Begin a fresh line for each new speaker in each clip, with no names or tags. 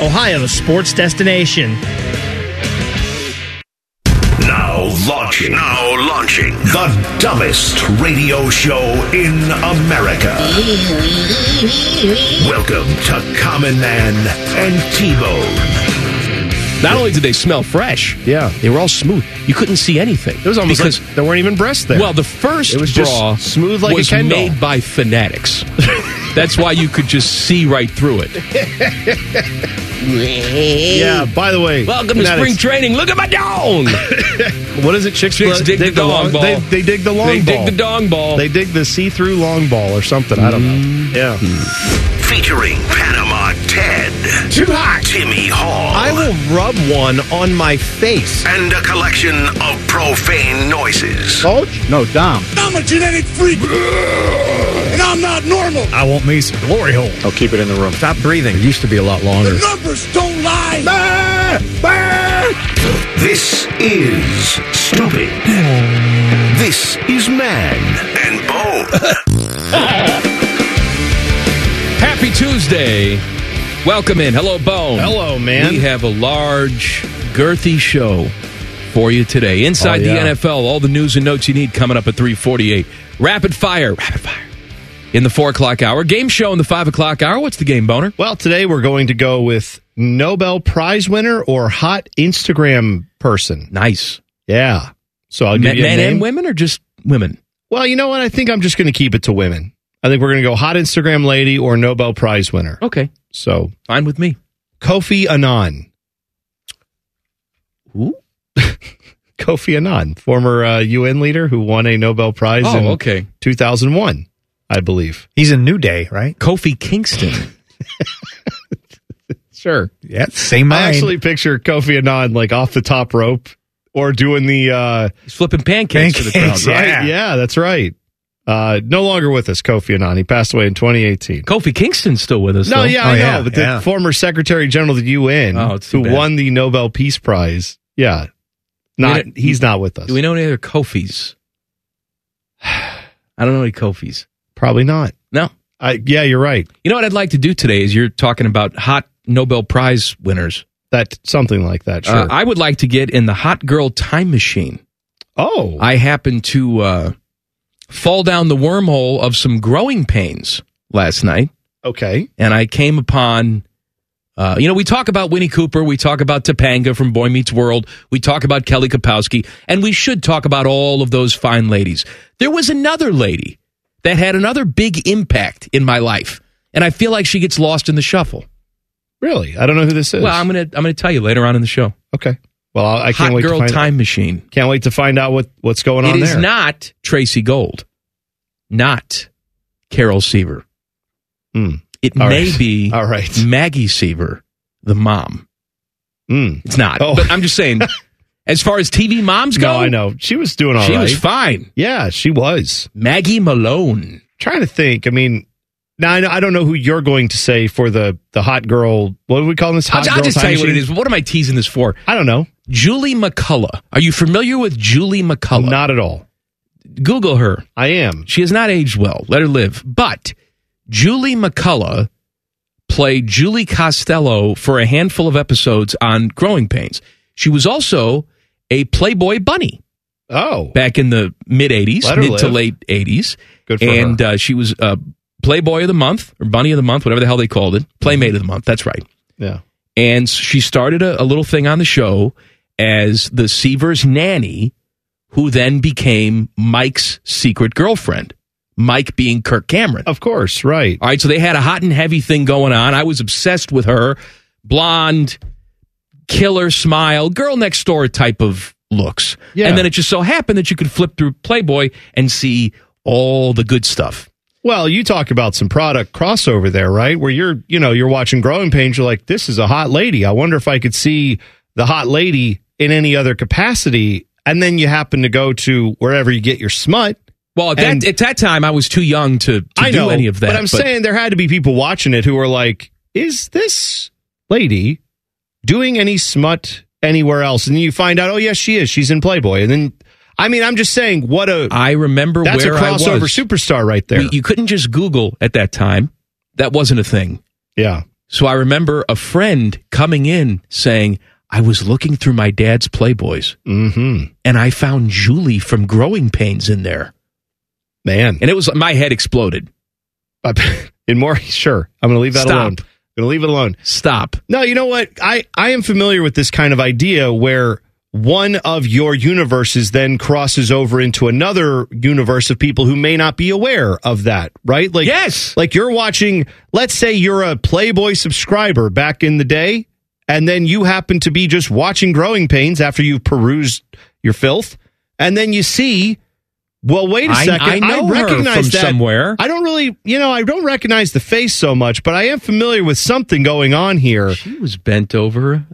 Ohio's sports destination.
Now launching. Now launching. The dumbest radio show in America. Welcome to Common Man and T-Bone.
Not only did they smell fresh,
Yeah.
they were all smooth. You couldn't see anything.
It was almost
because,
like there weren't even breasts there.
well, the first
It was just
bra
smooth like a
was
Ken doll.
made by fanatics. That's why you could just see right through it.
yeah. By the way,
Welcome to
that
spring
is-
training. Look at my dong.
What is it? Chicks,
Chicks
bu-
dig the dong
long
ball.
They, they dig the long
They dig
ball.
the dong ball. Mm.
They dig the see-through long ball or something. I don't know. Yeah.
Featuring Panama Ted. Too hot. Timmy Hall.
I will rub one on my face.
And a collection of profane noises.
Coach? No, Dom.
I'm a genetic freak, and I'm not normal.
I want me some glory hole.
I'll keep it in the room.
Stop breathing. used to be a lot longer.
Numbers don't lie.
This is stupid. This is man and bone.
Happy Tuesday. Welcome in. Hello, Bone.
Hello, man.
We have a large, girthy show for you today. Inside
Oh, yeah.
the NFL, all the news and notes you need coming up at 348. Rapid fire. Rapid fire. In the 4 o'clock hour. Game show in the 5 o'clock hour. What's the game, Boner?
Well, today we're going to go with Nobel Prize winner or hot Instagram person.
Nice.
Yeah. So I'll give
Men,
you a
men
name.
and women or just women?
Well, you know what? I think I'm just going to keep it to women. I think we're going to go hot Instagram lady or Nobel Prize winner.
Okay.
So
Fine with me.
Kofi Annan.
Ooh.
Kofi Annan, former uh, UN leader who won a Nobel Prize in
Oh, okay.
2001, I believe.
He's in New Day, right?
Kofi Kingston.
Sure.
Yeah, same
I
mind.
actually picture Kofi Annan like off the top rope or doing the uh,
He's flipping pancakes, for the crowd.
Pancakes,
right?
right.
Yeah.
Yeah, that's right. Uh, no longer with us, Kofi Annan. He passed away in 2018.
Kofi Kingston's still with us.
No,
though.
yeah,
Oh,
I know.
yeah,
but the
yeah.
former Secretary General of the UN
Oh, it's too
who
bad.
won the Nobel Peace Prize. Yeah. Not
We don't-
he's not with us.
Do we know any other Kofis? I don't know any Kofis.
Probably not.
No.
I, yeah, you're right.
You know what I'd like to do today is you're talking about hot Nobel Prize winners.
That something like that, sure.
Uh, I would like to get in the hot girl time machine.
oh.
I happened to uh, fall down the wormhole of some growing pains last night,
okay.
and I came upon. Uh, you know, we talk about Winnie Cooper, we talk about Topanga from Boy Meets World, we talk about Kelly Kapowski, and we should talk about all of those fine ladies. There was another lady that had another big impact in my life, and I feel like she gets lost in the shuffle.
Really? I don't know who this is.
Well, I'm gonna I'm gonna tell you later on in the show.
okay. Well, I I can't
Hot
wait to
girl
find
time machine.
can't wait to find out what what's going
It
on
is
there.
not Tracy Gold, not Carol Seaver.
Hmm.
It
All
may
right.
be
All right.
Maggie Seaver, the mom.
Mm.
It's not.
Oh.
But I'm just saying, as far as TV moms go,
No, I know. She was doing all right.
she was fine.
yeah, she was.
Maggie Malone.
Trying to think. I mean, now I, know, I don't know who you're going to say for the the hot girl. What do we call this?
I'll,
Hot
I'll
girl
just
time
tell you what it
machine?
is. What am I teasing this for?
I don't know.
Julie McCullough. Are you familiar with Julie McCullough?
Not at all.
Google her.
I am.
She has not aged well. Let her live. But Julie McCullough played Julie Costello for a handful of episodes on Growing Pains. She was also a Playboy bunny
Oh,
back in the mid 80s,
Let her
mid to
live.
late 80s.
Good for
and Uh, she was uh, Playboy of the Month or Bunny of the Month, whatever the hell they called it. Playmate of the Month. That's right.
yeah.
And she started a, a little thing on the show as the Seavers nanny, who then became Mike's secret girlfriend. Mike being Kirk Cameron.
Of course, right.
All right, so they had a hot and heavy thing going on. I was obsessed with her. Blonde, killer smile, girl next door type of looks.
Yeah.
And then it just so happened that you could flip through Playboy and see all the good stuff.
Well, you talk about some product crossover there, right? Where you're, you know, you're watching Growing Pains, you're like, this is a hot lady. I wonder if I could see the hot lady in any other capacity. And then you happen to go to wherever you get your smut.
Well, at
And-
that, at that time, I was too young to, to
I know
do any of that.
But I'm saying there had to be people watching it who were like, is this lady doing any smut anywhere else? And you find out, oh, yes, she is. She's in Playboy. And then, I mean, I'm just saying, what a.
I remember
that's a
where I was.
crossover superstar right there.
We- you couldn't just Google at that time. That wasn't a thing.
yeah.
So I remember a friend coming in saying, I was looking through my dad's Playboys
Mm-hmm.
and I found Julie from Growing Pains in there.
Man.
And it was my head exploded.
I- in more sure i'm gonna leave that
Stop.
alone i'm gonna leave it alone
Stop.
no you know what i i am familiar with this kind of idea where one of your universes then crosses over into another universe of people who may not be aware of that right like
Yes.
like you're watching let's say you're a playboy subscriber back in the day and then you happen to be just watching growing pains after you've perused your filth and then you see well wait a
I-
second
I know her
recognize that
from somewhere.
I don't really, you know, I don't recognize the face so much, but I am familiar with something going on here.
She was bent over.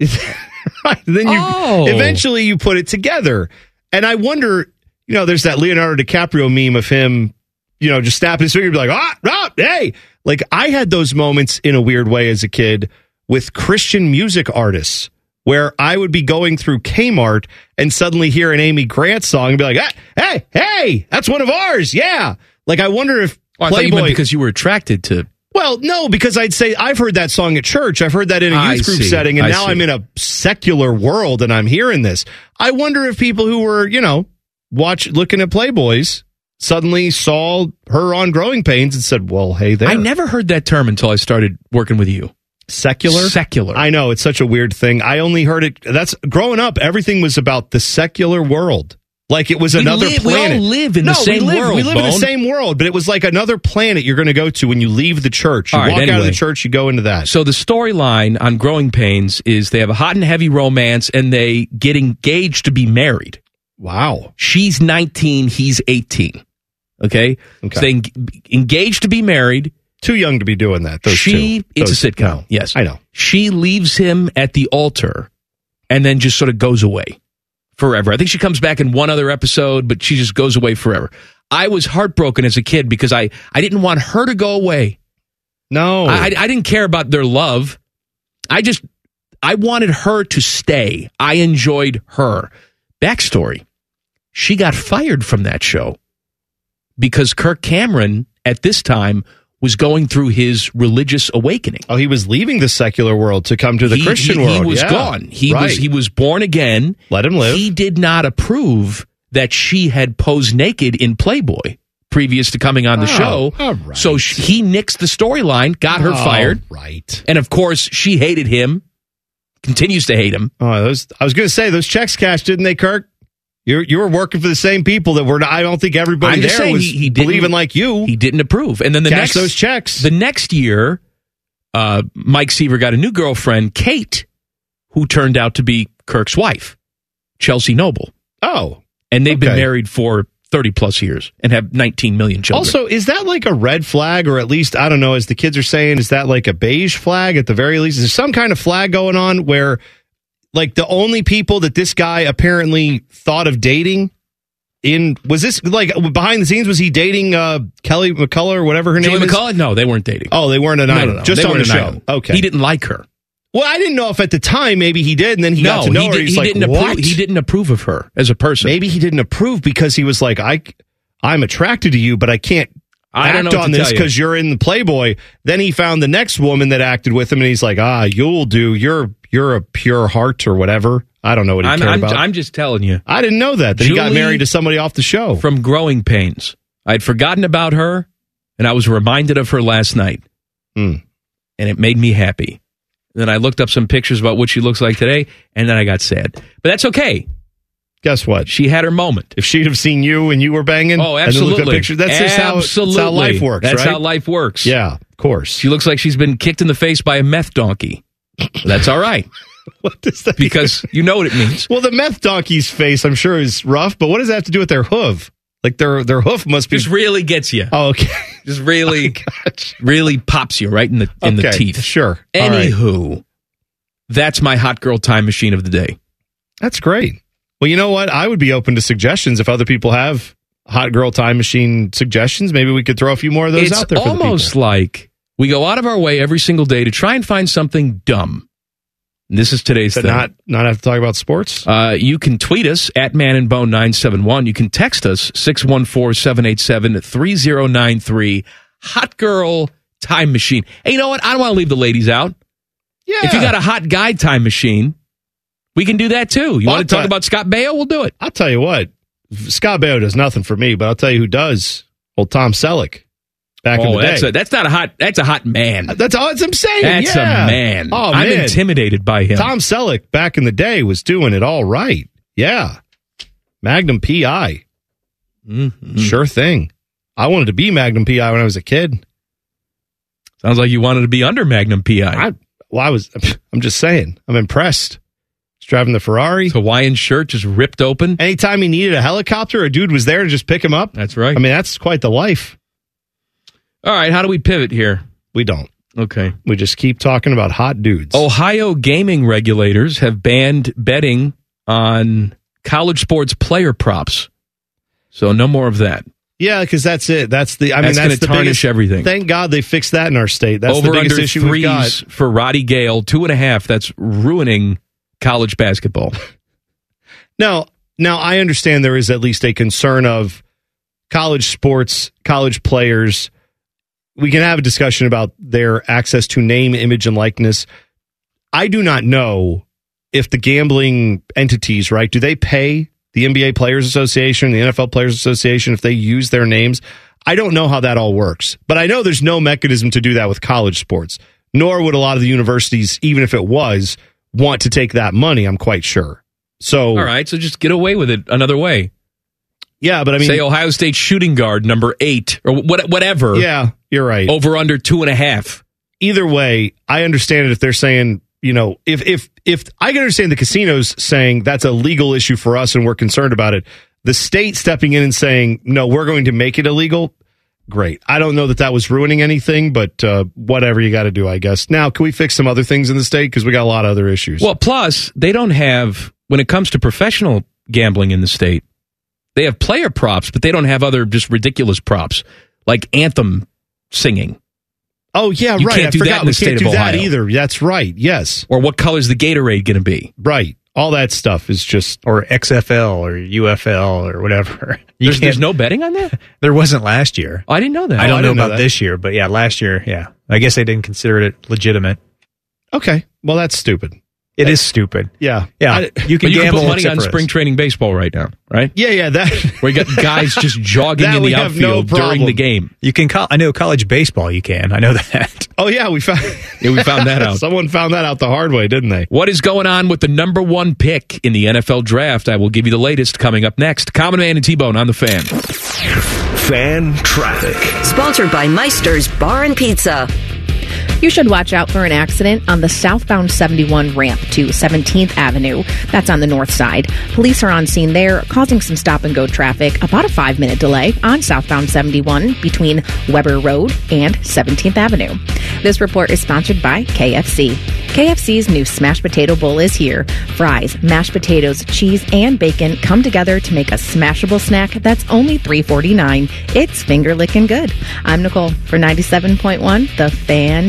Right. then you
Oh.
eventually you put it together. And I wonder, you know, there's that Leonardo DiCaprio meme of him, you know, just snapping his finger and be like, ah, ah, hey. Like I had those moments in a weird way as a kid with Christian music artists where I would be going through Kmart and suddenly hear an Amy Grant song and be like, ah, hey, hey, that's one of ours. Yeah. Like I wonder if
Oh, I thought you meant
Playboy
because you were attracted to.
well, no, because I'd say I've heard that song at church. I've heard that in a youth
I
group
see.
setting, and
I
now
see.
I'm in a secular world and I'm hearing this. I wonder if people who were, you know, watch looking at Playboys suddenly saw her on Growing Pains and said, "Well, hey there."
I never heard that term until I started working with you.
secular.
Secular.
I know it's such a weird thing. I only heard it. That's growing up. Everything was about the secular world. Like it was
We
another
live- we all
planet.
live in
no,
the same
we live,
world,
We live in the
Bone.
same world, but it was like another planet you're going to go to when you leave the church. You
All right,
walk out of
anyway.
the church, you go into that.
So the storyline on Growing Pains is they have a hot and heavy romance and they get engaged to be married.
Wow.
She's 19, he's 18. Okay?
Okay.
So they en- engaged to be married.
Too young to be doing that. Those
she
two.
it's
Those-
a sitcom. Yes.
I know.
She leaves him at the altar and then just sort of goes away forever. I think she comes back in one other episode, but she just goes away forever. I was heartbroken as a kid because I, I didn't want her to go away.
No.
I, I- I didn't care about their love. I just I wanted her to stay. I enjoyed her. Backstory: She got fired from that show because Kirk Cameron at this time was going through his religious awakening.
oh, he was leaving the secular world to come to the
He-
Christian
he, he
world.
was
Yeah.
gone. He
Right.
was he was born again.
Let him live.
He did not approve that she had posed naked in Playboy previous to coming on the
Oh,
show.
all right.
So sh he nixed the storyline, got her
Oh,
fired.
Right.
And of course, she hated him, continues to hate him.
Oh, those. I was going to say those checks cashed, didn't they, Kirk? You you were working for the same people that were. not- I don't think everybody
I'm
there
just saying
was
he- he didn't-
believing like you.
He didn't approve. And then the
Cash
next
those checks.
the next year, uh, Mike Seaver got a new girlfriend, Kate, who turned out to be Kirk's wife, Chelsea Noble.
oh,
And they've been
Okay.
married for 30 plus years and have 19 million children.
also, is that like a red flag, or at least I don't know? As the kids are saying, is that like a beige flag at the very least? Is there some kind of flag going on where, like, the only people that this guy apparently thought of dating in was this like behind the scenes? Was he dating uh, Kelly McCullough or whatever her
Julie
name is?
McCullough? No, they weren't dating.
Oh, they weren't an
no,
item.
no, no.
Just
They
on the
weren't an
show.
item.
Okay.
He didn't like her.
well, I didn't know if at the time maybe he did, and then he
no,
got to know
he,
her.
did,
He's
he
like,
didn't
what?
approve. He didn't approve of her as a person.
Maybe he didn't approve because he was like, I, I'm attracted to you, but I can't
I don't
act
know what
on
to
this
tell you.
because you're in the Playboy. Then he found the next woman that acted with him, and he's like, ah, you'll do. You're you're a pure heart or whatever. I don't know what he
I'm,
cared
I'm,
about.
I'm just telling you.
I didn't know that that he got
Julie-
married to somebody off the show.
from growing pains. I'd forgotten about her, and I was reminded of her last night,
Hmm.
and it made me happy. Then I looked up some pictures about what she looks like today, and then I got sad. But that's okay.
Guess what?
She had her moment.
If she'd have seen you and you were banging,
Oh,
and looked
absolutely.
at pictures, that's just how, that's how
absolutely.
life works.
That's
right?
how life works.
Yeah, of course.
She looks like she's been kicked in the face by a meth donkey. That's all right
what does that?
because you know what it means.
well, the meth donkey's face, I'm sure, is rough. But what does that have to do with their hoof? Like their their hoof must be.
Just really gets you.
oh, okay.
Just really,
Gotcha.
really pops you right in the in the
Oh Okay,
teeth.
Sure. All right.
Anywho, that's my hot girl time machine of the day.
That's great. Well, you know what? I would be open to suggestions if other people have hot girl time machine suggestions. Maybe we could throw a few more of those
it's
out there. For
almost
the people.
like we go out of our way every single day to try and find something dumb. And this is today's
to
thing.
not not have to talk about sports.
Uh, you can tweet us at Man and Bone 971. You can text us 614 787 3093. Hot Girl Time Machine. Hey, you know what? I don't want to leave the ladies out.
yeah.
If you got a hot guy time machine, we can do that too. You
I'll
want to talk
tell-
about Scott Baio? We'll do it.
I'll tell you what. Scott Baio does nothing for me, but I'll tell you who does. Well, Tom Selleck. Back in
oh,
the day.
that's a, that's not a hot. That's a hot man.
That's all that's I'm saying.
That's
yeah.
a man.
Oh,
I'm
man.
intimidated by him.
Tom Selleck back in the day was doing it all right. Yeah. Magnum PI.
Mhm.
Sure thing. I wanted to be Magnum PI when I was a kid.
Sounds like you wanted to be under Magnum PI.
I well, I was I'm just saying. I'm impressed. He's driving the Ferrari.
Hawaiian shirt just ripped open.
Anytime he needed a helicopter, a dude was there to just pick him up.
That's right.
I mean, that's quite the life.
All right, how do we pivot here?
We don't.
Okay.
We just keep talking about hot dudes.
Ohio gaming regulators have banned betting on college sports player props. So no more of that.
Yeah, because that's it. That's the. I mean,
That's
that's,
gonna
the
tarnish
biggest,
everything.
Thank God they fixed that in our state. That's
Over
the biggest
under
issue we've
threes
got.
for Roddy Gale, two and a half. That's ruining college basketball.
Now, now I understand there is at least a concern of college sports, college players. We can have a discussion about their access to name, image, and likeness. I do not know if the gambling entities, right? Do they pay the NBA Players Association, the NFL Players Association, if they use their names? I don't know how that all works, but I know there's no mechanism to do that with college sports, nor would a lot of the universities, even if it was, want to take that money, I'm quite sure. So,
All right, so just get away with it another way.
yeah, but I mean,
Say Ohio State shooting guard number eight or what, whatever.
yeah, you're right.
Over under two and a half.
either way, I understand it if they're saying, you know, if if if I can understand the casinos saying that's a legal issue for us and we're concerned about it, the state stepping in and saying, no, we're going to make it illegal. Great. I don't know that that was ruining anything, but uh, whatever you got to do, I guess. Now, can we fix some other things in the state because we got a lot of other issues?
Well, plus they don't have when it comes to professional gambling in the state, they have player props, but they don't have other just ridiculous props like anthem singing
oh yeah,
you
right.
can't
I
do that
forgot
in
we
the state
can't
of
do that
Ohio.
either. That's right. Yes,
or what color's the Gatorade going to be?
right. All that stuff is just
or XFL or UFL or whatever. You
There's, there's
can't-
no betting on that.
there wasn't last year.
I didn't know that.
I don't
I
know
didn't know
about
that.
this year, but yeah, last year, yeah. I guess they didn't consider it legitimate.
okay. Well, that's stupid.
It is stupid.
Yeah,
Yeah,
I-
you can
But you can
gamble
put money
except
on
for us.
spring training baseball right now, right?
yeah, yeah. That
Where you got guys just jogging
That
in the
we have no
outfield during
problem.
the game.
You can. Col- I know college baseball. You can. I know that.
Oh yeah, we found
Yeah, we found that out.
Someone found that out the hard way, didn't they?
What is going on with the number one pick in the NFL draft? I will give you the latest coming up next. Common Man and T Bone on the fan.
Fan traffic.
Sponsored by Meister's Bar and Pizza.
You should watch out for an accident on the southbound 71 ramp to 17th Avenue. That's on the north side. Police are on scene there, causing some stop and go traffic, about a five minute delay on southbound 71 between Weber Road and 17th Avenue. This report is sponsored by KFC. KFC's new smashed potato bowl is here. Fries, mashed potatoes, cheese, and bacon come together to make a smashable snack that's only $3.49. It's finger licking good. I'm Nicole for 97.1 The Fan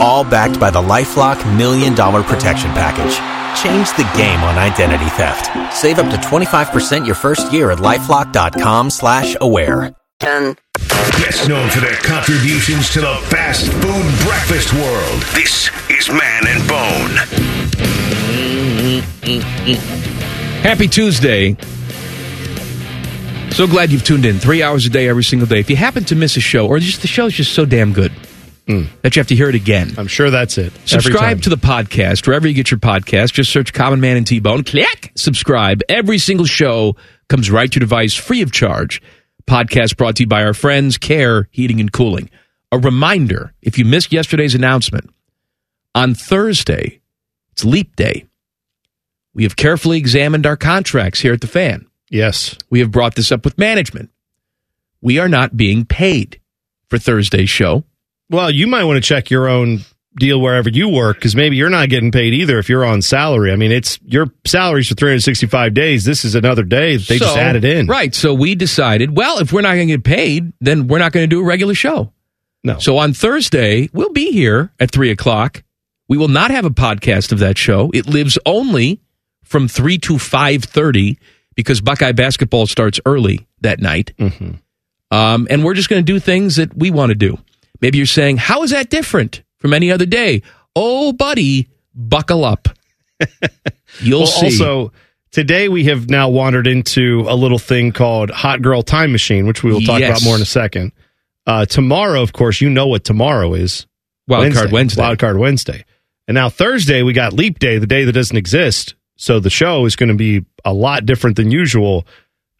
All backed by the LifeLock Million Dollar Protection Package. Change the game on identity theft. Save up to 25% your first year at LifeLock.com slash aware.
Done.
Best known for their contributions to the fast food breakfast world. This is Man and Bone.
Happy Tuesday. So glad you've tuned in. Three hours a day, every single day. If you happen to miss a show, or just the show's just so damn good, that you have to hear it again.
Hmm. I'm sure that's it.
Subscribe to the podcast wherever you get your podcast. Just search Common Man and T Bone. Click subscribe. Every single show comes right to your device free of charge. Podcast brought to you by our friends Care Heating and Cooling. A reminder if you missed yesterday's announcement, on Thursday, it's leap day. We have carefully examined our contracts here at the fan.
Yes.
We have brought this up with management. We are not being paid for Thursday's show.
Well, you might want to check your own deal wherever you work because maybe you're not getting paid either if you're on salary. I mean, it's your salaries for 365 days. This is another day. that They
So-
just added in.
Right. So we decided, well, if we're not going to get paid, then we're not going to do a regular show.
No.
So on Thursday, we'll be here at three o'clock. We will not have a podcast of that show. It lives only from three to five thirty because Buckeye basketball starts early that night.
Mm-hmm.
Um, and we're just going to do things that we want to do. Maybe you're saying, how is that different from any other day? Oh, buddy, buckle up. You'll
Well,
see.
Also, today we have now wandered into a little thing called Hot Girl Time Machine, which we will talk
Yes.
about more in a second. Uh, tomorrow, of course, you know what tomorrow is.
Wild Card Wednesday.
Wild Card Wednesday. And now Thursday, we got Leap Day, the day that doesn't exist. So the show is going to be a lot different than usual.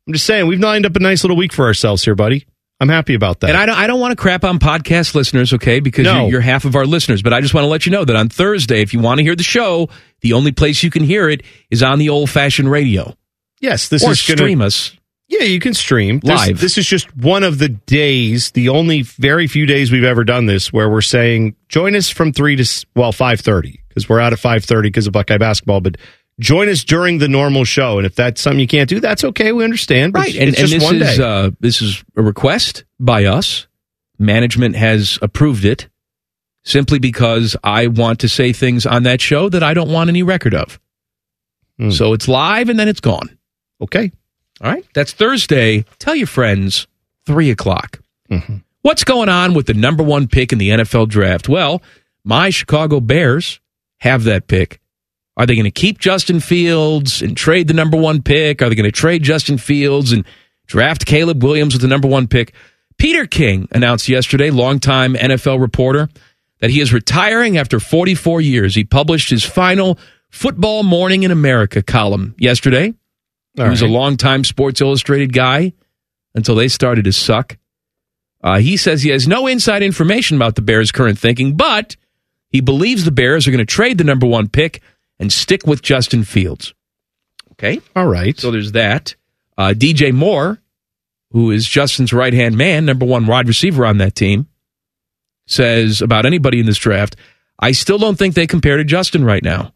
I'm just saying, we've lined up a nice little week for ourselves here, buddy. I'm happy about that.
And I don't, I don't want to crap on podcast listeners, okay? Because
No.
you're, you're half of our listeners. But I just want to let you know that on Thursday, if you want to hear the show, the only place you can hear it is on the old fashioned radio.
yes, this
or
is going
stream us.
Yeah, you can stream This-
Live.
This, is just one of the days, the only very few days we've ever done this, where we're saying join us from three to s- well five thirty because we're out at five thirty because of Buckeye basketball, but. Join us during the normal show, and if that's something you can't do, that's okay. We understand, but
Right.
It's,
And,
it's
and
just
this,
one day.
is, uh, this is a request by us. Management has approved it simply because I want to say things on that show that I don't want any record of. So it's live and then it's gone.
Okay.
All right. That's Thursday. Tell your friends, 3 o'clock. What's going on with the number one pick in the NFL draft? Well, my Chicago Bears have that pick. Are they going to keep Justin Fields and trade the number one pick? Are they going to trade Justin Fields and draft Caleb Williams with the number one pick? Peter King announced yesterday, longtime NFL reporter, that he is retiring after 44 years. He published his final Football Morning in America column yesterday. he was a longtime Sports Illustrated guy until they started to suck. Uh, he says he has no inside information about the Bears' current thinking, but he believes the Bears are going to trade the number one pick and stick with Justin Fields. Okay.
All right.
So there's that. Uh, DJ Moore, who is Justin's right hand man, number one wide receiver on that team, says about anybody in this draft, I still don't think they compare to Justin right now.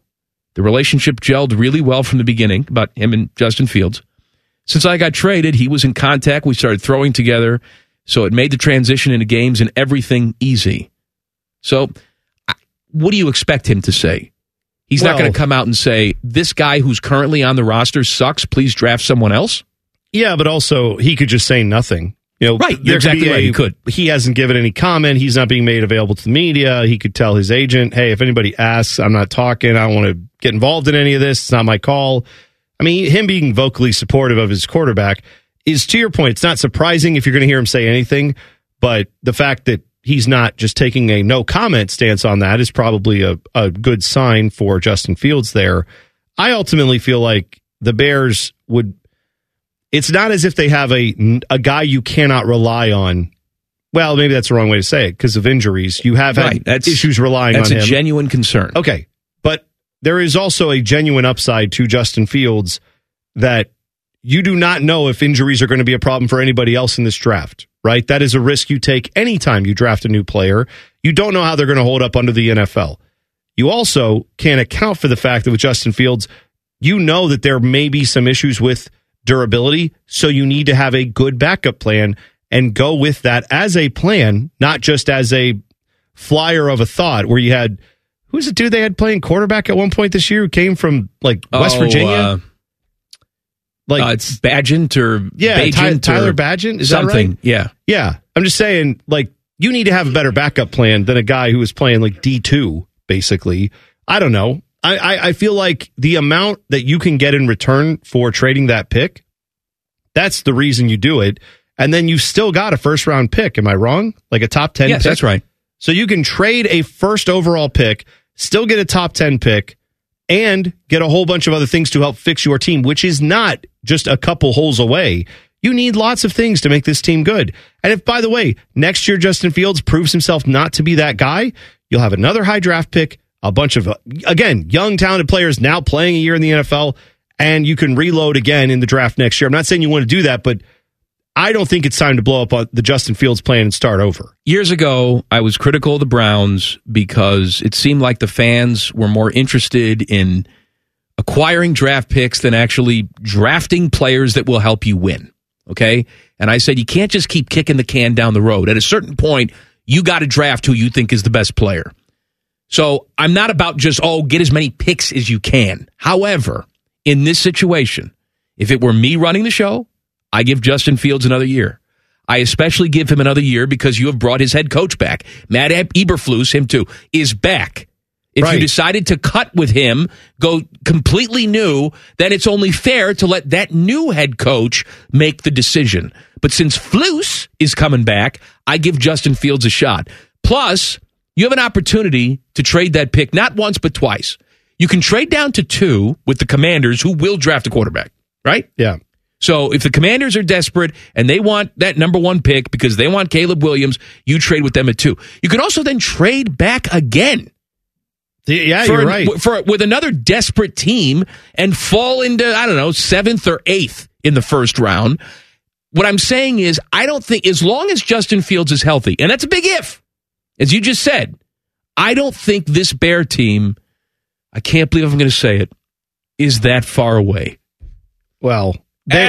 The relationship gelled really well from the beginning about him and Justin Fields. Since I got traded, he was in contact. We started throwing together. So it made the transition into games and everything easy. So, I- what do you expect him to say? He's not
Well-
going to come out and say, this guy who's currently on the roster sucks. Please draft someone else.
Yeah, but also he could just say nothing. You know,
Right, you're
there could
exactly
be
right,
a-
he could.
He hasn't given any comment. He's not being made available to the media. He could tell his agent, "Hey, if anybody asks, I'm not talking. I don't want to get involved in any of this. It's not my call." I mean, him being vocally supportive of his quarterback is, to your point, it's not surprising if you're going to hear him say anything. But the fact that he's not just taking a no comment stance on that is probably a, a good sign for Justin Fields there. I ultimately feel like the Bears would it's not as if they have a a guy you cannot rely on. Well, maybe that's the wrong way to say it because of injuries. You have had
Right, that's-
issues relying
That's
on
a
him.
genuine concern.
okay, but there is also a genuine upside to Justin Fields that you do not know if injuries are going to be a problem for anybody else in this draft. Right, that is a risk you take anytime you draft a new player. You don't know how they're going to hold up under the NFL. You also can't account for the fact that with Justin Fields, you know that there may be some issues with durability, so you need to have a good backup plan and go with that as a plan, not just as a flyer of a thought where you had who was the dude they had playing quarterback at one point this year who came from like West
Oh,
Virginia?
uh,
like
uh, it's Badgent or
yeah, Ty-
Bagent
Tyler
or
Badgett, is that right?
something. Yeah.
Yeah. I'm just saying, like, you need to have a better backup plan than a guy who is playing like D2, basically. I don't know. I, I, I feel like the amount that you can get in return for trading that pick, that's the reason you do it. And then you still got a first round pick. Am I wrong? Like a top 10
Yes,
pick?
that's right.
So you can trade a first overall pick, still get a top 10 pick, and get a whole bunch of other things to help fix your team, which is not just a couple holes away. You need lots of things to make this team good. And if, by the way, next year Justin Fields proves himself not to be that guy, you'll have another high draft pick, a bunch of, uh, again, young, talented players now playing a year in the NFL, and you can reload again in the draft next year. I'm not saying you want to do that, but I don't think it's time to blow up on the Justin Fields plan and start over.
Years ago, I was critical of the Browns because it seemed like the fans were more interested in acquiring draft picks than actually drafting players that will help you win. Okay. And I said, you can't just keep kicking the can down the road. At a certain point, you got to draft who you think is the best player. So I'm not about just, oh, get as many picks as you can. However, in this situation, if it were me running the show, I give Justin Fields another year. I especially give him another year because you have brought his head coach back. Matt Ab- Eberflus, him too, is back. If you decided to cut with him, go completely new, then it's only fair to let that new head coach make the decision. But since Flus is coming back, I give Justin Fields a shot. Plus, you have an opportunity to trade that pick not once but twice. You can trade down to two with the commanders who will draft a quarterback, right?
Yeah.
So if the commanders are desperate and they want that number one pick because they want Caleb Williams, you trade with them at two. You can also then trade back again
Yeah,
for
you're
an-
right.
w- For with another desperate team and fall into I don't know seventh or eighth in the first round. What I'm saying is I don't think as long as Justin Fields is healthy, and that's a big if, as you just said, I don't think this Bear team. I can't believe I'm going to say it. Is that far away? Ah!
Well, they,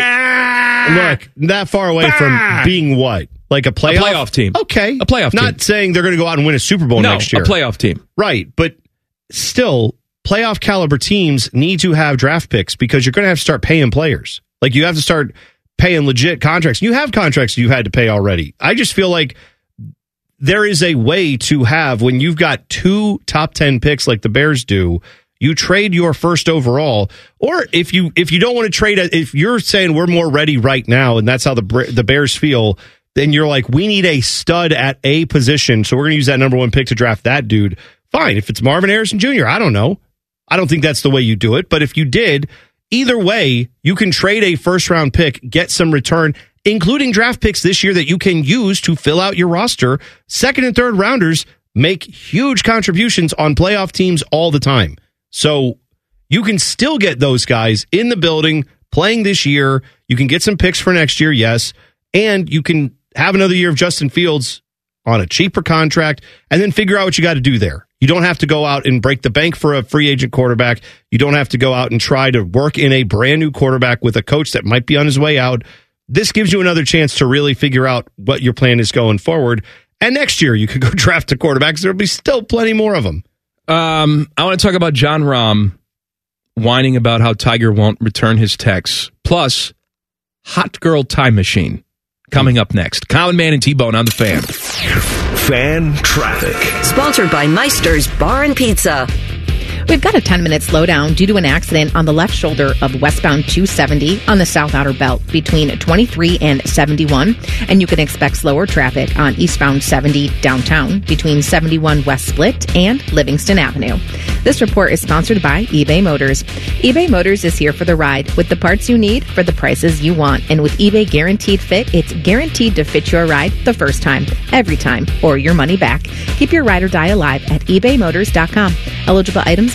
look that far away from being what, like a playoff,
playoff team.
Okay,
A playoff
Not
team.
saying they're going to go out and win a Super Bowl
no,
next year.
a playoff team.
right? But still, playoff caliber teams need to have draft picks because you're going to have to start paying players. Like you have to start paying legit contracts. You have contracts you had to pay already. I just feel like there is a way to have when you've got two top 10 picks like the bears do you trade your first overall or if you if you don't want to trade it, if you're saying we're more ready right now and that's how the Br- the bears feel then you're like we need a stud at a position so we're going to use that number 1 pick to draft that dude fine if it's marvin harrison jr i don't know i don't think that's the way you do it but if you did either way you can trade a first round pick get some return including draft picks this year that you can use to fill out your roster. Second and third rounders make huge contributions on playoff teams all the time. So you can still get those guys in the building playing this year. You can get some picks for next year, yes. And you can have another year of Justin Fields on a cheaper contract and then figure out what you got to do there. You don't have to go out and break the bank for a free agent quarterback. You don't have to go out and try to work in a brand new quarterback with a coach that might be on his way out. This gives you another chance to really figure out what your plan is going forward. And next year, you could go draft a quarterback. 'cause There'll be still plenty more of them.
Um, I want to talk about John Rahm whining about how Tiger won't return his texts. Plus, hot girl time machine coming up next. Common Man and T Bone on the fan.
Fan traffic.
Sponsored by Meister's Bar and Pizza.
We've got a 10 minute slowdown due to an accident on the left shoulder of westbound 270 on the south outer belt between 23 and 71. And you can expect slower traffic on eastbound 70 downtown between 71 West Split and Livingston Avenue. This report is sponsored by eBay Motors. eBay Motors is here for the ride with the parts you need for the prices you want. And with eBay Guaranteed Fit, it's guaranteed to fit your ride the first time, every time, or your money back. Keep your ride or die alive at ebaymotors.com. Eligible items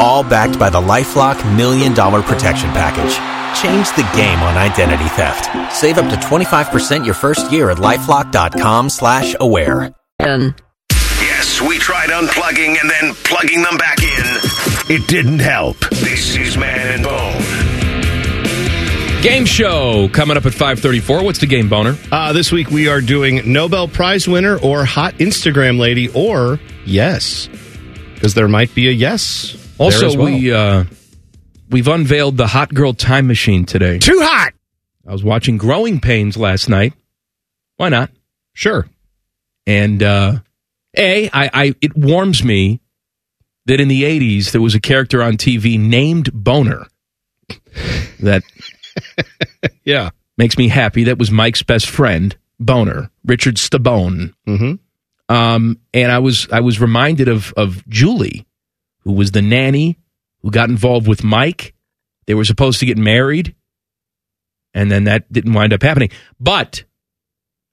All backed by the LifeLock Million Dollar Protection Package. Change the game on identity theft. Save up to 25% your first year at LifeLock.com slash aware.
And
Yes, we tried unplugging and then plugging them back in. It didn't help. This is Man and Bone.
Game show coming up at 534. What's the game, Boner?
Uh, this week, we are doing Nobel Prize winner or hot Instagram lady or yes, because there might be a yes. there
Also,
as well.
we uh, We've unveiled the Hot Girl Time Machine today. Too hot. I was watching Growing Pains last night. Why not? Sure. And uh, a, I, I, it warms me that in the '80s there was a character on TV named Boner. That yeah makes me happy. That was Mike's best friend, Boner Richard Stabone. Mm-hmm. Um, and I was I was reminded of of Julie, who was the nanny who got involved with Mike. They were supposed to get married, and then that didn't wind up happening. But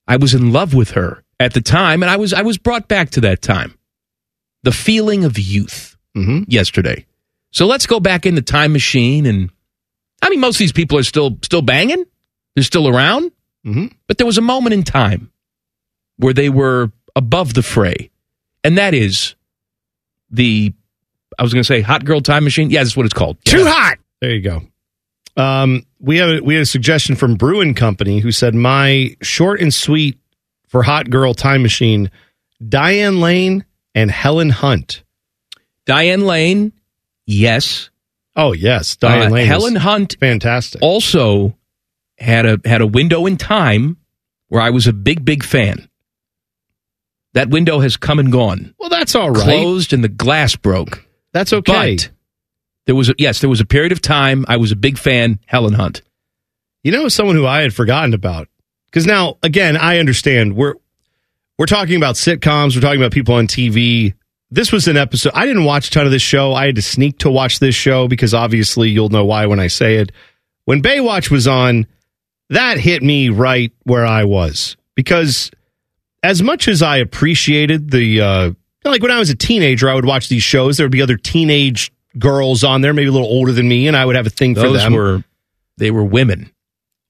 I was in love with her at the time, and I was I was brought back to that time, the feeling of youth yesterday. So let's go back in the time machine, and I mean, most of these people are still still banging, they're still around, but there was a moment in time where they were above the fray, and that is the I was going to say hot girl time machine. Yeah, that's what it's called.
Too hot. There you go. Um, we have a, we had a suggestion from Bruin Company who said my short and sweet for hot girl time machine: Diane Lane and Helen Hunt.
Diane Lane, yes.
Oh yes, Diane
Uh,
Lane. is-
Helen Hunt,
fantastic.
Also had a had a window in time where I was a big big fan. That window has come and gone.
Well, that's all right.
Closed and the glass broke.
That's okay.
But there was a, yes, there was a period of time I was a big fan. Helen Hunt.
You know, someone who I had forgotten about. Because now, again, I understand we're we're talking about sitcoms. We're talking about people on TV. This was an episode. I didn't watch a ton of this show. I had to sneak to watch this show because obviously you'll know why when I say it. When Baywatch was on, that hit me right where I was because as much as I appreciated the uh, like when I was a teenager, I would watch these shows. There would be other teenage girls on there, maybe a little older than me, and I would have a thing for
Those
them.
were they were women.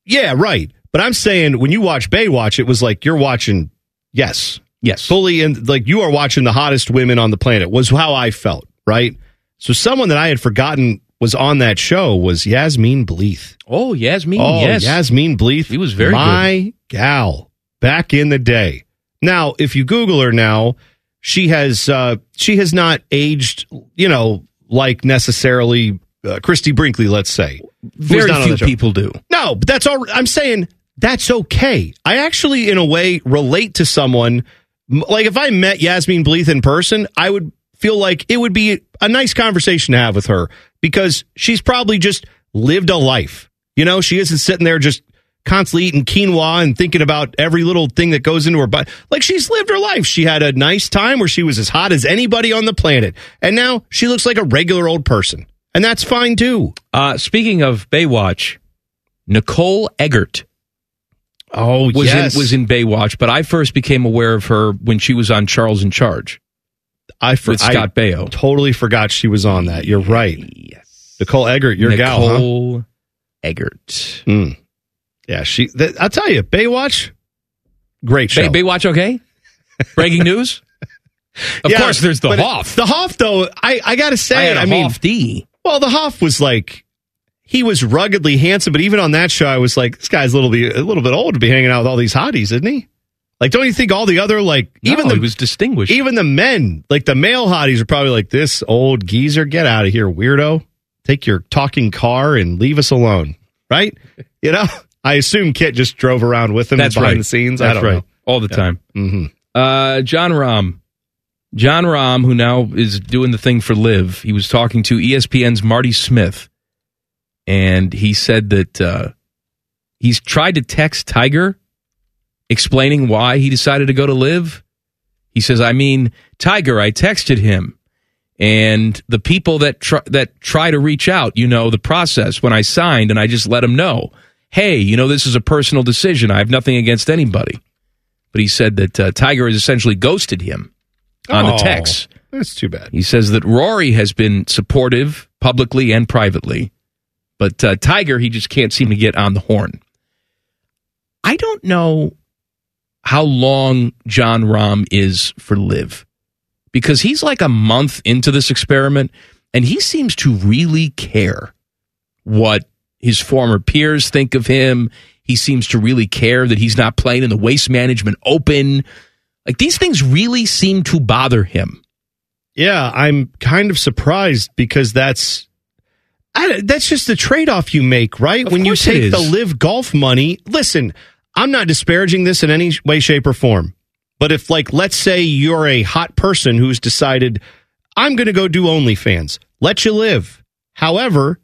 Yeah, right. But I'm saying when you watch Baywatch, it was like you're watching, yes,
yes,
fully, and like you are watching the hottest women on the planet. Was how I felt, right? So someone that I had forgotten was on that show was Yasmin Bleeth.
Oh, Yasmin.
Oh,
yes.
Yasmin Bleeth. He was
very
my gal back in the day. Now, if you Google her now, she has uh, she has not aged, you know, like necessarily uh, Christy Brinkley, let's say. who's
Very
not on
few
the show.
people do.
No, but that's all. I'm saying that's okay. I actually, in a way, relate to someone. M- Like if I met Yasmin Bleeth in person, I would feel like it would be a nice conversation to have with her because she's probably just lived a life. You know, she isn't sitting there just constantly eating quinoa and thinking about every little thing that goes into her butt. Like she's lived her life. She had a nice time where she was as hot as anybody on the planet. And now she looks like a regular old person. And that's fine too.
Uh, speaking of Baywatch, Nicole Eggert.
Oh,
was
yes.
in, was in Baywatch, but I first became aware of her when she was on Charles in Charge.
I for,
with Scott
I
Baio.
Totally forgot she was on that. You're right. Yes. Nicole Eggert, your gal, huh?
Nicole Eggert.
Mm. Yeah, she. That, I'll tell you, Baywatch, great show.
Bay, Baywatch, okay. Breaking news. Of
Yeah,
course, there's the
but it-
Hoff.
The Hoff, though, I, I got to say,
I
it,
had a
I mean,
Hoff D.
Well, the Hoff was like, he was ruggedly handsome, but even on that show, I was like, this guy's a little bit, a little bit old to be hanging out with all these hotties, isn't he? Like, don't you think all the other like even the
he was distinguished.
even the men like the male hotties are probably like this old geezer, get out of here, weirdo. Take your talking car and leave us alone, right? You know, I assume Kit just drove around with him
That's
behind
right.
the scenes. I
That's
don't
right.
know.
All the time.
Mm-hmm.
Uh, John Rahm. John Rahm, who now is doing the thing for Live, he was talking to E ESPN's Marty Smith, and he said that uh, he's tried to text Tiger explaining why he decided to go to Live. He says, "I mean, Tiger, I texted him, and the people that try, that try to reach out, you know, the process when I signed, and I just let them know, hey, you know, this is a personal decision. I have nothing against anybody." but he said that uh, Tiger has essentially ghosted him on the
Oh,
text.
That's too bad.
He says that Rory has been supportive publicly and privately, but uh, Tiger, he just can't seem to get on the horn. I don't know how long John Rahm is for live because he's like a month into this experiment and he seems to really care what his former peers think of him. He seems to really care that he's not playing in the Waste Management Open. Like these things really seem to bother him.
Yeah, I'm kind of surprised because that's I don't- that's just the trade off you make, right? when you
course it
take the
is.
live golf money, listen, I'm not disparaging this in any way, shape, or form. But if, like, let's say you're a hot person who's decided, I'm going to go do OnlyFans, let you live. However,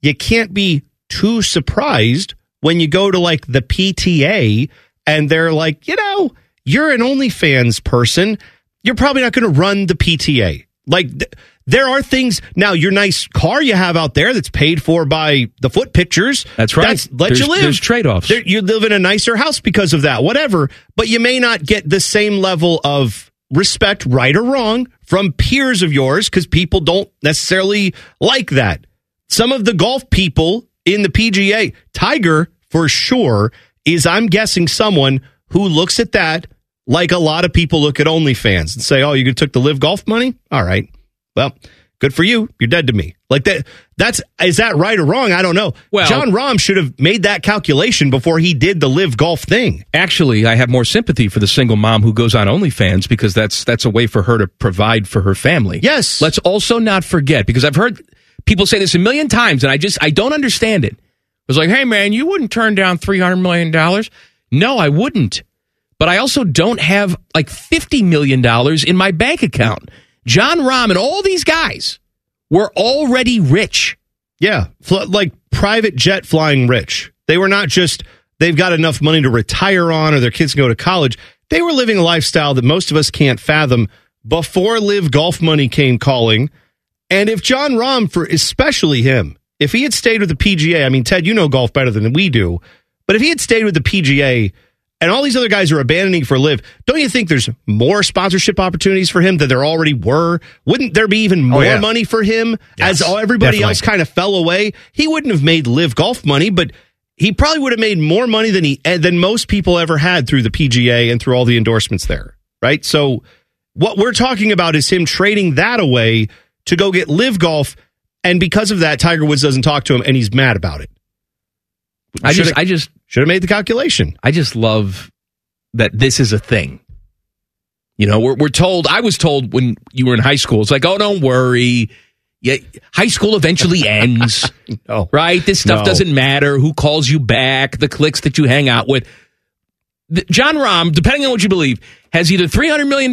you can't be too surprised when you go to like the PTA and they're like, you know, you're an OnlyFans person. You're probably not going to run the PTA. Like, th- there are things now. Your nice car you have out there that's paid for by the foot pictures.
That's right.
That's let you
There's-
live.
there's trade-offs.
There- You live in a nicer house because of that. Whatever, but you may not get the same level of respect, right or wrong, from peers of yours because people don't necessarily like that. Some of the golf people in the PGA, Tiger for sure, is I'm guessing someone who looks at that like a lot of people look at OnlyFans and say, "Oh, you took the live golf money? All right, well." Good for you. You're dead to me. Like that. That's is that right or wrong? I don't know.
Well-
John Rahm should have made that calculation before he did the live golf thing.
Actually, I have more sympathy for the single mom who goes on OnlyFans because that's that's a way for her to provide for her family.
Yes.
Let's also not forget because I've heard people say this a million times, and I just I don't understand it. It was like, hey man, you wouldn't turn down three hundred million dollars. No, I wouldn't. But I also don't have like fifty million dollars in my bank account. John Rahm and all these guys were already rich.
Yeah, fl- like private jet flying rich. They were not just they've got enough money to retire on or their kids can go to college. They were living a lifestyle that most of us can't fathom before live golf money came calling. And if John Rahm, for especially him, if he had stayed with the PGA, I mean, Ted, you know golf better than we do, but if he had stayed with the PGA and all these other guys are abandoning for live, don't you think there's more sponsorship opportunities for him than there already were? Wouldn't there be even more
yeah.
money for him as
Yes,
all- everybody
definitely.
else kind of fell away. He wouldn't have made live golf money, but he probably would have made more money than he eh, than most people ever had through the PGA and through all the endorsements there, right? So what we're talking about is him trading that away to go get live golf and because of that Tiger Woods doesn't talk to him and he's mad about it.
I
Should've-
just I just
Should have made the calculation.
I just love that this is a thing. You know, we're, we're told, I was told when you were in high school, it's like, oh, don't worry. Yeah, high school eventually ends,
Oh.
right? This stuff
No.
doesn't matter. Who calls you back, the cliques that you hang out with. Th- John Rahm, depending on what you believe, has either $300 million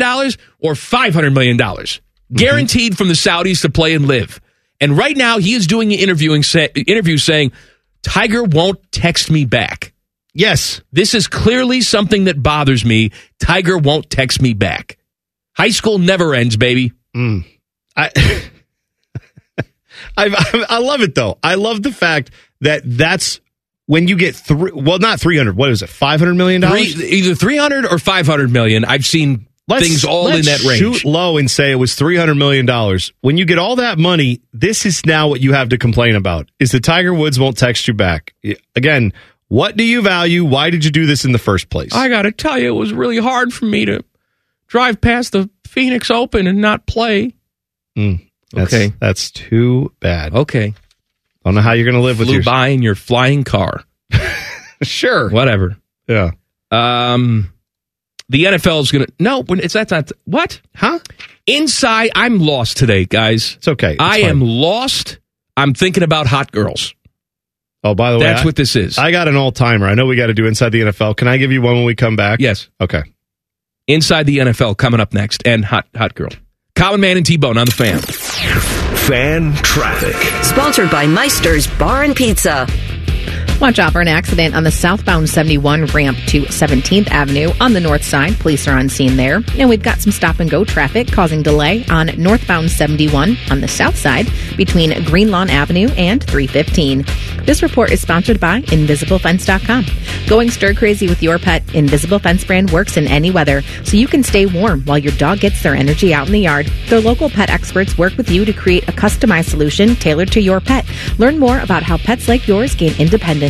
or $500 million
Mm-hmm.
guaranteed from the Saudis to play and live. And right now, he is doing an interviewing say, interview saying, Tiger won't text me back.
Yes.
This is clearly something that bothers me. Tiger won't text me back. High school never ends, baby.
Mm. I, I I I love it though. I love the fact that that's when you get three. Well, not three hundred. What is it? Five hundred million
Three,
dollars.
either 300 or 500 million. I've seen things all in
let's
that range.
Shoot low and say it was three hundred million dollars. When you get all that money, this is now what you have to complain about: is that Tiger Woods won't text you back. Again, what do you value? Why did you do this in the first place?
I got to tell you, it was really hard for me to drive past the Phoenix Open and not play.
Mm, that's,
okay.
that's too bad. I
Okay.
don't know how you're going to live with
Flew
your
by in your flying car.
sure.
Whatever.
Yeah.
Um, the NFL is going to. No, when- it's that's not. What?
Huh?
Inside, I'm lost today, guys.
It's okay. It's
I
fine.
am lost. I'm thinking about hot girls.
Oh, by the way,
That's
I-
what this is.
I got an all timer. I know we got to do inside the NFL. Can I give you one when we come back?
yes.
Okay.
Inside the NFL coming up next and hot hot girl. Common Man and T Bone on the fan.
Fan traffic.
Sponsored by Meister's Bar and Pizza.
Watch out for an accident on the southbound 71 ramp to 17th Avenue on the north side. Police are on scene there. And we've got some stop and go traffic causing delay on northbound 71 on the south side between Greenlawn Avenue and 315. This report is sponsored by InvisibleFence.com. Going stir crazy with your pet, Invisible Fence brand works in any weather, so you can stay warm while your dog gets their energy out in the yard. Their local pet experts work with you to create a customized solution tailored to your pet. Learn more about how pets like yours gain independence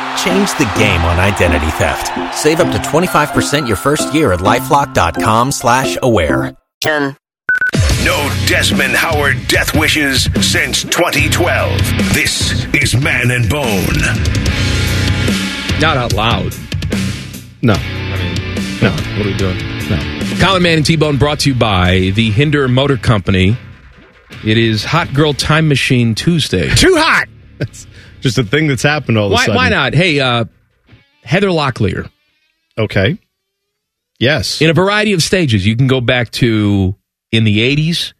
Change the game on identity theft. Save up to 25% your first year at LifeLock.com slash aware.
No Desmond Howard death wishes since 2012. This is Man and Bone.
Not out loud.
No.
I mean, no. What are we doing? No. Colin Man and T Bone brought to you by the Hinder Motor Company. It is Hot Girl Time Machine Tuesday.
Too hot. That's just a thing that's happened all of a
Why,
sudden.
why not? Hey, uh, Heather Locklear.
Okay. Yes.
In a variety of stages. You can go back to in the 80s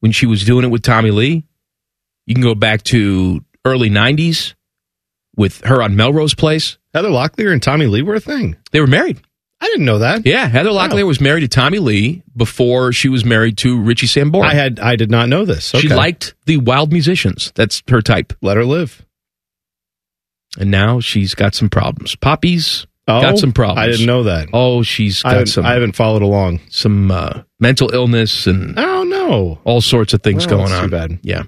when she was doing it with Tommy Lee. You can go back to early 90s with her on Melrose Place.
Heather Locklear and Tommy Lee were a thing.
They were married.
I didn't know that.
Yeah, Heather Locklear was married to Tommy Lee before she was married to Richie Sambora.
I had I did not know this.
She
Okay.
liked the wild musicians. That's her type.
Let her live.
And now she's got some problems. Poppy's
Oh,
got some problems.
I didn't know that.
Oh, she's
I
got
haven't,
some
I haven't followed along.
some uh, mental illness and
Oh no.
all sorts of things
Well,
going
that's
on.
too bad.
Yeah.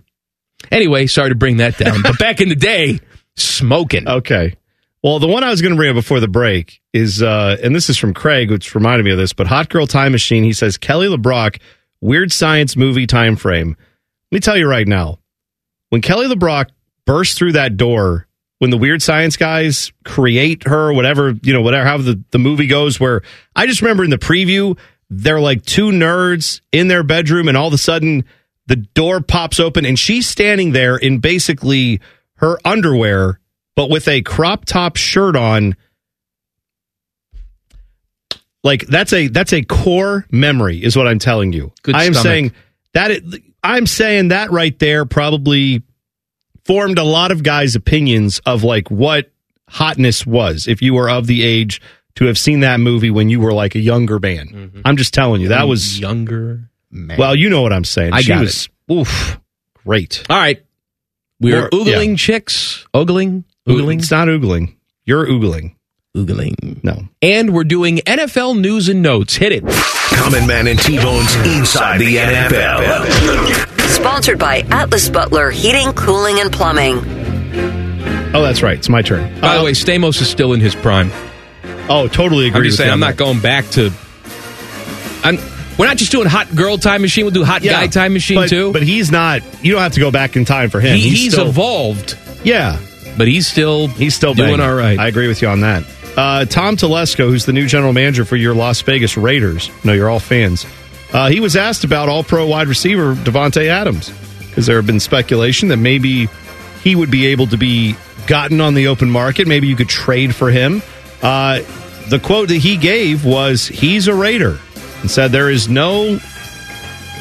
Anyway, sorry to bring that down, but back in the day, smoking.
Okay. Well, the one I was going to bring up before the break is, uh, and this is from Craig, which reminded me of this, but Hot Girl Time Machine. He says Kelly LeBrock, Weird Science movie time frame. Let me tell you right now, when Kelly LeBrock bursts through that door, when the Weird Science guys create her, whatever you know, whatever how the the movie goes, where I just remember in the preview, they're like two nerds in their bedroom, and all of a sudden the door pops open, and she's standing there in basically her underwear but with a crop top shirt on like that's a that's a core memory is what i'm telling you
Good
i am
stomach.
saying that it, i'm saying that right there probably formed a lot of guys opinions of like what hotness was if you were of the age to have seen that movie when you were like a younger man i'm just telling you that was
Mm-hmm. younger. Man.
well you know what i'm saying
I
she
got
was oof great
all right. We are
Or- yeah.
oogling chicks. Ogling? Oogling?
it's not oogling you're oogling
Oogling.
no
And we're doing NFL news and notes. Hit it.
Common Man and T-Bone's Inside the NFL.
Sponsored by Atlas Butler Heating, Cooling, and Plumbing.
Oh, that's right. It's my turn.
By
Uh,
the way, Stamos is still in his prime.
oh, totally agree.
I'm just
with
saying,
you
I'm
on
not
that.
going back to. I'm. We're not just doing hot girl time machine. We'll do hot guy time machine
but,
too.
But he's not. You don't have to go back in time for him.
he, he's
still,
evolved,
yeah.
but he's still
He's still
doing
banging.
all right.
I agree with you on that. Uh, Tom Telesco, who's the new general manager for your Las Vegas Raiders. No, you're all fans. Uh, he was asked about All Pro wide receiver Devontae Adams because there have been speculation that maybe he would be able to be gotten on the open market. Maybe you could trade for him. Uh, the quote that he gave was, "He's a Raider," and said there is no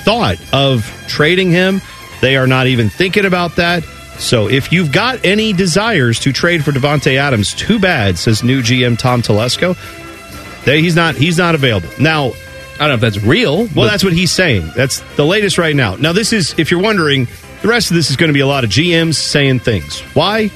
thought of trading him. They are not even thinking about that. So if you've got any desires to trade for Devonte Adams, too bad, says new GM Tom Telesco. They, he's not he's not available. Now,
I don't know if that's real.
well, that's what he's saying. That's the latest right now. Now, this is, if you're wondering, the rest of this is going to be a lot of GMs saying things. Why?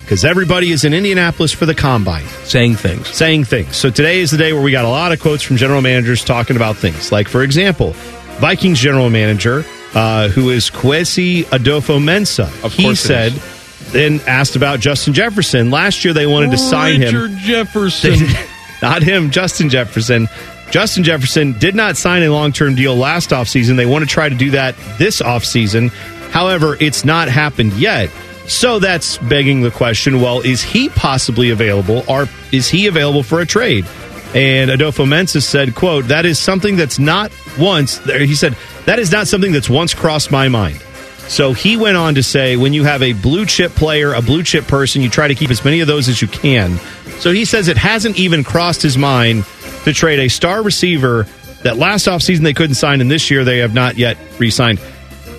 Because everybody is in Indianapolis for the combine
saying things.
saying things. So today is the day where we got a lot of quotes from general managers talking about things. Like, for example, Vikings general manager, uh, who is Kwesi Adolfo Mensa.
Of
he
course
said,
it
then asked about Justin Jefferson. Last year they wanted to sign him.
Jefferson.
not him, Justin Jefferson. Justin Jefferson did not sign a long term deal last offseason. They want to try to do that this offseason. However, it's not happened yet. So that's begging the question well, is he possibly available or is he available for a trade? And Adolfo Mensa said, quote, that is something that's not once, he said, that is not something that's once crossed my mind. So he went on to say, when you have a blue chip player, a blue chip person, you try to keep as many of those as you can. So he says it hasn't even crossed his mind to trade a star receiver that last offseason they couldn't sign, and this year they have not yet re signed.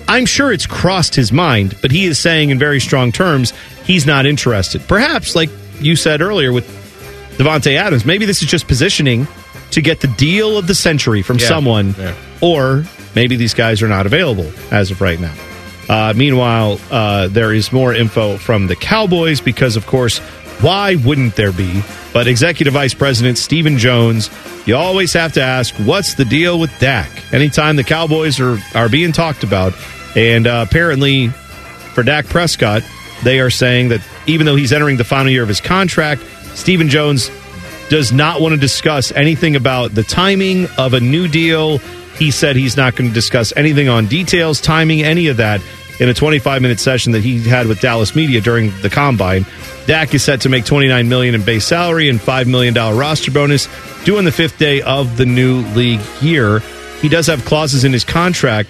I'm sure it's crossed his mind, but he is saying in very strong terms he's not interested. Perhaps, like you said earlier with Devontae Adams, maybe this is just positioning to get the deal of the century from
Yeah,
someone,
yeah.
or maybe these guys are not available as of right now. Uh, meanwhile, uh, there is more info from the Cowboys because, of course, why wouldn't there be? But Executive Vice President Stephen Jones, you always have to ask, what's the deal with Dak? Anytime the Cowboys are, are being talked about, and uh, apparently for Dak Prescott, they are saying that even though he's entering the final year of his contract, Stephen Jones does not want to discuss anything about the timing of a new deal. He said he's not going to discuss anything on details, timing, any of that in a 25 minute session that he had with Dallas media during the combine. Dak is set to make 29 million in base salary and 5 million dollar roster bonus due on the 5th day of the new league year. He does have clauses in his contract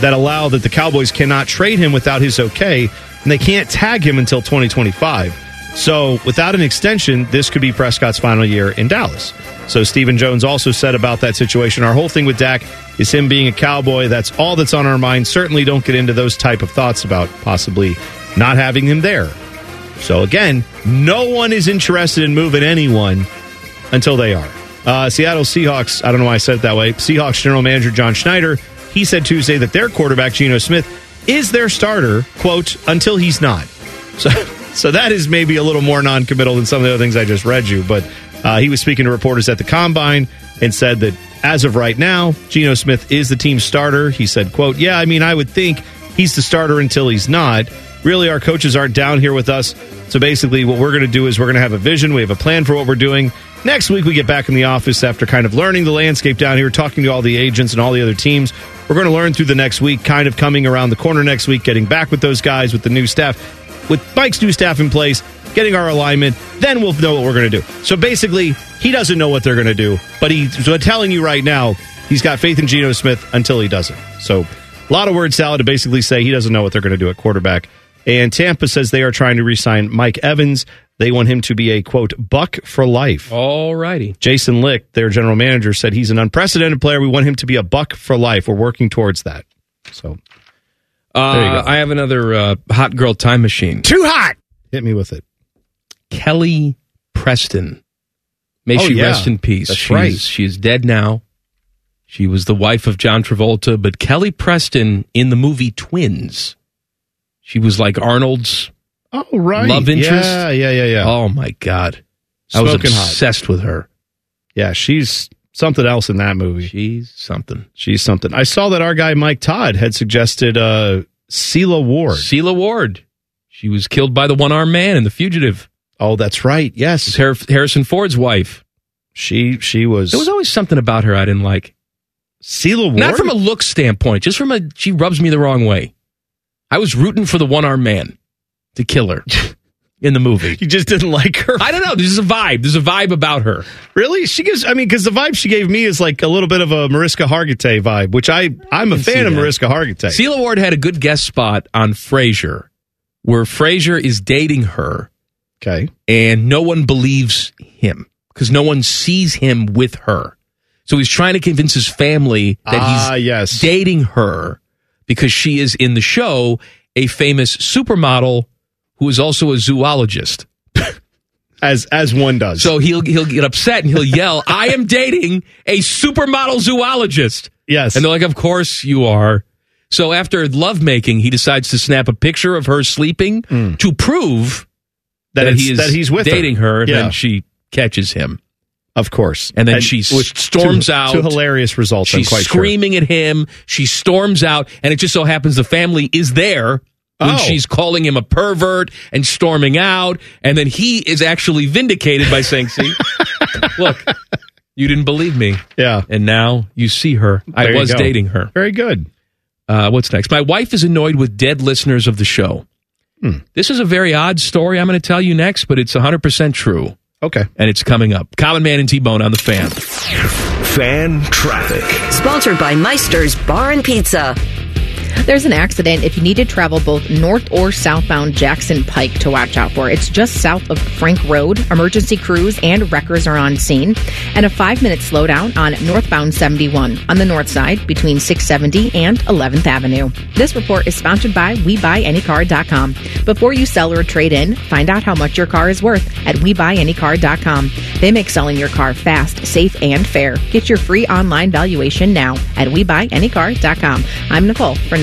that allow that the Cowboys cannot trade him without his okay, and they can't tag him until 2025. So, without an extension, this could be Prescott's final year in Dallas. So, Stephen Jones also said about that situation. Our whole thing with Dak is him being a Cowboy. That's all that's on our mind. Certainly, don't get into those type of thoughts about possibly not having him there. So, again, no one is interested in moving anyone until they are. Uh, Seattle Seahawks, I don't know why I said it that way. Seahawks general manager John Schneider, he said Tuesday that their quarterback, Geno Smith, is their starter, quote, until he's not. So, so that is maybe a little more non committal than some of the other things I just read you. But uh, he was speaking to reporters at the combine and said that as of right now, Geno Smith is the team's starter. He said, quote, yeah, I mean, I would think he's the starter until he's not. Really, our coaches aren't down here with us. So basically, what we're going to do is we're going to have a vision. We have a plan for what we're doing. Next week, we get back in the office after kind of learning the landscape down here, talking to all the agents and all the other teams. We're going to learn through the next week, kind of coming around the corner next week, getting back with those guys, with the new staff, with Mike's new staff in place, getting our alignment. Then we'll know what we're going to do. So basically, he doesn't know what they're going to do, but he's telling you right now, he's got faith in Geno Smith until he doesn't. So a lot of word salad to basically say he doesn't know what they're going to do at quarterback. And Tampa says they are trying to re sign Mike Evans. They want him to be a, quote, buck for life.
All righty.
Jason Lick, their general manager, said he's an unprecedented player. We want him to be a buck for life. We're working towards that. So There you
Uh,
go.
I have another uh, hot girl time machine.
Too hot. hit me with it.
Kelly Preston. May
Oh,
she
yeah.
rest in peace.
That's
she's,
right.
She's dead now. She was the wife of John Travolta, but Kelly Preston in the movie Twins. She was like Arnold's
Oh, right.
love interest.
Yeah, yeah, yeah, yeah.
Oh my God, I
Smoking
was
hot.
obsessed with her.
Yeah, she's something else in that movie.
She's something.
She's something. I saw that our guy Mike Todd had suggested uh Sela Ward.
Sela Ward. She was killed by the one armed man in The Fugitive.
Oh, that's right. Yes,
Har- Harrison Ford's wife.
She she was.
There was always something about her I didn't like.
Sela Ward.
Not from a look standpoint, just from a she rubs me the wrong way. I was rooting for the one armed man to kill her in the movie.
you just didn't like her.
I don't know. There's a vibe. There's a vibe about her.
Really? She gives I mean cuz the vibe she gave me is like a little bit of a Mariska Hargitay vibe, which I I'm a
can
fan
see
of
that.
Mariska Hargitay.
Celia Ward had a good guest spot on Frasier, where Frasier is dating her
okay.
and no one believes him because no one sees him with her. So he's trying to convince his family that
Ah,
he's
yes.
dating her because she is in the show a famous supermodel who is also a zoologist.
As as one does.
So he'll he'll get upset and he'll yell, "I am dating a supermodel zoologist."
yes.
And they're like, "Of course you are." So after lovemaking, he decides to snap a picture of her sleeping to prove
that,
Mm. that,
it's-
he is
that he's with
dating her, and
Yeah.
then she catches him.
of course.
And then she
which-
storms
to-
out.
to hilarious results. I'm
She's
quite sure.
screaming at him. She storms out, and it just so happens the family is there when
Oh.
she's calling him a pervert and storming out. And then he is actually vindicated by saying, "See, look, you didn't believe me,
Yeah.
and now you see her.
There
I
you
was
go.
dating her."
Very good.
Uh, what's next? My wife is annoyed with dead listeners of the show. This is a very odd story I'm going to tell you next, but it's 100% true,
Okay.
and it's coming up. Common Man and T Bone on the fan.
Fan traffic.
Sponsored by Meister's Bar and Pizza.
There's an accident if you need to travel both north or southbound Jackson Pike to watch out for. It's just south of Frank Road. Emergency crews and wreckers are on scene. And a five minute slowdown on northbound 71 on the north side between 670 and 11th Avenue. This report is sponsored by WeBuyAnyCar.com. Before you sell or trade in, find out how much your car is worth at WeBuyAnyCar.com. They make selling your car fast, safe, and fair. Get your free online valuation now at WeBuyAnyCar.com. I'm Nicole for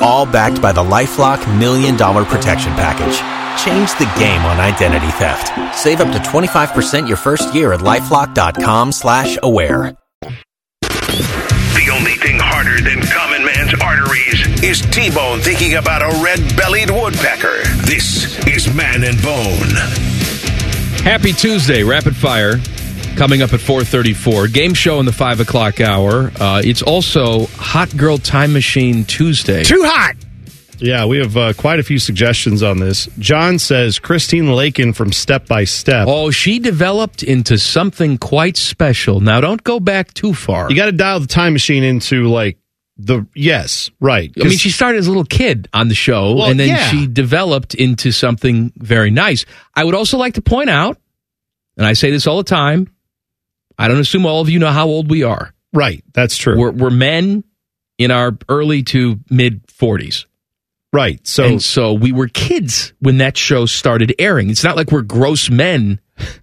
All backed by the LifeLock Million Dollar Protection Package. Change the game on identity theft. Save up to 25% your first year at LifeLock.com slash aware.
The only thing harder than common man's arteries is T-Bone thinking about a red-bellied woodpecker. This is Man and Bone.
Happy Tuesday, rapid fire, coming up at 434. Game show in the 5 o'clock hour. Uh, it's also Hot Girl Time Machine Tuesday.
Too hot. Yeah, we have uh, quite a few suggestions on this. John says Christine Lakin from Step by Step.
Oh, she developed into something quite special. Now, don't go back too far.
You got to dial the time machine into like the yes, right?
I mean, she started as a little kid on the show,
Well,
and then
yeah.
she developed into something very nice. I would also like to point out, and I say this all the time, I don't assume all of you know how old we are.
Right, that's true.
We're, we're men in our early to mid 40s.
Right. So
and so we were kids when that show started airing. It's not like we're gross men.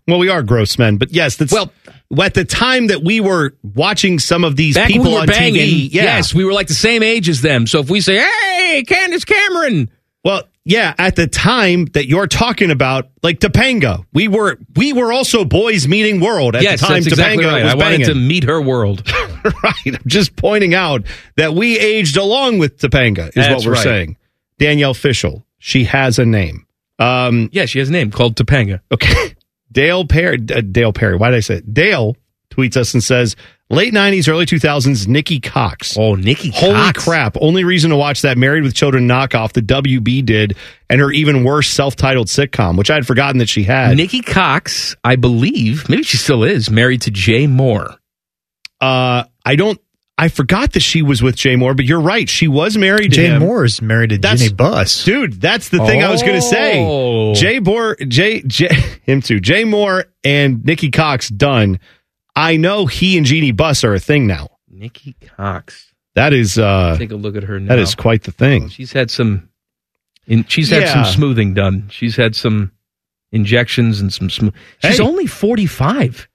Well, we are gross men, but yes, that's well. At the time that we were watching some of these
Back when
people
we were
on
banging,
TV, yeah.
yes, we were like the same age as them. So if we say, "Hey, Candace Cameron,"
well, yeah, at the time that you're talking about, like Topanga, we were we were also boys meeting world at
yes,
the time.
that's exactly
Topanga
right.
was
I wanted to
banging.
meet her world.
right. I'm just pointing out that we aged along with Topanga is
That's
what we're
right.
saying. Danielle Fishel, she has a name. Um,
yeah, she has a name called Topanga.
Okay. Dale Perry. Uh, Dale Perry. Why did I say it? Dale tweets us and says, late 90s, early 2000s, Nikki Cox.
Oh, Nikki
Holy crap. Only reason to watch that Married with Children knockoff the WB did and her even worse self titled sitcom, which I had forgotten that she had.
Nikki Cox, I believe, maybe she still is married to Jay Moore.
uh, I don't. I forgot that she was with Jay Moore, but you're right. She was married to
Jay
him.
Moore is married to
That's-
Jenny Buss.
Dude, that's the thing I was going to say.
Oh.
Jay Moore, Jay, Jay, him too. Jay Moore and Nikki Cox done. I know he and Jeannie Buss are a thing now.
Nikki Cox.
That is uh
Take a look at her now.
that is quite the thing.
She's had some. In, she's had
Yeah.
some smoothing done. She's had some injections and some smooth. She's
Hey.
only forty five.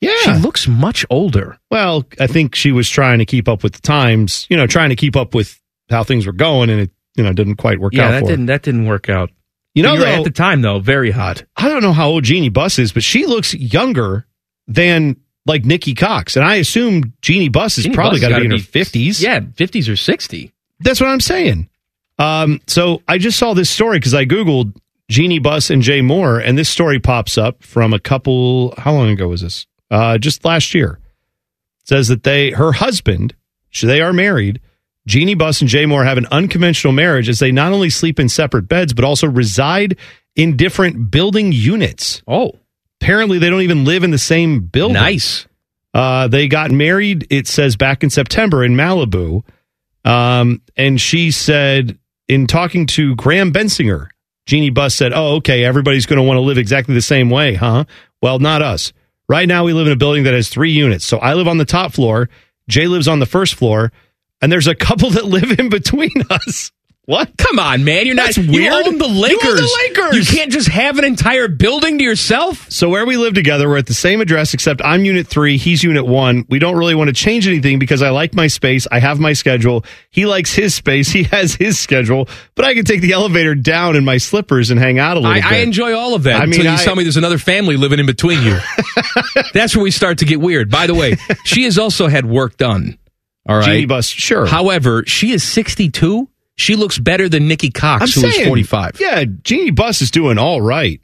Yeah.
She looks much older.
well, I think she was trying to keep up with the times, you know, trying to keep up with how things were going and it, you know, didn't quite work
yeah,
out
that
for her.
didn't that didn't work out.
You know,
You're right, at
though,
the time though, very hot.
I don't know how old Jeannie Buss is, but she looks younger than like Nikki Cox. And I assume Jeannie Buss has
Jeannie
probably
Buss
got to
gotta
be in her
be-
50s.
Yeah, fifties or sixty.
That's what I'm saying. Um, so I just saw this story because I Googled Jeannie Buss and Jay Moore, and this story pops up from a couple. How long ago was this? Uh, just last year. It says that they, her husband, she- they are married. Jeannie Buss and Jay Moore have an unconventional marriage as they not only sleep in separate beds, but also reside in different building units.
Oh,
Apparently, they don't even live in the same building.
nice.
Uh, they got married, it says, back in September in Malibu. Um, and she said, in talking to Graham Bensinger, Jeannie Buss said, Oh, okay, everybody's going to want to live exactly the same way, huh? Well, not us. Right now, we live in a building that has three units. So I live on the top floor, Jay lives on the first floor, and there's a couple that live in between us. What?
Come on, man. You're not
That's
you
weird.
own the
You own the
Lakers.
Lakers.
You can't just have an entire building to yourself.
So where we live together, we're at the same address, except I'm unit three, he's unit one. We don't really want to change anything because I like my space. I have my schedule. He likes his space. He has his schedule, but I can take the elevator down in my slippers and hang out a little
I,
bit.
I enjoy all of that
I
until
mean,
you
I-
tell me there's another family living in between you. That's where we start to get weird. By the way, she has also had work done. All right.
Genie bus, sure.
However, she is 62. She looks better than Nikki Cox,
I'm
who is
saying,
45.
Yeah, Jeannie Bus is doing all right.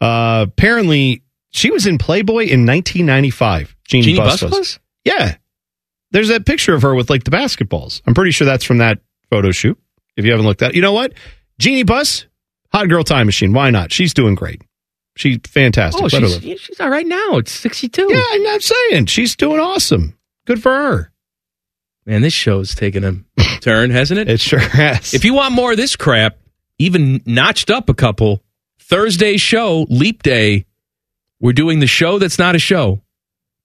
Uh, apparently, she was in Playboy in 1995. Jeannie,
Jeannie
Buss
Buss was?
Yeah, there's that picture of her with like the basketballs. I'm pretty sure that's from that photo shoot. If you haven't looked at, you know what, Jeannie Bus, hot girl time machine. Why not? She's doing great. She's fantastic.
Oh,
Let her
she's,
live.
yeah, she's all right now. It's 62.
yeah, I'm not saying she's doing awesome. Good for her.
Man, this show's taken a turn, hasn't it?
It sure has.
If you want more of this crap, even notched up a couple, Thursday's show, Leap Day, we're doing the show that's not a show.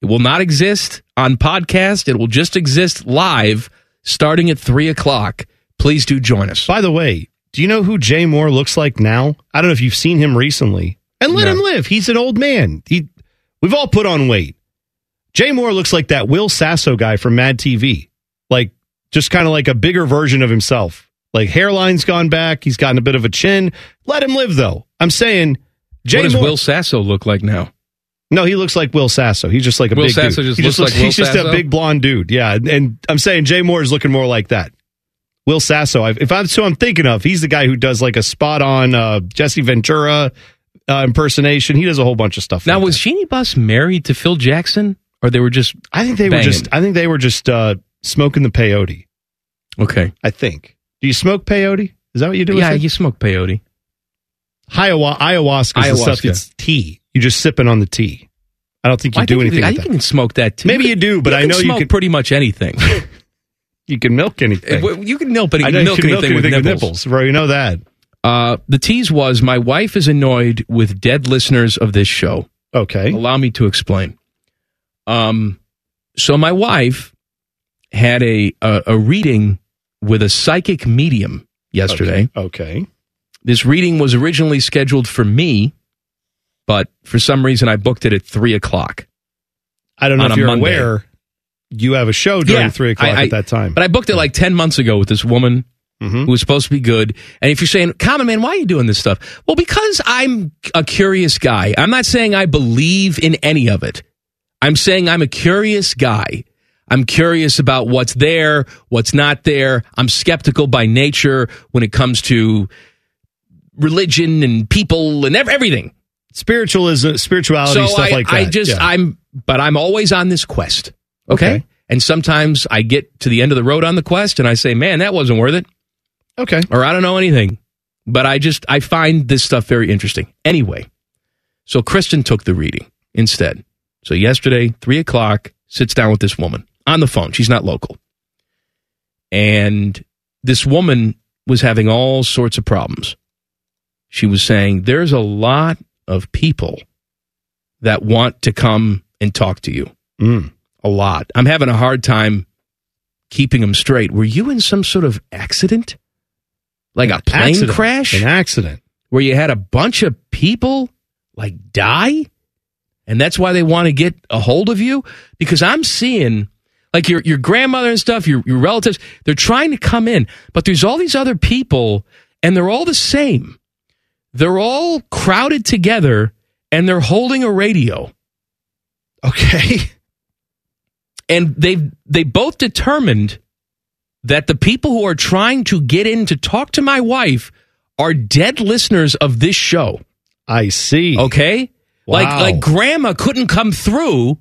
It will not exist on podcast. It will just exist live starting at 3 o'clock. Please do join us.
By the way, do you know who Jay Moore looks like now? I don't know if you've seen him recently. And let
No.
him live. He's an old man. He, we've all put on weight. Jay Moore looks like that Will Sasso guy from Mad TV. Like, just kind of like a bigger version of himself. Like, hairline's gone back. He's gotten a bit of a chin. Let him live, though. I'm saying, Jay
what does
Moore.
Will Sasso look like now?
no, he looks like Will Sasso. He's just like a
Will
big
Sasso
dude.
just
He
looks like Will
he's just
Sasso?
a big blonde dude. Yeah, and, and I'm saying Jay Moore is looking more like that. Will Sasso, I, if that's who I'm thinking of, he's the guy who does like a spot on uh, Jesse Ventura uh, impersonation. He does a whole bunch of stuff.
Now was Sheenie Bus married to Phil Jackson, or they were just?
I think they were just. I think they were just uh, smoking the peyote.
Okay,
I think. Do you smoke peyote? Is that what you do?
Yeah,
with it?
you smoke peyote.
Hiawa- ayahuasca is the
Ayahuasca.
stuff that's tea. You're just sipping on the tea. I don't think you
I
do
think
anything.
You, I
with
think
that.
you can smoke that too.
Maybe you do, but I
can
know you
smoke
can-
pretty much anything.
you can milk anything.
You can milk, but
I
you
know
can milk
you can
anything with nipples.
bro. You know that.
Uh, the tease was my wife is annoyed with dead listeners of this show.
Okay.
Allow me to explain. Um, so my wife had a a, a reading with a psychic medium yesterday.
Okay.
This reading was originally scheduled for me, but for some reason I booked it at three o'clock.
I don't know
on
if
a
you're
Monday.
aware. You have a show during
Yeah,
three o'clock
I- I-
at that time. Mm-hmm.
But I booked it like 10 months ago with this woman who was supposed to be good. And if you're saying, Common Man, why are you doing this stuff? Well, because I'm a curious guy. I'm not saying I believe in any of it. I'm saying I'm a curious guy. I'm curious about what's there, what's not there. I'm skeptical by nature when it comes to religion and people and ev- everything.
Spiritualism, spirituality,
so
stuff
I,
like that.
I just
yeah.
I'm but I'm always on this quest. Okay? And sometimes I get to the end of the road on the quest and I say, "Man, that wasn't worth it."
Okay.
Or I don't know anything, but I just I find this stuff very interesting. Anyway, so Kristen took the reading instead. So yesterday, three o'clock, sits down with this woman on the phone. She's not local, and this woman was having all sorts of problems. She was saying there's a lot of people that want to come and talk to you.
Mm.
A lot. I'm having a hard time keeping them straight. Were you in some sort of accident? Like a plane
Accident.
crash?
An accident.
Where you had a bunch of people like die? And that's why they want to get a hold of you? Because I'm seeing like your your grandmother and stuff, your your relatives, they're trying to come in, but there's all these other people and they're all the same. They're all crowded together and they're holding a radio.
Okay.
and they've they both determined that the people who are trying to get in to talk to my wife are dead listeners of this show.
I see.
Okay? Like
Wow.
like grandma couldn't come through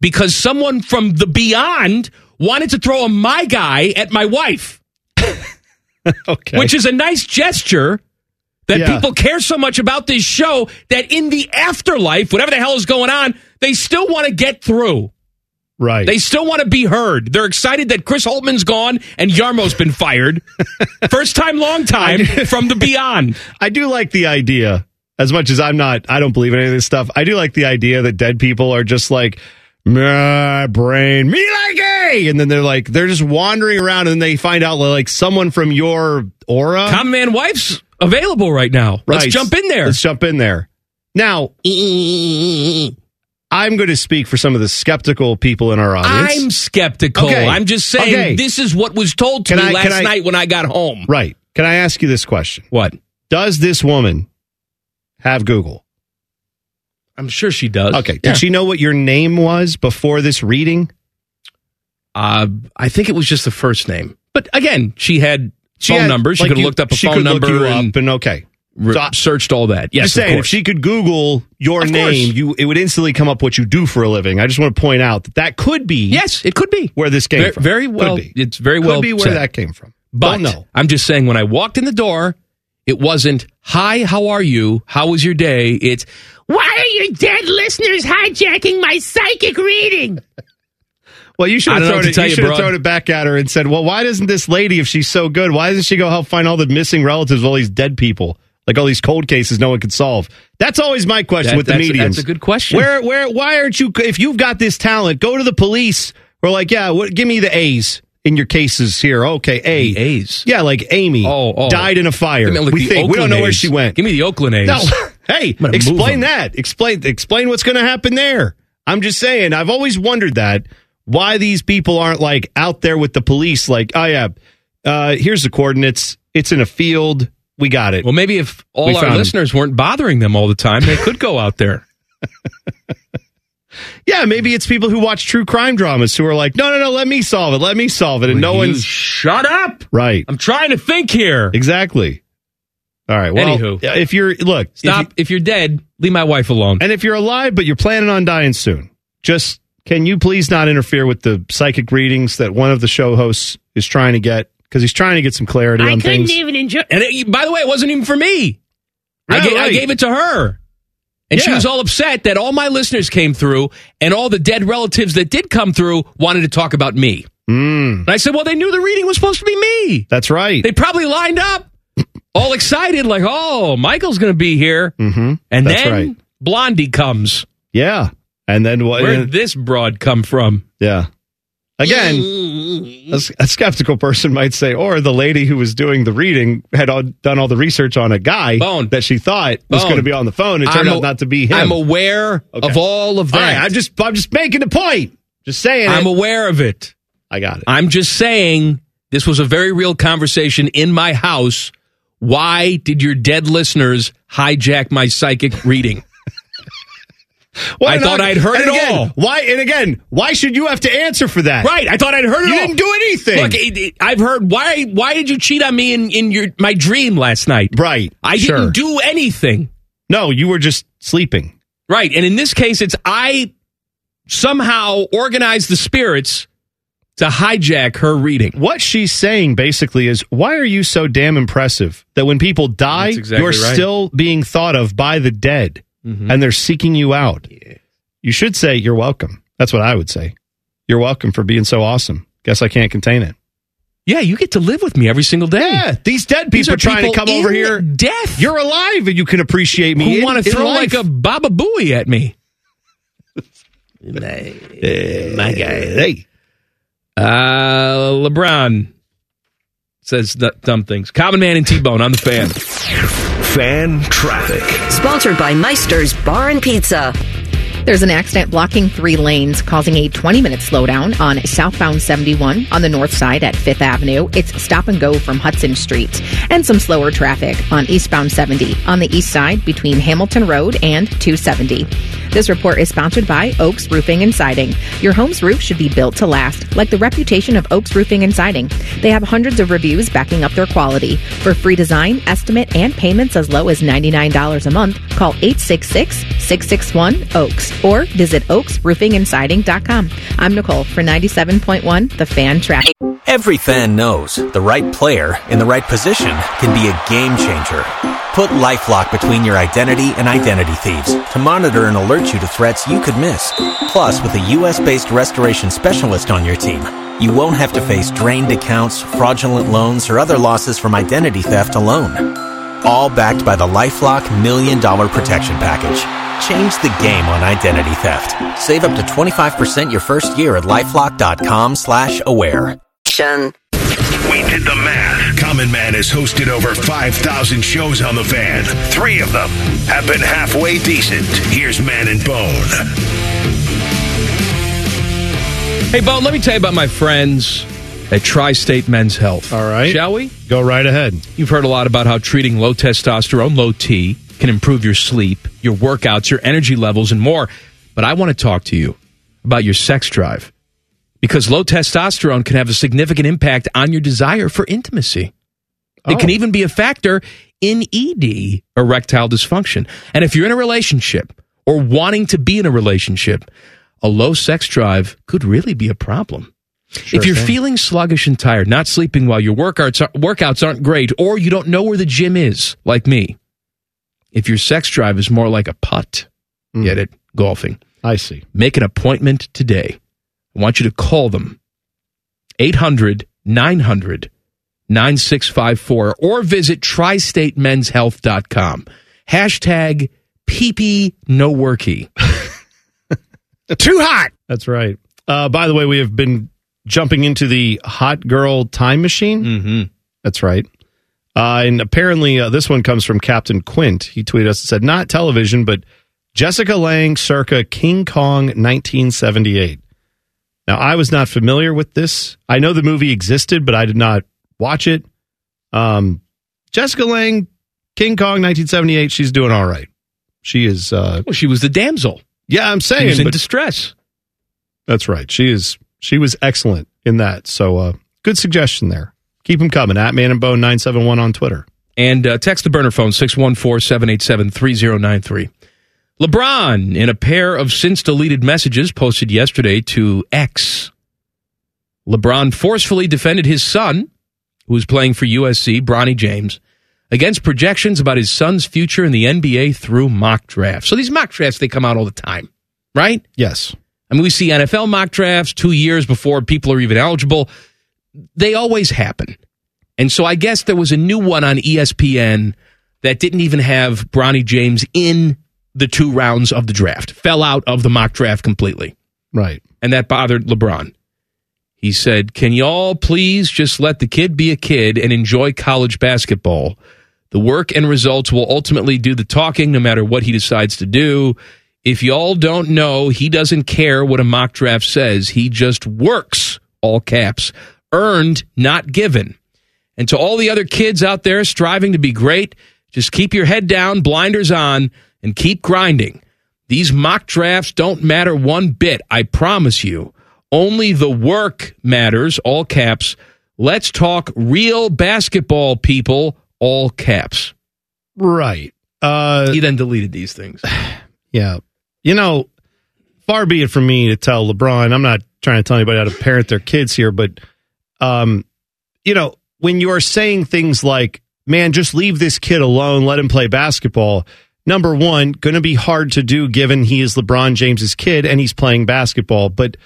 because someone from the beyond wanted to throw a my guy at my wife.
Okay.
Which is a nice gesture that
Yeah.
people care so much about this show that in the afterlife, whatever the hell is going on, they still want to get through.
right.
They still want to be heard. They're excited that Chris Holtman's gone and Yarmo's been fired. First time, long time from the beyond.
I do like the idea. As much as I'm not, I don't believe in any of this stuff. I do like the idea that dead people are just like my brain, me like a, and then they're like they're just wandering around, and they find out like someone from your aura.
Common Man Wife's available right now. Let's
Right.
jump in there.
Let's jump in there. Now, I'm going to speak for some of the skeptical people in our audience.
I'm skeptical.
Okay.
I'm just saying
Okay.
this is what was told to
Can
me
I-
last
can I-
night when I got home.
right. Can I ask you this question?
What?
Does this woman have Google?
I'm sure she does.
Okay. Did
Yeah.
she know what your name was before this reading?
Uh, I think it was just the first name. But again, she had
She
phone
had-
numbers. She
like
could have
you-
looked up a
she
phone
could look
number
you
and,
up and okay.
re-
So I-
searched all that. Yes,
just
of
saying, if
course.
she could Google your
Of course.
name, you it would instantly come up what you do for a living. I just want to point out that that could be
yes, it could be.
where this came
Ver-
from.
very well-
Could be.
it's very
could
well
be where
said.
that came from.
But
Don't know.
I'm just saying, when I walked in the door, it wasn't "Hi, how are you? How was your day?" It's "Why are your dead listeners hijacking my psychic reading?"
Well, you should
I
have
don't know
thrown
what to
it.
tell
You
you,
should have
broad.
thrown it back at her and said, "Well, why doesn't this lady, if she's so good, why doesn't she go help find all the missing relatives, of all these dead people, like all these cold cases no one could solve?" That's always my question
That-
with the
that's-
mediums.
that's a good question.
Where, where, why aren't you? If you've got this talent, go to the police. We're like, yeah, what, give me the A's in your cases here. Okay, A
The A's?
Yeah, like Amy.
Oh, oh.
died in a fire.
I mean, like
we
the
think we don't
Oakland
know where
A's.
she went.
Give me the Oakland A's.
No, hey,
gonna move
explain
'em.
that. Explain explain what's going to happen there. I'm just saying, I've always wondered that why these people aren't like out there with the police, like, oh yeah, uh, here's the coordinates. It's in a field. We got it.
Well, maybe if all our listeners weren't bothering them all the time, they could go out there.
Yeah, maybe it's people who watch true crime dramas who are like, no, no, no, let me solve it, let me solve it, and no one's
shut up.
Right,
I'm trying to think here.
Exactly. All right. Well,
Anywho.
if you're look,
Stop. If, you, are dead, leave my wife alone.
And if you're alive but you're planning on dying soon, just can you please not interfere with the psychic readings that one of the show hosts is trying to get because he's trying to get some clarity
I
on
couldn't
things.
even enjoy.
And it, by the way, it wasn't even for me. I,
Yeah,
ga- I
right.
gave it to her. And she
Yeah.
was all upset that all my listeners came through and all the dead relatives that did come through wanted to talk about me. And I said, well, they knew the reading was supposed to be me.
Mm. That's right.
They probably lined up all excited, like, oh, Michael's going to be here.
Mm-hmm.
And
That's
then
right.
Blondie comes.
Yeah. And then what?
Where did this broad come from?
Yeah. Again, a, s- a skeptical person might say, or the lady who was doing the reading had all, done all the research on a guy that she thought was
Bone.
going to be on the phone. It turned
I'm a-
out not to be him.
I'm aware of all of that.
right, I'm just, I'm just making a point. Just saying.
I'm
it.
aware of it.
I got it.
I'm just saying this was a very real conversation in my house. Why did your dead listeners hijack my psychic reading?
Why
I
not-
thought I'd heard
and
it
again,
all.
Why? And again, why should you have to answer for that?
Right, I thought I'd heard it
You
all.
didn't do anything.
Look, it, it- I've heard why why did you cheat on me in, in your my dream last night?
Right.
I
sure.
didn't do anything.
No, you were just sleeping.
Right. And in this case it's I somehow organized the spirits to hijack her reading.
What she's saying basically is, why are you so damn impressive that when people die,
That's exactly
you're
right. Mm-hmm.
still being thought of by the dead and they're seeking you out? You should say, you're welcome. That's what I would say. You're welcome for being so awesome. Guess I can't contain it.
Yeah, you get to live with me every single day.
Yeah, these dead people
These
are trying to
people
come over
in
here.
Death.
You're alive and you can appreciate me.
who want to throw like a baba booey at me.
my guy? Hey.
Uh, LeBron says th- dumb things. Common Man and T Bone. I'm the fan.
Fan traffic.
Sponsored by Meister's Bar and Pizza.
There's an accident blocking three lanes, causing a 20 minute slowdown on southbound 71 on the north side at 5th Avenue. It's stop and go from Hudson Street, and some slower traffic on eastbound 70 on the east side between Hamilton Road and 270. This report is sponsored by Oaks Roofing and Siding. Your home's roof should be built to last, like the reputation of Oaks Roofing and Siding. They have hundreds of reviews backing up their quality. For free design, estimate, and payments as low as $99 a month, call 866 661 Oaks or visit oaksroofingandsiding.com. I'm Nicole for 97.1 The Fan Traffic.
Every fan knows the right player in the right position can be a game changer. Put LifeLock between your identity and identity thieves to monitor and alert you to threats you could miss. Plus, with a U.S.-based restoration specialist on your team, you won't have to face drained accounts, fraudulent loans, or other losses from identity theft alone. All backed by the LifeLock Million Dollar Protection Package. Change the game on identity theft. Save up to 25% your first year at LifeLock.com slash aware.
Jen.
We did the math. Common Man has hosted over 5,000 shows on the fan. Three of them have been halfway decent. Here's Man and Bone.
Hey, Bone, let me tell you about my friends at Tri State Men's Health.
All right.
Shall we?
Go right ahead.
You've heard a lot about how treating low testosterone, low T, can improve your sleep, your workouts, your energy levels, and more. But I want to talk to you about your sex drive because low testosterone can have a significant impact on your desire for intimacy. It
Oh.
can even be a factor in ED, erectile dysfunction. And if you're in a relationship or wanting to be in a relationship, a low sex drive could really be a problem. if you're feeling sluggish and tired, not sleeping well, your workouts, are- workouts aren't great, or you don't know where the gym is, like me, if your sex drive is more like a putt, get it? Golfing.
Hmm. I see.
Make an appointment today. I want you to call them 800 900 9654 or visit tristatemenshealth.com. Hashtag PP no worky.
Too hot. That's right. Uh, by the way, we have been jumping into the hot girl time machine.
Mm-hmm.
That's right. Uh, and apparently, uh, this one comes from Captain Quint. He tweeted us and said, not television, but Jessica Lang circa King Kong 1978. Now, I was not familiar with this. I know the movie existed, but I did not watch it. Um, Jessica Lang, King Kong 1978, she's doing all right. She is. Uh,
well, she was the damsel.
Yeah, I'm saying.
She was in
but-
distress.
That's right. She is. She was excellent in that. So, uh, good suggestion there. Keep them coming at Man and Bone 971 on Twitter.
And uh, text the burner phone 614 787 3093. LeBron, in a pair of since deleted messages posted yesterday to X, LeBron forcefully defended his son, who was playing for USC, Bronny James, against projections about his son's future in the NBA through mock drafts. So these mock drafts, they come out all the time, right?
Yes.
I mean, we see NFL mock drafts two years before people are even eligible. They always happen. And so I guess there was a new one on E ESPN that didn't even have Bronny James in the two rounds of the draft, fell out of the mock draft completely.
Right.
And that bothered LeBron. He said, Can y'all please just let the kid be a kid and enjoy college basketball? The work and results will ultimately do the talking no matter what he decides to do. If y'all don't know, he doesn't care what a mock draft says. He just works, all caps, earned, not given. And to all the other kids out there striving to be great, just keep your head down, blinders on, and keep grinding. These mock drafts don't matter one bit, I promise you. Only the work matters, all caps. Let's talk real basketball, people, all caps.
Right. Uh,
he then deleted these things.
Yeah. You know, far be it from me to tell LeBron, I'm not trying to tell anybody how to parent their kids here, but, um, you know, when you're saying things like, man, just leave this kid alone, let him play basketball, number one, going to be hard to do given he is LeBron James's kid and he's playing basketball. But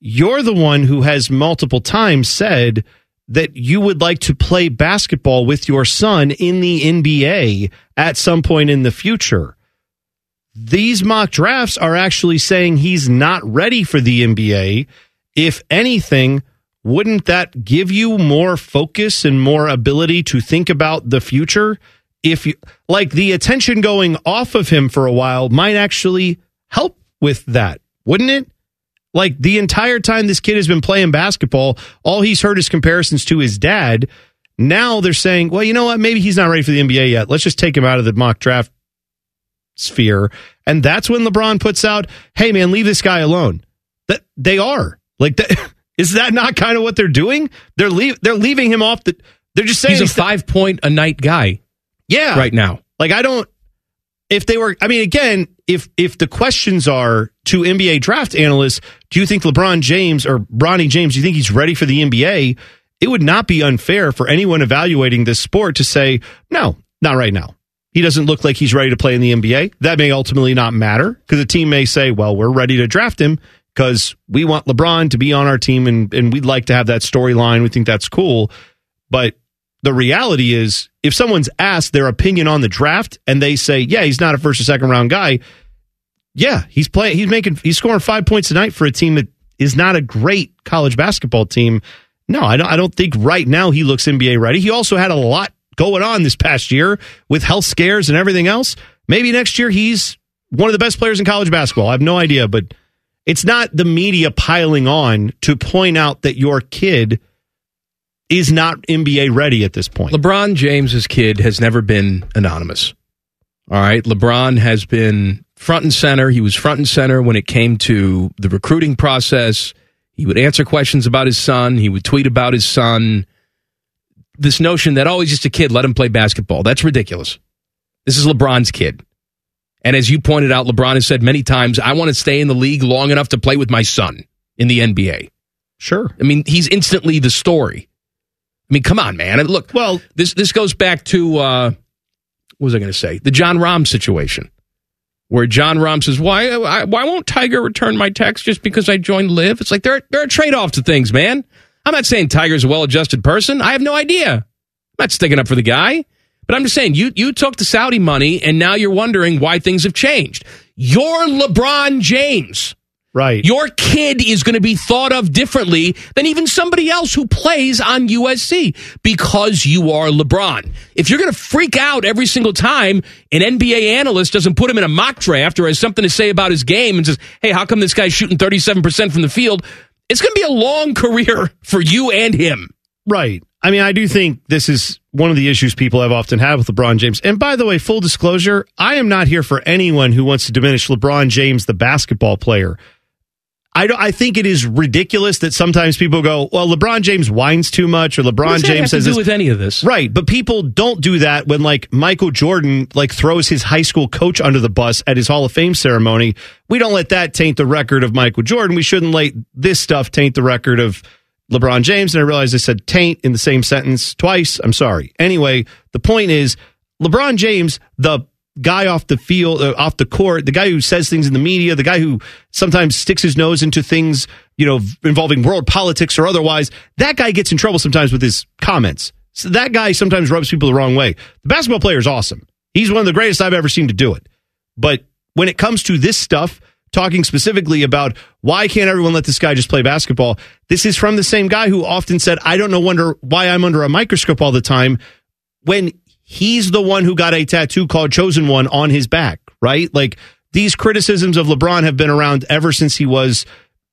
you're the one who has multiple times said that you would like to play basketball with your son in the NBA at some point in the future these mock drafts are actually saying he's not ready for the NBA. If anything, wouldn't that give you more focus and more ability to think about the future? If you like the attention going off of him for a while might actually help with that, wouldn't it? Like the entire time this kid has been playing basketball, all he's heard is comparisons to his dad. Now they're saying, well, you know what? Maybe he's not ready for the NBA yet. Let's just take him out of the mock draft sphere. And that's when LeBron puts out, "Hey man, leave this guy alone." That they are. Like that is that not kind of what they're doing? They're leave they're leaving him off the they're just saying
He's a five point a night guy.
Yeah.
Right now.
Like I don't if they were I mean again, if if the questions are to NBA draft analysts, do you think LeBron James or Bronny James, do you think he's ready for the NBA? It would not be unfair for anyone evaluating this sport to say, "No, not right now." He doesn't look like he's ready to play in the NBA. That may ultimately not matter because a team may say, "Well, we're ready to draft him because we want LeBron to be on our team and and we'd like to have that storyline. We think that's cool." But the reality is, if someone's asked their opinion on the draft and they say, "Yeah, he's not a first or second round guy," yeah, he's playing. He's making. He's scoring five points a night for a team that is not a great college basketball team. No, I don't. I don't think right now he looks NBA ready. He also had a lot going on this past year with health scares and everything else. Maybe next year he's one of the best players in college basketball. I have no idea, but it's not the media piling on to point out that your kid is not NBA ready at this point.
LeBron James's kid has never been anonymous. All right, LeBron has been front and center. He was front and center when it came to the recruiting process. He would answer questions about his son. He would tweet about his son. This notion that oh, he's just a kid, let him play basketball. That's ridiculous. This is LeBron's kid. And as you pointed out, LeBron has said many times, I want to stay in the league long enough to play with my son in the NBA.
Sure.
I mean, he's instantly the story. I mean, come on, man. And Look,
well,
this this goes back to uh, what was I going to say? The John Rahm situation, where John Rahm says, "Why I, why won't Tiger return my text just because I joined Live?" It's like there are, there are trade offs to things, man. I'm not saying Tiger's a well adjusted person. I have no idea. I'm not sticking up for the guy, but I'm just saying you you took the Saudi money and now you're wondering why things have changed. You're LeBron James.
Right.
Your kid is going to be thought of differently than even somebody else who plays on USC because you are LeBron. If you're going to freak out every single time an NBA analyst doesn't put him in a mock draft or has something to say about his game and says, hey, how come this guy's shooting 37% from the field? It's going to be a long career for you and him.
Right. I mean, I do think this is one of the issues people have often had with LeBron James. And by the way, full disclosure, I am not here for anyone who wants to diminish LeBron James, the basketball player. I, don't- I think it is ridiculous that sometimes people go, well, LeBron James whines too much or LeBron
What does that
James
have to
says
do
this.
with any of this.
Right. But people don't do that when like Michael Jordan like throws his high school coach under the bus at his Hall of Fame ceremony. We don't let that taint the record of Michael Jordan. We shouldn't let this stuff taint the record of LeBron James. And I realized I said taint in the same sentence twice. I'm sorry. Anyway, the point is LeBron James, the guy off the field, uh, off the court, the guy who says things in the media, the guy who sometimes sticks his nose into things, you know, v- involving world politics or otherwise, that guy gets in trouble sometimes with his comments. So that guy sometimes rubs people the wrong way. The basketball player is awesome. He's one of the greatest I've ever seen to do it. But when it comes to this stuff, talking specifically about why can't everyone let this guy just play basketball, this is from the same guy who often said, I don't know wonder why I'm under a microscope all the time when he's the one who got a tattoo called Chosen One on his back, right? Like these criticisms of LeBron have been around ever since he was,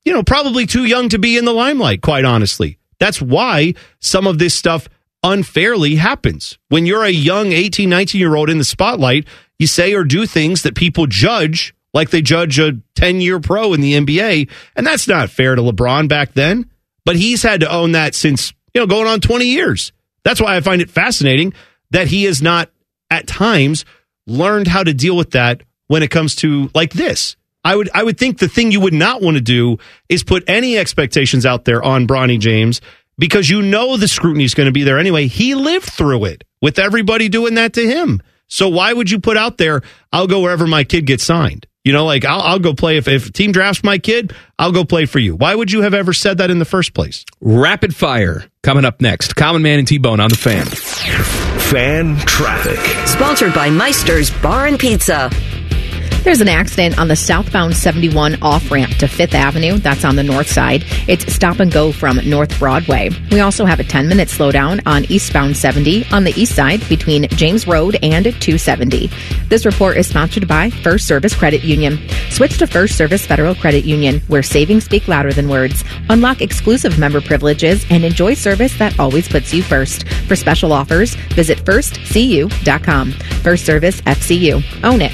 you know, probably too young to be in the limelight, quite honestly. That's why some of this stuff unfairly happens. When you're a young 18, 19 year old in the spotlight, you say or do things that people judge like they judge a 10 year pro in the NBA. And that's not fair to LeBron back then, but he's had to own that since, you know, going on 20 years. That's why I find it fascinating that he has not, at times, learned how to deal with that when it comes to like this. I would I would think the thing you would not want to do is put any expectations out there on Bronny James because you know the scrutiny is going to be there anyway. He lived through it with everybody doing that to him. So why would you put out there? I'll go wherever my kid gets signed. You know, like I'll, I'll go play if if a team drafts my kid, I'll go play for you. Why would you have ever said that in the first place?
Rapid fire coming up next. Common Man and T Bone on the fan. Fan traffic.
Sponsored by Meister's Bar and Pizza.
There's an accident on the southbound 71 off ramp to Fifth Avenue. That's on the north side. It's stop and go from North Broadway. We also have a 10 minute slowdown on eastbound 70 on the east side between James Road and 270. This report is sponsored by First Service Credit Union. Switch to First Service Federal Credit Union, where savings speak louder than words. Unlock exclusive member privileges and enjoy service that always puts you first. For special offers, visit firstcu.com. First Service FCU. Own it.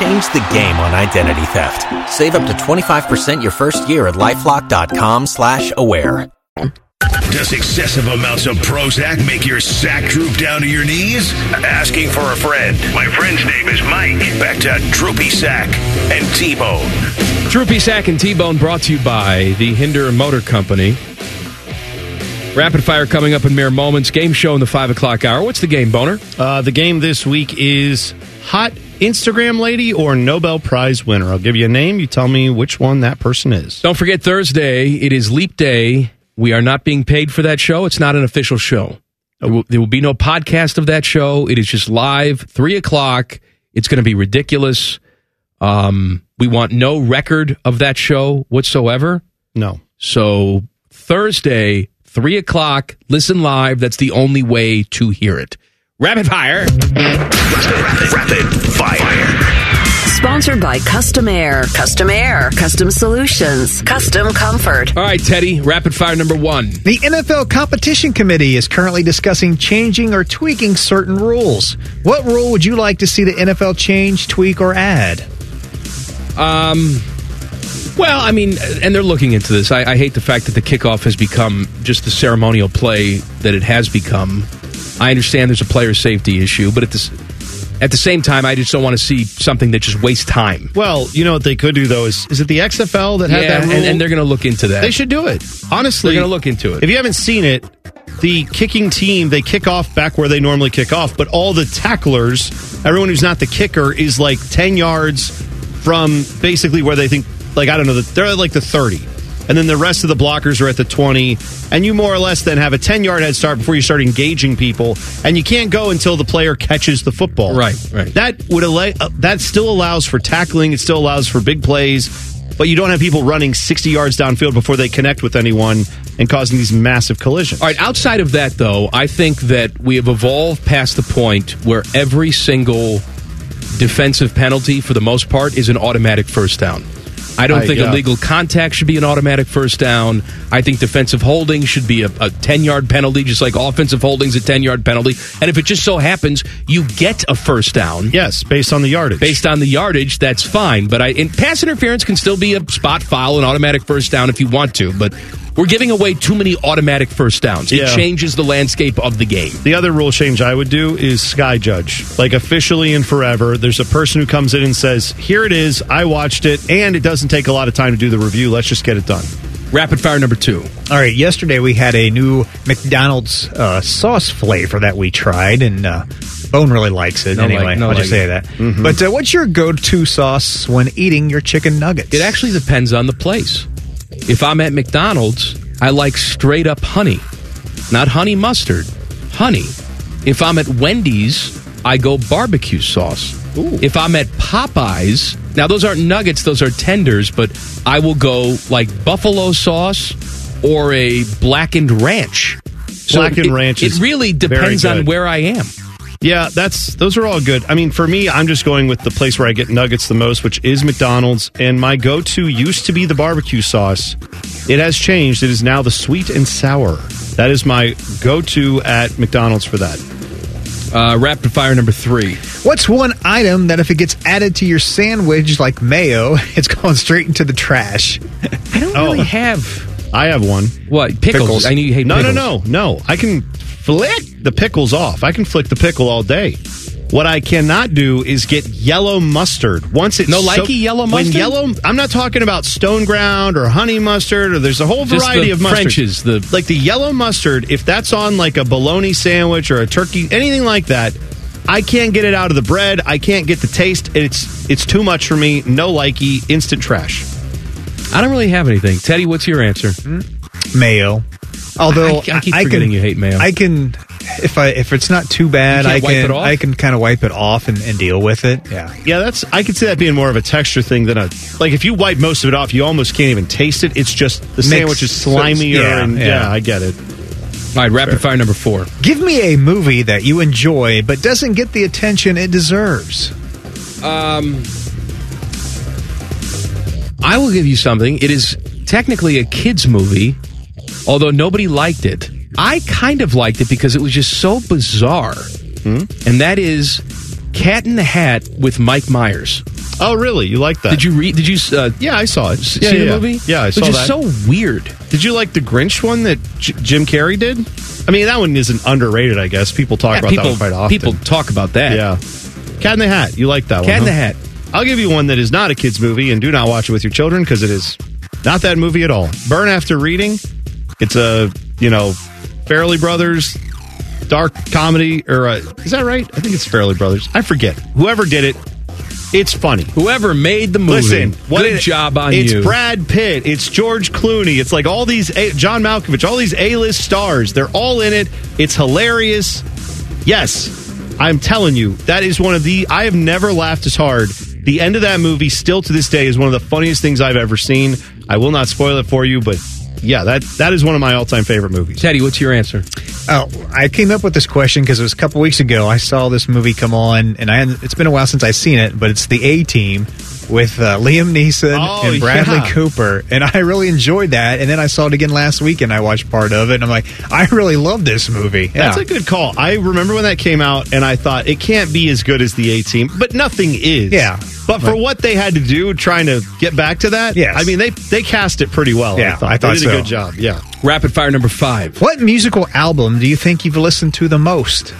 Change the game on identity theft. Save up to 25% your first year at LifeLock.com slash aware.
Does excessive amounts of Prozac make your sack droop down to your knees? Asking for a friend. My friend's name is Mike. Back to Droopy Sack and T-Bone.
Droopy Sack and T Bone brought to you by the Hinder Motor Company. Rapid fire coming up in mere moments. Game show in the five o'clock hour. What's the game, Boner?
Uh, the game this week is hot Instagram lady or Nobel Prize winner. I'll give you a name. You tell me which one that person is.
Don't forget Thursday. It is Leap Day. We are not being paid for that show. It's not an official show. There will, there will be no podcast of that show. It is just live, three o'clock. It's going to be ridiculous. Um, we want no record of that show whatsoever.
No.
So Thursday, three o'clock. Listen live. That's the only way to hear it. Rapid fire.
Rapid, rapid fire.
Sponsored by Custom Air. Custom Air. Custom Solutions. Custom Comfort.
All right, Teddy. Rapid fire number one.
The NFL Competition Committee is currently discussing changing or tweaking certain rules. What rule would you like to see the NFL change, tweak, or add?
Um, well, I mean, and they're looking into this. I, I hate the fact that the kickoff has become just the ceremonial play that it has become. I understand there's a player safety issue, but at this, At the same time, I just don't want to see something that just wastes time.
Well, you know what they could do though is is it the XFL that had
Yeah,
that
and-
rule?
and they're gonna look into that.
They should do it. Honestly,
They're gonna look into it.
If you haven't seen it, the kicking team they kick off back where they normally kick off, but all the tacklers, everyone who's not the kicker, is like ten yards from basically where they think. Like I don't know, the- they're at like the thirty, and then the rest of the blockers are at the twenty, and you more or less then have a ten yard head start before you start engaging people, and you can't go until the player catches the football. Right, right. That would allow, uh, that still allows for tackling. It still allows for big plays but you don't have people running 60 yards downfield before they connect with anyone and causing these massive collisions.
All right, outside of that, though, I think that we have evolved past the point where every single defensive penalty, for the most part, is an automatic first down. I don't
I-
think
yeah.
illegal contact should be an automatic first down. I think defensive holding should be a, a 10 yard penalty, just like offensive holding's a 10 yard penalty. And if it just so happens you get a first down.
Yes, based on the yardage.
Based on the yardage, that's fine. But I, and pass interference can still be a spot foul, an automatic first down if you want to. But we're giving away too many automatic first downs. It
Yeah.
changes the landscape of the game.
The other rule change I would do is sky judge. Like officially and forever, there's a person who comes in and says, "Here it is. I watched it and it doesn't take a lot of time to do the review. Let's just get it done."
Rapid fire number 2.
All right, yesterday we had a new McDonald's uh, sauce flavor that we tried, and uh, Bone really likes it.
No
anyway,
like- no
I'll just
like.
say that.
Mhm.
But uh, what's your go-to sauce when eating your chicken nuggets?
It actually depends on the place. If I'm at McDonald's, I like straight up honey, not honey mustard, honey. If I'm at Wendy's, I go barbecue sauce. If I'm at Popeyes, now those aren't nuggets, those are tenders, but I will go like buffalo sauce or a blackened ranch.
Blackened
it,
ranch
It
is
really
very
depends on
good.
where I am.
Yeah, that's those are all good. I mean, for me, I'm just going with the place where I get nuggets the most, which is McDonald's, and my go-to used to be the barbecue sauce. It has changed. It is now the sweet and sour. That is my go-to at McDonald's for that.
Uh, rapid fire number three.
What's one item that if it gets added to your sandwich like mayo, it's going straight into the trash?
I don't really have.
Oh. I have one.
What pickles? I knew you hate
no,
pickles.
No, no, no. I can flick the pickles off. I can flick the pickle all day. What I cannot do is get yellow mustard. Once it's
No
so-
likey yellow
when
mustard?
yellow, I'm not talking about stone ground or honey mustard or there's a whole
Just
variety
the
of mustard.
French's, the-
like the yellow mustard. If that's on like a bologna sandwich or a turkey, anything like that, I can't get it out of the bread. I can't get the taste. It's it's too much for me. No likey, instant trash.
I don't really have anything. Teddy, what's your answer?
Mayo. Although
I- I keep
can,
forgetting you hate mayo.
I can if I if it's not too bad,
You
I
can't
can
wipe it off?
I can kind of wipe it off and, and deal with it. Yeah.
Yeah, that's. I could see that being more of a texture thing than a like. If you wipe most of it off, you almost can't even taste it. It's just the
Mixed.
sandwich is slimier.
Yeah,
and, yeah.
yeah.
I get it.
All right, rapid fire number four.
Give me a movie that you enjoy but doesn't get the attention it deserves.
Um, I will give you something. It is technically a kids' movie, although nobody liked it. I kind of liked it because it was just so bizarre.
Hmm?
And that is Cat in the Hat with Mike Myers.
Oh, really? You like that?
Did you read? Did you? Uh,
yeah, I saw it.
See
yeah,
the
yeah, yeah.
movie?
Yeah, I
Which
saw
is
that.
so weird.
Did you like the Grinch one that J- Jim Carrey did? I mean, that one isn't underrated. I guess people talk
Yeah,
about that
people,
one quite often.
people talk about that.
yeah, Cat in the Hat. You like that one?
Cat in the
huh?
Hat.
I'll give you one that is not a kids movie, and do not watch it with your children because it is not that movie at all. Burn After Reading. It's a you know Fairley Brothers dark comedy, or uh is that right? I think it's Fairley Brothers. I forget. Whoever did it, it's funny.
Whoever made the movie,
Listen, what
good
it-
job on
it's
you.
Brad Pitt. It's George Clooney. It's like all these a- John Malkovich, all these A-list stars. They're all in it. It's hilarious. Yes, I'm telling you, that is one of the. I have never laughed as hard. The end of that movie, still to this day, is one of the funniest things I've ever seen. I will not spoil it for you, but yeah, that that is one of my all-time favorite movies.
Teddy, what's your answer?
Oh, I came up with this question because it was a couple weeks ago. I saw this movie come on, and I hadn't- it's been a while since I've seen it, but it's the A Team with uh, Liam Neeson
Oh,
and Bradley
yeah.
Cooper, and I really enjoyed that. And then I saw it again last week, and I watched part of it, and I'm like, I really love this movie.
That's a good call. I remember when that came out, and I thought it can't be as good as the A team, but nothing is.
Yeah.
But for what they had to do, trying to get back to that,
Yes.
I mean they they cast it pretty well.
Yeah,
I thought,
I thought
they did a
so.
good job. Yeah.
Rapid fire number five.
What musical album do you think you've listened to the most?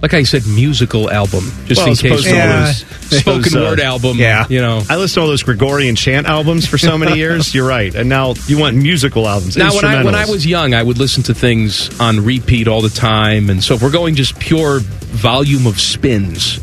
like I said, musical album, just
Well,
in
I suppose
case it
all
was
those-
spoken
those, uh,
word album.
Yeah,
you know.
I listened to all those Gregorian chant albums for so many years. You're right, and now you want musical albums.
Now, when I when I
instrumentals.
was young, I would listen to things on repeat all the time, and so if we're going just pure volume of spins,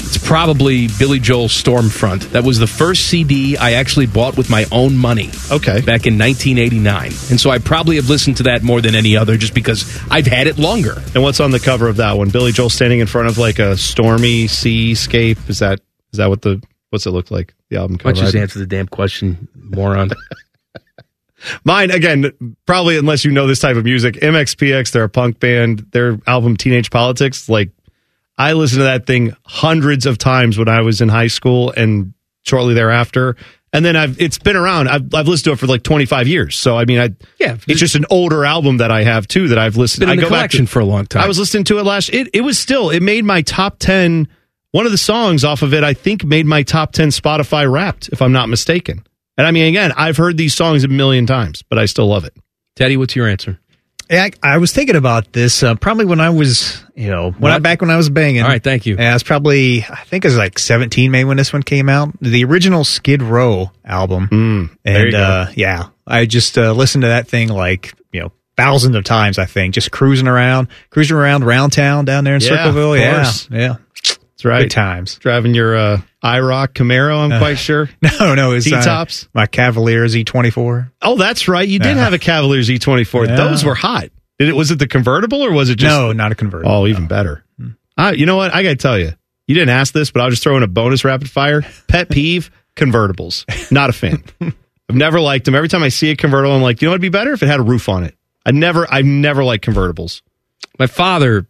it's probably Billy Joel Stormfront. That was the first CD I actually bought with my own money.
Okay,
back in 1989, and so I probably have listened to that more than any other, just because I've had it longer.
and what's on the cover of that one? Billy Joel standing in front of like a stormy seascape. Is that is that what the what's it look like? The album cover.
Why don't you just
I-
answer the damn question, moron?
Mine again, probably unless you know this type of music. MXPX, they're a punk band. Their album Teenage Politics, like I listened to that thing hundreds of times when I was in high school and shortly thereafter. And then I've it's been around. I've I've listened to it for like 25 years. So I mean, I
Yeah.
it's just an older album that I have too that I've listened.
Been in
I
the
go back
collection for a long time.
I was listening to it last. It it was still it made my top 10. One of the songs off of it, I think, made my top 10 Spotify Wrapped, if I'm not mistaken. And I mean, again, I've heard these songs a million times, but I still love it.
Teddy, what's your answer?
Yeah, I, I was thinking about this uh, probably when I was, you know, when I,
What?
back when I was banging.
All right, thank you.
Yeah, I was probably, I think it was like 17 maybe when this one came out. The original Skid Row album. Mm, and
there you go.
Uh, yeah, I just uh, listened to that thing like, you know, thousands of times, I think, just cruising around, cruising around round town down there in
Yeah,
Circleville.
of
Yeah.
course.
Yeah.
That's right.
Good times.
Driving your uh, IROC Camaro, I'm quite sure.
Uh, No, no, it's uh,
uh, T-tops?
my Cavalier Z24.
Oh, that's right. You did
Yeah.
have a Cavalier Z24.
Yeah.
Those were hot. Did it? Was it the convertible or was it just?
no, Hmm. not a convertible.
Oh, even better. I, you know what? I got to tell you, you didn't ask this, but I'll just throw in a bonus rapid fire. Pet peeve convertibles. Not a fan. I've never liked them. Every time I see a convertible, I'm like, you know what'd be better if it had a roof on it. I never, I've never liked convertibles.
My father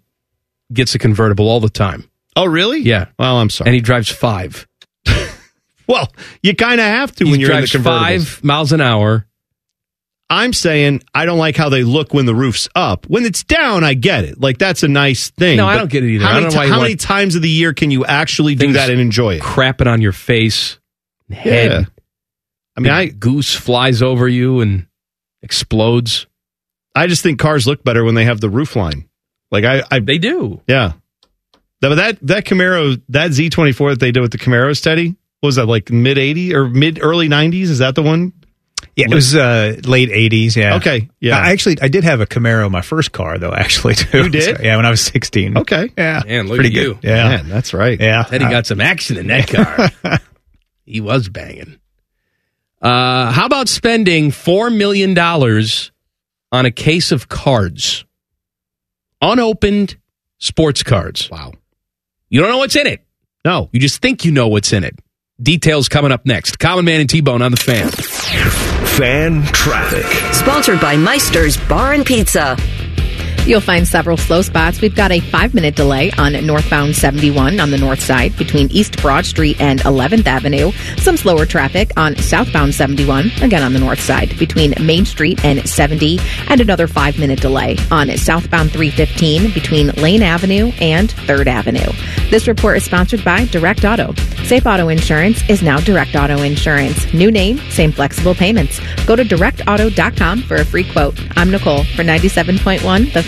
gets a convertible all the time,
Oh, really?
Yeah.
Well, I'm sorry.
and he drives five.
well, you kind of have to
he
when you're in the
drives
convertibles.
five miles an hour.
I'm saying I don't like how they look when the roof's up. When it's down, I get it. Like that's a nice thing.
No, I
but
don't get it either.
How,
I
many,
don't know why
ti-
you
how
want-
many times of the year can you actually do
Things-
that and enjoy it?
crapping on your face, and head.
Yeah. I mean, I
goose flies over you and explodes.
I just think cars look better when they have the roof line. Like I, I
They do.
yeah. That that that Camaro, that Z24 that they did with the Camaros, Teddy, what was that like mid 80 or mid early 90s? Is that the one?
Yeah, it was uh, late eighties. Yeah.
Okay, yeah.
I actually I did have a Camaro, my first car though. Actually, too.
You did?
So, yeah, when I was sixteen.
Okay.
Yeah.
Man, look
Pretty
at
good.
you.
Yeah.
Man, that's right.
Yeah.
Teddy
Uh,
got some action in that car. he was banging. Uh, how about spending four million dollars on a case of cards, unopened sports cards?
Wow.
You don't know what's in it.
No.
You just think you know what's in it. Details coming up next. Common Man and T Bone on the fan.
Fan traffic.
Sponsored by Meister's Bar and Pizza.
You'll find several slow spots. We've got a five minute delay on northbound 71 on the north side between East Broad Street and 11th Avenue. Some slower traffic on southbound 71, again on the north side between Main Street and 70, and another five minute delay on southbound 315 between Lane Avenue and 3rd Avenue. This report is sponsored by Direct Auto. Safe Auto Insurance is now Direct Auto Insurance. New name, same flexible payments. Go to directauto.com for a free quote. I'm Nicole for 97.1 The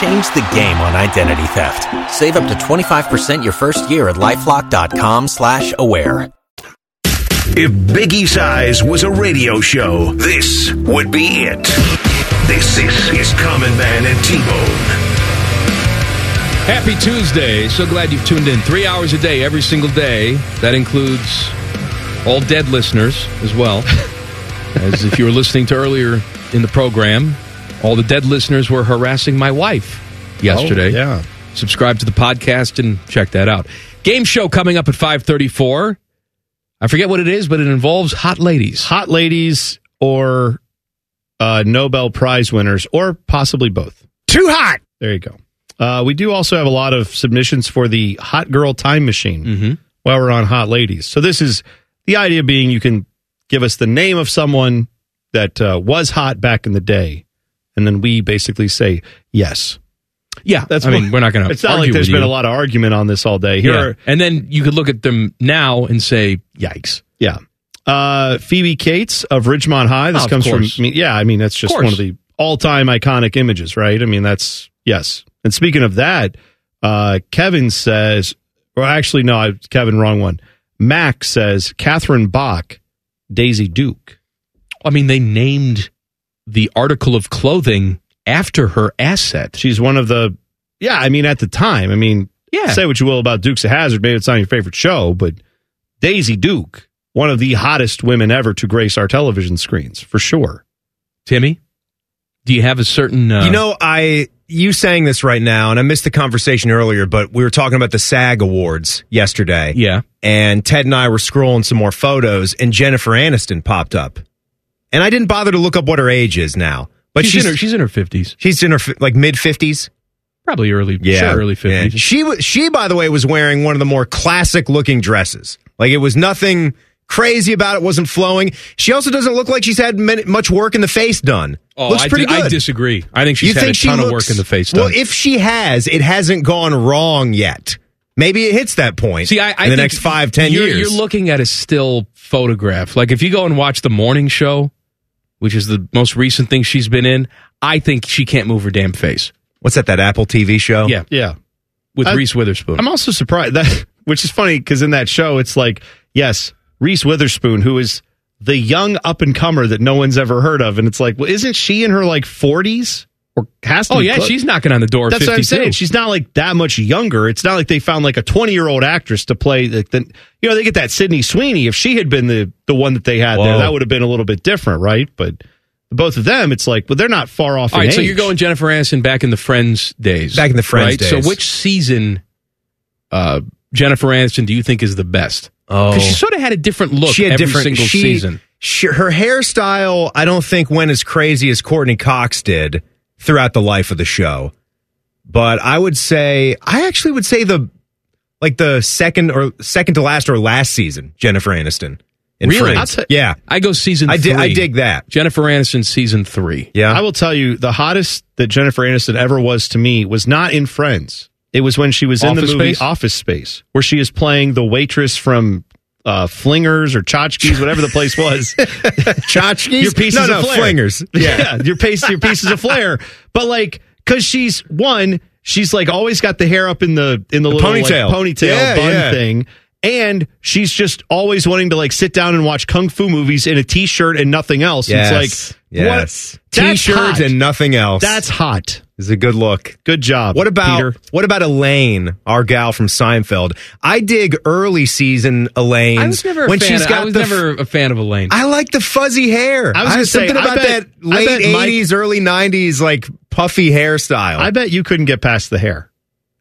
Change the game on identity theft. Save up to 25% your first year at LifeLock.com slash aware.
If Biggie's Eyes was a radio show, this would be it. This, this is Common Man and T-Bone.
Happy Tuesday. So glad you've tuned in. Three hours a day, every single day. That includes all dead listeners as well. as if you were listening to earlier in the program, all the dead listeners were harassing my wife yesterday.
Oh, yeah.
Subscribe to the podcast and check that out. Game show coming up at 534. I forget what it is, but it involves hot ladies.
Hot ladies or uh, Nobel Prize winners or possibly both.
Too hot.
There you go. Uh, we do also have a lot of submissions for the
Mm-hmm.
Hot Girl Time Machine while we're on Hot Ladies. So this is the idea being you can give us the name of someone that uh, was hot back in the day, and then we basically say yes.
Yeah,
that's.
I
what-
mean, we're not gonna
It's not like
argue
there's
with
been
you.
a lot of argument on this all day. Here,
Yeah.
are,
and then you could look at them now and say, "Yikes!"
Yeah. Uh, Phoebe Cates of Ridgemont High. This
Oh, of
comes from,
course.
I mean, yeah, I mean, that's just
course.
one of the all time iconic images, right? I mean, that's, yes. And speaking of that, uh, Kevin says, or actually, no, I, Kevin, wrong one. Max says, Catherine Bach, Daisy Duke.
I mean, they named the article of clothing after her asset.
She's one of the, yeah, I mean, at the time, I mean,
Yeah.
say what you will about Dukes of Hazard, maybe it's not your favorite show, but Daisy Duke, one of the hottest women ever to grace our television screens, for sure.
Timmy, do you have a certain? Uh,
you know, I you sang this right now, and I missed the conversation earlier, but we were talking about the SAG Awards yesterday.
Yeah,
and Ted and I were scrolling some more photos, and Jennifer Aniston popped up, and I didn't bother to look up what her age is now, but
She's
she's
in her- she's in her fifties.
She's in her fi- like mid fifties.
Probably early,
yeah,
sure, early
Yeah.
50s.
She wa- she, by the way, was wearing one of the more classic looking dresses. Like it was nothing crazy about it. wasn't flowing. She also doesn't look like she's had many, much work in the face done.
Oh,
looks
I,
pretty
di-
good.
I disagree. I think she's
you
had
think
a ton
she
of
looks-
work in the face.
Well,
done.
if she has, it hasn't gone wrong yet. Maybe it hits that point.
See, I, I
in the
think
next five, ten
you're-
years.
you're looking at a still photograph. Like if you go and watch the morning show, which is the most recent thing she's been in, I think she can't move her damn face.
What's that? That Apple TV show? Uh,
Yeah,
yeah.
With
I-
Reese Witherspoon.
I'm also surprised that, which is funny because in that show, it's like, yes, Reese Witherspoon, who is the young up and comer that no one's ever heard of, and it's like, well, isn't she in her like 40s or has to?
oh
be
yeah,
close?
she's knocking on the door.
That's
52.
what I'm saying. She's not like that much younger. It's not like they found like a 20 year old actress to play. Like the, you know, they get that Sydney Sweeney. If she had been the the one that they had there,
Whoa.
that would have been a little bit different, right? But both of them, it's like, well, they're not far off.
All
in
right, so
age.
you're going Jennifer Aniston back in the Friends days.
Back in the Friends
right?
days.
So which season uh, Jennifer Aniston do you think is the best?
Oh.
Because she sort of had a different look every single
she-
season.
she- her hairstyle, I don't think went as crazy as Courtney Cox did throughout the life of the show. But I would say, I actually would say the like the second or second to last or last season, Jennifer Aniston. in
Really?
Friends.
I'll ta-
yeah,
I go season
I dig- I
three.
dig that.
Jennifer Aniston season three.
Yeah.
I will tell you, the hottest that Jennifer Aniston ever was to me was not in Friends. It was when she was in
Office
the movie
Space?
Office Space, where she is playing the waitress from uh, Flingers or Tchotchkes, whatever the place was.
Tchotchkes?
Your pieces
No, no,
of flair.
Flingers.
Yeah. your, piece, your pieces of flair. But like, because she's one, she's like always got the hair up in the in the,
The
little like,
ponytail.
ponytail
Yeah,
bun
yeah.
thing. And she's just always wanting to like sit down and watch kung fu movies in a t-shirt and nothing else. And It's like
yes,
what? That's
t-shirts
hot.
and nothing else.
That's hot.
is a good look.
Good job.
What about
Peter?
what about Elaine, our gal from Seinfeld? I dig early season Elaine.
I was never a
when
fan
she's
of,
got
I was
the f-
never a fan of Elaine.
I like the fuzzy hair.
I was gonna say,
something
I
about
bet-
that
I bet
late
Mike-
eighties, early nineties, like puffy hairstyle.
I bet you couldn't get past the hair.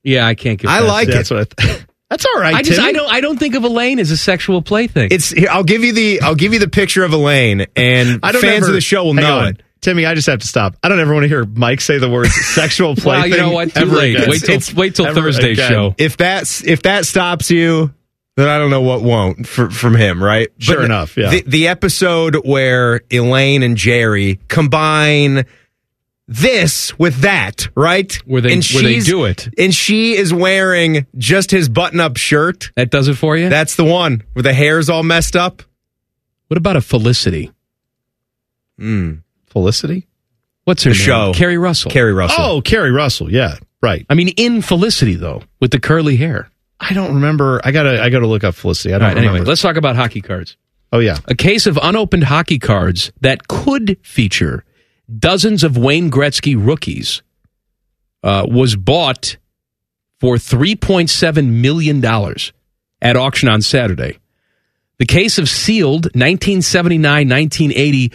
yeah, I can't get.
I
past
like
that.
That's what. I th- that's all right.
I just
Timmy.
I don't I don't think of Elaine as a sexual plaything.
it's. here, I'll give you the. I'll give you the picture of Elaine, and
I don't
fans
ever-
of the show will
hang
know
on.
it.
Timmy, I just have to stop. I don't ever want to hear Mike say the words sexual play.
Well, you know what? Too late. Wait till- wait till Thursday's show.
If that's if that stops you, then I don't know what won't for, from him, right?
Sure enough, yeah.
The, the episode where Elaine and Jerry combine this with that, right?
Where they-
and
where they
she's-
do it.
and she is wearing just his button-up shirt.
that does it for you.
That's the one where the hair's all messed up.
what about a Felicity?
Felicity.
What's her
Hmm. The
name?
show.
Carrie Russell.
Carrie Russell.
Oh, Carrie Russell. Yeah, right.
I mean, in Felicity though, with the curly hair.
I don't remember. I gotta. I gotta look up Felicity. I
All
don't
right.
remember.
Anyway, let's talk about hockey cards.
oh yeah.
A case of unopened hockey cards that could feature dozens of Wayne Gretzky rookies uh, was bought for $3.7 million at auction on Saturday. The case of sealed 1979 1980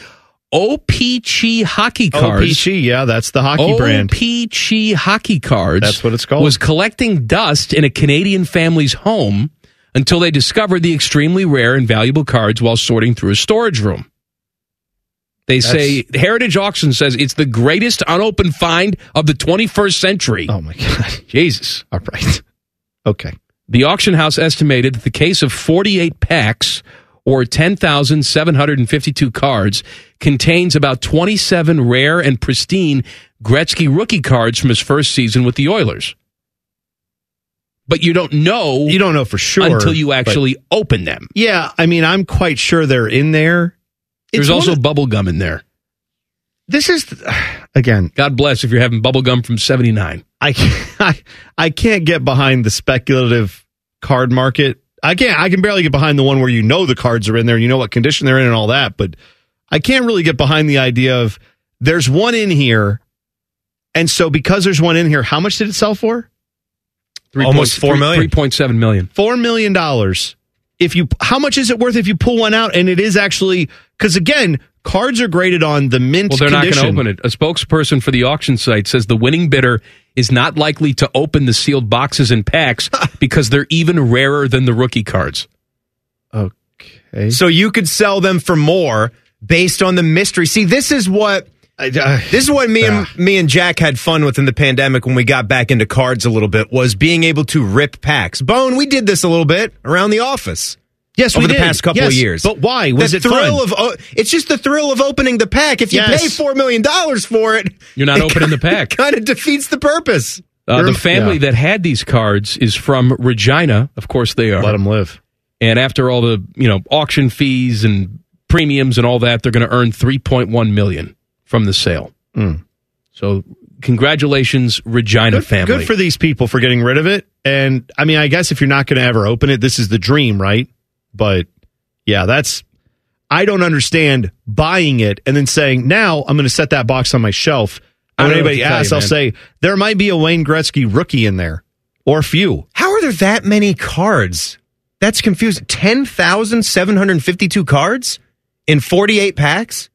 OPC hockey cards.
OPG. Yeah, that's the hockey brand.
OPC hockey cards.
That's what it's called.
Was collecting dust in a Canadian family's home until they discovered the extremely rare and valuable cards while sorting through a storage room. They say Heritage Auction says it's the greatest unopened find of the 21st century.
Oh my god.
Jesus.
All right. Okay.
The auction house estimated that the case of 48 packs or 10,752 cards, contains about 27 rare and pristine Gretzky rookie cards from his first season with the Oilers. But you don't know.
You don't know for sure
until you
but-
actually open them.
Yeah, I mean, I'm quite sure they're in there.
There's also
one of-
bubble gum in there.
This is again.
God bless if you're having bubble gum from '79.
I, I I can't get behind the speculative card market. I can't. I can barely get behind the one where you know the cards are in there, you know what condition they're in, and all that. But I can't really get behind the idea of there's one in here, and so because there's one in here, how much did it sell for?
Almost four million.
three point seven million.
four million dollars. If you, how much is it worth if you pull one out and it is actually because again, cards are graded on the mint.
Well, they're not
condition.
going to open it. A spokesperson for the auction site says the winning bidder is not likely to open the sealed boxes and packs because they're even rarer than the rookie cards.
eh?
So you could sell them for more based on the mystery. See, this is what
uh,
this is what me and me and Jack had fun with in the pandemic when we got back into cards a little bit was being able to rip packs. Bone, we did this a little bit around the office.
Yes,
over
we
the
did.
past couple
Yes,
of years.
but why? Was
the
it
thrill
fun?
of o- it's just the thrill of opening the pack. If you
Yes.
pay four million dollars for it,
You're not
it
opening the pack.
Kind of defeats the purpose.
Uh, the family that had these cards is from Regina. Of course, they are. Let
them live.
And after all the you know auction fees and premiums and all that, they're going to earn three point one million from the sale.
Hmm.
Mm.
So, congratulations, Regina family.
Good for these people for getting rid of it. And I mean, I guess if you're not going to ever open it, this is the dream, right? But yeah, that's I don't understand buying it and then saying now I'm going to set that box on my shelf.
I don't
And when
know what
anybody
to tell you,
asks, I'll
man.
say there might be a Wayne Gretzky rookie in there or a few.
How are there that many cards? That's confusing. 10,752 cards in 48 packs?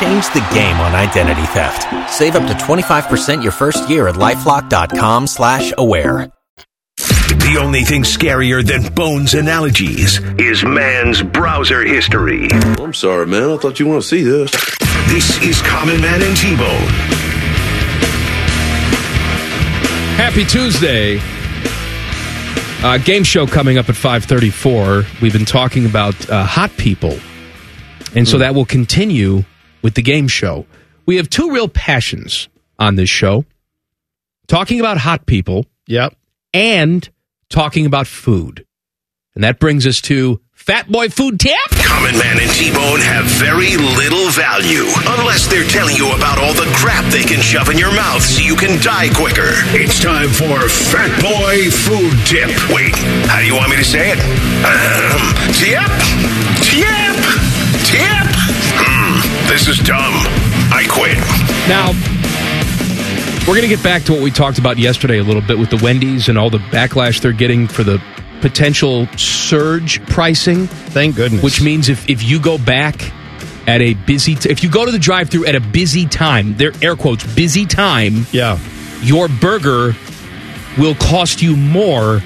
Change the game on identity theft. Save up to 25% your first year at LifeLock.com slash aware.
The only thing scarier than Bones analogies is man's browser history.
I'm sorry, man. I thought you want to see this.
This is Common Man and T Bone.
Happy Tuesday. Uh, game show coming up at 534. We've been talking about uh, hot people. And so that will continue with the game show. We have two real passions on this show. Talking about hot people.
Yep.
And talking about food. And that brings us to Fat Boy Food Tap.
Common Man and T Bone have very little value unless they're telling you about all the crap they can shove in your mouth so you can die quicker. It's time for Fat Boy Food Tip. Wait, how do you want me to say it? Um, tip? Tip? Tip? Hmm, this is dumb. I quit.
Now, we're going to get back to what we talked about yesterday a little bit with the Wendy's and all the backlash they're getting for the potential surge pricing.
Thank goodness.
Which means if, if you go back at a busy, t- if you go to the drive through at a busy time, their air quotes, busy time,
yeah,
your burger will cost you more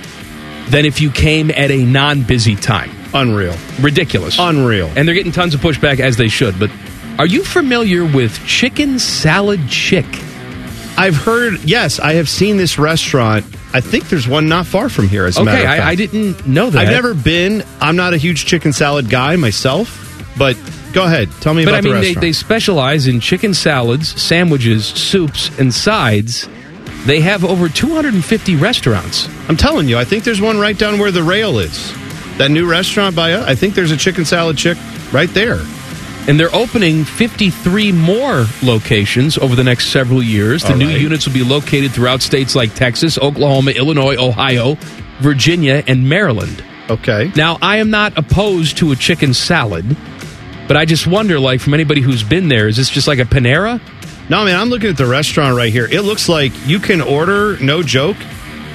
than if you came at a non busy time.
Unreal.
Ridiculous.
Unreal.
And they're getting tons of pushback as they should. But are you familiar with Chicken Salad Chick?
I've heard, yes, I have seen this restaurant. I think there's one not far from here, as a
Okay,
matter of
I-
fact.
I didn't know that.
I've never been. I'm not a huge chicken salad guy myself, but go ahead. Tell me
but
about
I mean,
the
they,
restaurant.
they specialize in chicken salads, sandwiches, soups, and sides. They have over 250 restaurants.
I'm telling you, I think there's one right down where the rail is. That new restaurant by us, I think there's a chicken salad chick right there.
And they're opening 53 more locations over the next several years. The
All
new
right.
units will be located throughout states like Texas, Oklahoma, Illinois, Ohio, Virginia, and Maryland.
Okay.
Now, I am not opposed to a chicken salad, but I just wonder, like, from anybody who's been there, is this just like a Panera?
No, man, I'm looking at the restaurant right here. It looks like you can order, no joke,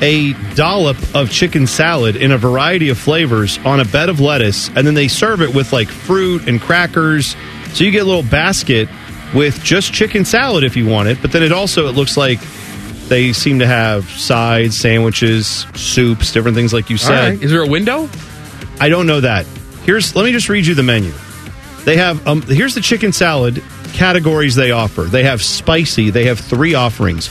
a dollop of chicken salad in a variety of flavors on a bed of lettuce, and then they serve it with like fruit and crackers. So you get a little basket with just chicken salad if you want it. But then it also it looks like they seem to have sides, sandwiches, soups, different things like you
All
said.
right. Is there a window?
I don't know that. Here's let me just read you the menu. They have um here's the chicken salad categories they offer. They have spicy, they have three offerings.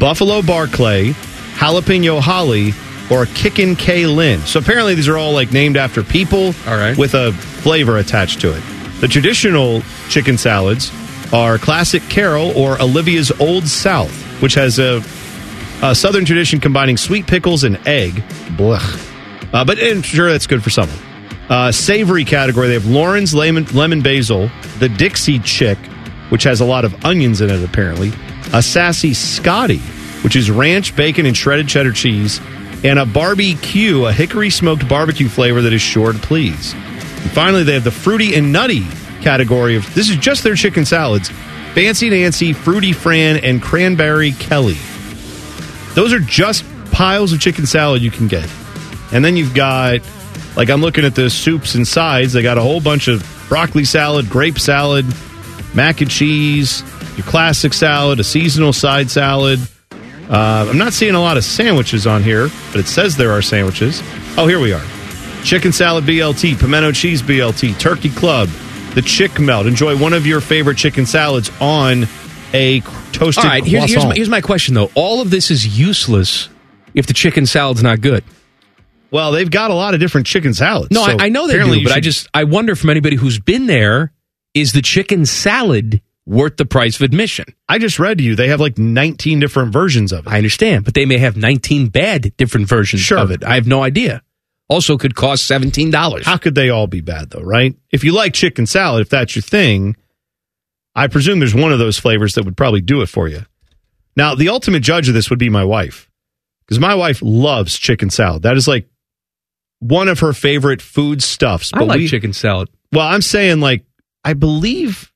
Buffalo Barclay, jalapeno holly, or kickin' K Lin. So apparently these are all like named after people all right. with a flavor attached to it. The traditional chicken salads are classic Carol or Olivia's Old South, which has a a Uh, southern tradition combining sweet pickles and egg. Blech. Uh, but and sure, that's good for someone. Uh, savory category, they have Lauren's lemon, lemon basil, the Dixie chick, which has a lot of onions in it, apparently, a sassy Scotty, which is ranch, bacon, and shredded cheddar cheese, and a barbecue, a hickory smoked barbecue flavor that is sure to please. And finally, they have the fruity and nutty category of this is just their chicken salads Fancy Nancy, Fruity Fran, and Cranberry Kelly. Those are just piles of chicken salad you can get. And then you've got, like, I'm looking at the soups and sides. They got a whole bunch of broccoli salad, grape salad, mac and cheese, your classic salad, a seasonal side salad. Uh, I'm not seeing a lot of sandwiches on here, but it says there are sandwiches. Oh, here we are chicken salad BLT, pimento cheese BLT, turkey club, the chick melt. Enjoy one of your favorite chicken salads on a toasted
All right, here's, here's,
croissant.
my, here's my question, though. All of this is useless if the chicken salad's not good.
Well, they've got a lot of different chicken salads.
No,
so
I, I know they do,
apparently
but
you
I
should-
just I wonder from anybody who's been there, is the chicken salad worth the price of admission?
I just read to you they have like 19 different versions of it.
I understand, but they may have 19 bad different versions of it. I have no idea. Also, could cost seventeen dollars.
How could they all be bad though, right? If you like chicken salad, if that's your thing, I presume there's one of those flavors that would probably do it for you. Now, the ultimate judge of this would be my wife, because my wife loves chicken salad. That is like one of her favorite food stuffs.
I like chicken salad.
Well, I'm saying like I believe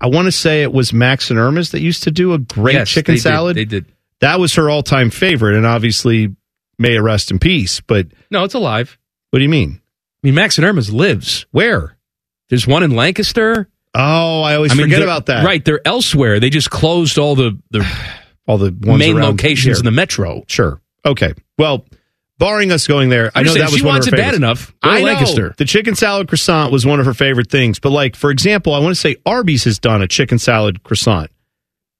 I want to say it was Max and Irma's that used to do a great
Yes,
chicken
they did.
salad.
They did.
That was her all time favorite, and obviously may it rest in peace. But
No, it's alive.
what do you mean?
I mean, Max and Irma's lives.
Where?
There's one in Lancaster.
Oh, I always forget
they're-
about that.
Right, they're elsewhere. They just closed all the the
all the ones
main
around
locations
here.
in the metro.
Sure. Okay. Well, barring us going there, I
I'm
know
just saying,
that
if
was
she
one
wants
of her
it bad
favorites.
enough, go to
I know.
Lancaster.
The chicken salad croissant was one of her favorite things. But like, for example, I want to say Arby's has done a chicken salad croissant,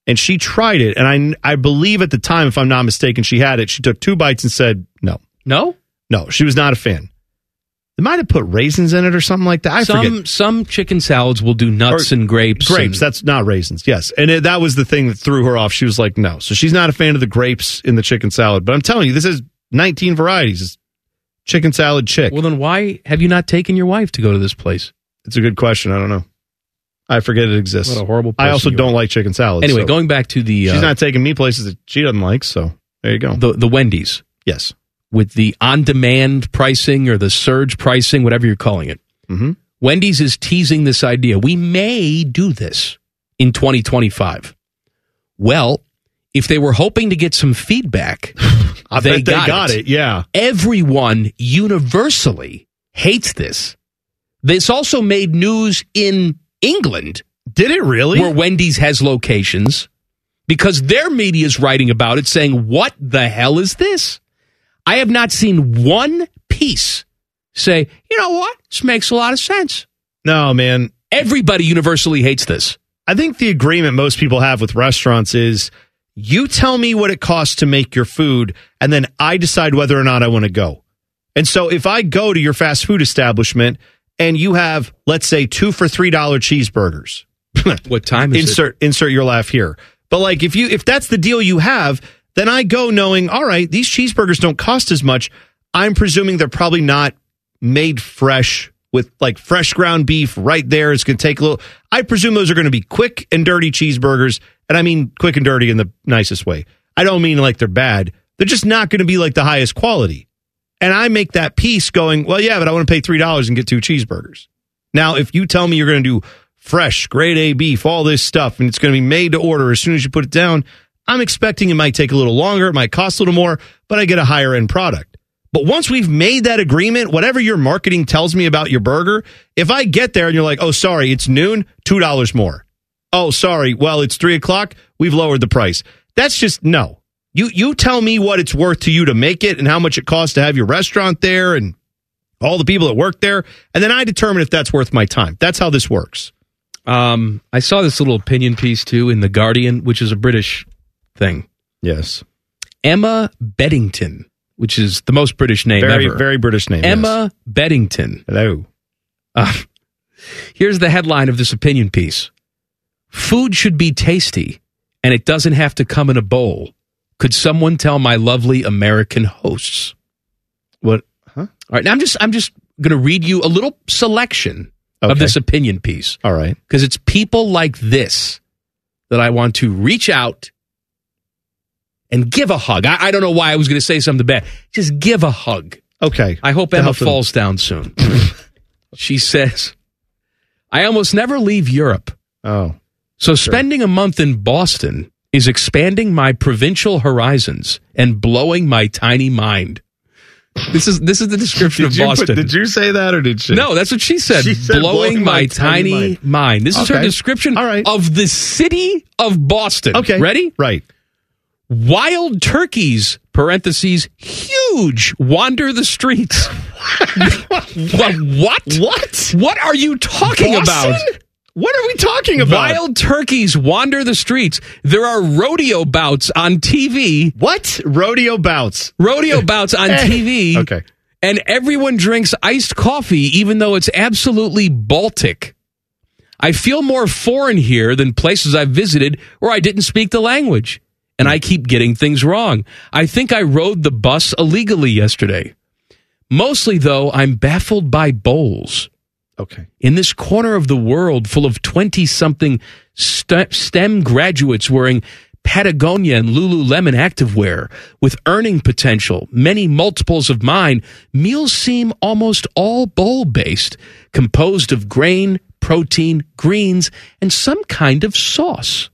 and she tried it, and I I believe at the time, if I'm not mistaken, she had it. She took two bites and said no,
no,
no. She was not a fan. They might have put raisins in it or something like that. I
some
forget.
some chicken salads will do nuts
Or-
and grapes.
Grapes,
and-
that's not raisins. Yes. And it, that was the thing that threw her off. She was like, no. So she's not a fan of the grapes in the chicken salad. But I'm telling you, this is 19 varieties. It's chicken salad chick.
well, then why have you not taken your wife to go to this place?
It's a good question. I don't know. I forget it exists.
What a horrible
I
person
also
you
don't like chicken salad.
Anyway,
so-
going back to the
She's
uh,
not taking me places that she doesn't like. So there you go.
the the Wendy's
yes
with the on demand pricing or the surge pricing, whatever you're calling it.
Mm-hmm.
Wendy's is teasing this idea. We may do this in 2025? Well, if they were hoping to get some feedback,
I bet they got it, yeah.
Everyone universally hates this. This also made news in England.
Did it really?
Where Wendy's has locations because their media is writing about it saying, What the hell is this? I have not seen one piece say, You know what? This makes a lot of sense.
No, man.
Everybody universally hates this.
I think the agreement most people have with restaurants is you tell me what it costs to make your food, and then I decide whether or not I want to go. And so if I go to your fast food establishment and you have, let's say, two for $3 cheeseburgers.
what time is it?
insert, Insert your laugh here. But like if you if that's the deal you have, then I go knowing, all right, these cheeseburgers don't cost as much. I'm presuming they're probably not made fresh with like fresh ground beef right there. It's going to take a little. I presume those are going to be quick and dirty cheeseburgers, and I mean quick and dirty in the nicest way. I don't mean like they're bad. They're just not going to be like the highest quality. And I make that piece going, well, yeah, but I want to pay three dollars and get two cheeseburgers. Now, if you tell me you're going to do fresh, grade A beef, all this stuff, and it's going to be made to order as soon as you put it down. I'm expecting it might take a little longer, it might cost a little more, but I get a higher end product. But once we've made that agreement, whatever your marketing tells me about your burger, if I get there and you're like, oh, sorry, it's noon, $2 more. Oh, sorry, well, it's three o'clock, we've lowered the price. That's just no. You, you tell me what it's worth to you to make it and how much it costs to have your restaurant there and all the people that work there. And then I determine if that's worth my time. That's how this works.
Um, I saw this little opinion piece too in The Guardian, which is a British thing.
Yes.
Emma Beddington, which is the most British name
very,
ever.
Very British name.
Emma Beddington.
Hello.
Uh, here's the headline of this opinion piece Food should be tasty, and it doesn't have to come in a bowl. Could someone tell my lovely American hosts?
What? Huh? All
right. Now I'm just, I'm just going to read you a little selection of
Okay.
this opinion piece.
All right.
Because it's people like this that I want to reach out and give a hug. I, I don't know why I was going to say something bad. Just give a hug.
Okay.
I hope
To
Emma
help them.
falls down soon. she says, I almost never leave Europe.
Oh.
So spending a month in Boston is expanding my provincial horizons and blowing my tiny mind. This is this is the description of
you put-
Boston.
did you say that or did she?
No, that's what she said.
She said,
blowing, my, tiny, mind. This is her
Okay.
description of the city of Boston.
Okay.
Ready?
Right.
Wild turkeys, parentheses, huge, wander the streets. what? What?
What?
What are you talking
Boston?
about?
What are we talking about?
Wild turkeys wander the streets. There are rodeo bouts on TV.
What? Rodeo bouts.
Rodeo bouts on
Eh.
TV.
Okay.
And everyone drinks iced coffee, even though it's absolutely Baltic. I feel more foreign here than places I've visited where I didn't speak the language. And I keep getting things wrong. I think I rode the bus illegally yesterday. Mostly, though, I'm baffled by bowls.
Okay.
In this corner of the world full of 20 something st- STEM graduates wearing Patagonia and Lululemon activewear with earning potential, many multiples of mine, meals seem almost all bowl based, composed of grain, protein, greens, and some kind of sauce.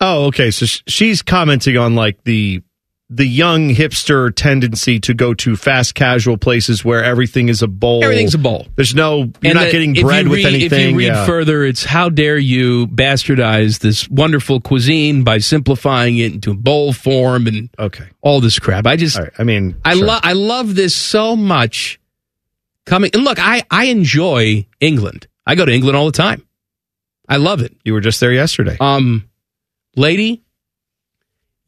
Oh, okay. So sh- she's commenting on like the the young hipster tendency to go to fast casual places where everything is a bowl.
Everything's a bowl.
There's no you're
And
not
the-
getting
if you
bread with
read-
anything.
If you read
yeah.
further, it's how dare you bastardize this wonderful cuisine by simplifying it into bowl form and
okay
all this crap. I just,
I mean,
I love, I love this so much. Coming and look, I I enjoy England. I go to England all the time. I love it.
You were just there yesterday.
Um, lady,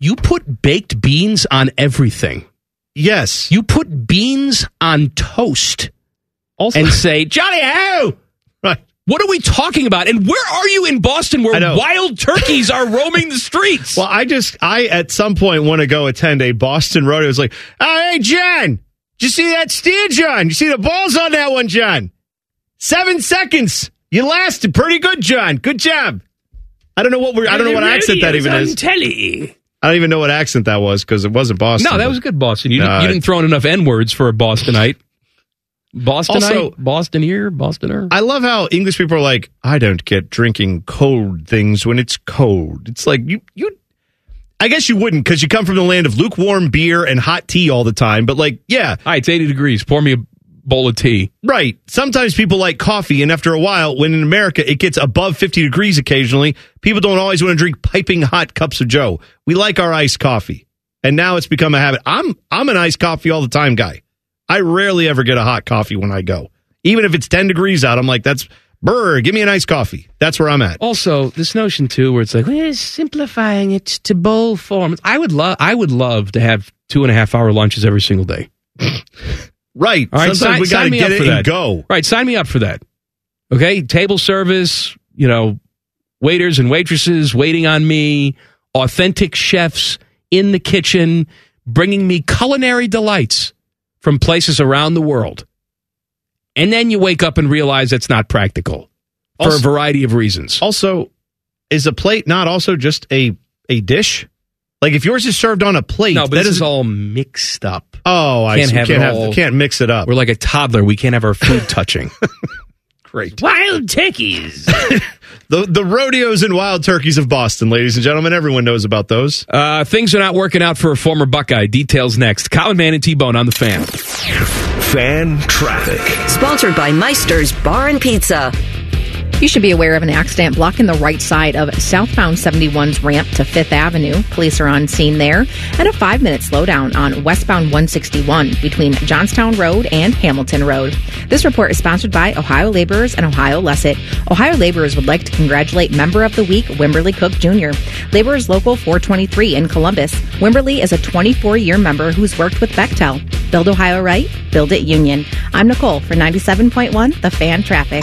you put baked beans on everything.
Yes,
you put beans on toast.
Also,
and say, Johnny, how?
Right.
What are we talking about? And where are you in Boston
I
where
know.
wild turkeys are roaming the streets?
Well, I just, I at some point want to go attend a Boston rodeo. It's like, oh, hey, John, did you see that steer, John? You see the balls on that one, John? Seven seconds. You lasted pretty good, John. Good job. I don't know what we're, I don't know what accent that even is.
telly.
I don't even know what accent that was because it wasn't Boston. Uh,
No, that was good, Boston. You,
No,
didn't, you
I-
didn't throw in enough N words for a Bostonite. Bostonite,
Also-
Boston ear, Bostoner.
I love how English people are like, I don't get drinking cold things when it's cold. It's like you you I guess you wouldn't because you come from the land of lukewarm beer and hot tea all the time, but like, yeah.
All right, it's 80 degrees. Pour me a bowl of tea.
Right. Sometimes people like coffee, and after a while, when in America it gets above 50 degrees occasionally, people don't always want to drink piping hot cups of Joe. We like our iced coffee. And now it's become a habit. I'm I'm an iced coffee all the time guy. I rarely ever get a hot coffee when I go. Even if it's 10 degrees out, I'm like, that's brr, give me an iced coffee. That's where I'm at.
Also, this notion too, where it's like we're simplifying it to bowl form. I would love, I would love to have two and a half hour lunches every single day.
Right.
All right,
Sometimes
sign,
we gotta
sign me
get
up
it
for
and
that.
go.
Right, sign me up for that. Okay, table service. You know, waiters and waitresses waiting on me. Authentic chefs in the kitchen bringing me culinary delights from places around the world. And then you wake up and realize that's not practical for a variety of reasons.
Also, is a plate not also just a a dish? Like if yours is served on a plate,
No, but
that
this is
isn't-
all mixed up.
Oh, I
Can't
see.
have
can't
it
have-
all.
can't mix it up.
We're like a toddler. We can't have our food touching.
Great.
Wild turkeys.
the the rodeos and wild turkeys of Boston, ladies and gentlemen. Everyone knows about those.
Uh, things are not working out for a former Buckeye. Details next. Colin Man and T Bone on the fan.
Fan traffic.
Sponsored by Meister's Bar and Pizza.
You should be aware of an accident blocking the right side of southbound 71's ramp to Fifth Avenue. Police are on scene there, and a five minute slowdown on westbound 161 between Johnstown Road and Hamilton Road. This report is sponsored by Ohio Laborers and Ohio Lesset. Ohio Laborers would like to congratulate Member of the Week, Wimberly Cook Jr. Laborers Local 423 in Columbus. Wimberly is a 24 year member who's worked with Bechtel. Build Ohio right, build it union. I'm Nicole for 97.1 The Fan Traffic.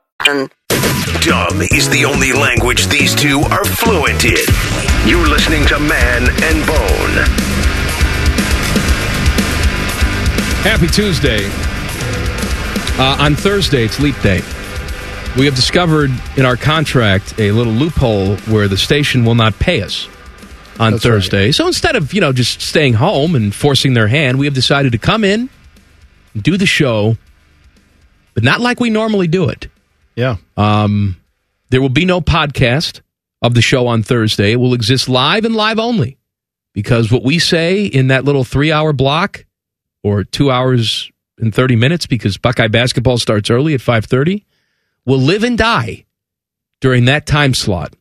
Dumb is the only language these two are fluent in. You're listening to Man and Bone.
Happy Tuesday. Uh, on Thursday, it's Leap Day. We have discovered in our contract a little loophole where the station will not pay us on Thursday. So instead of you know just staying home and forcing their hand, we have decided to come in, do the show, but not like we normally do it.
Yeah.
Um, there will be no podcast of the show on Thursday. It will exist live and live only because what we say in that little three hour block or two hours and 30 minutes because Buckeye basketball starts early at 530 will live and die during that time slot.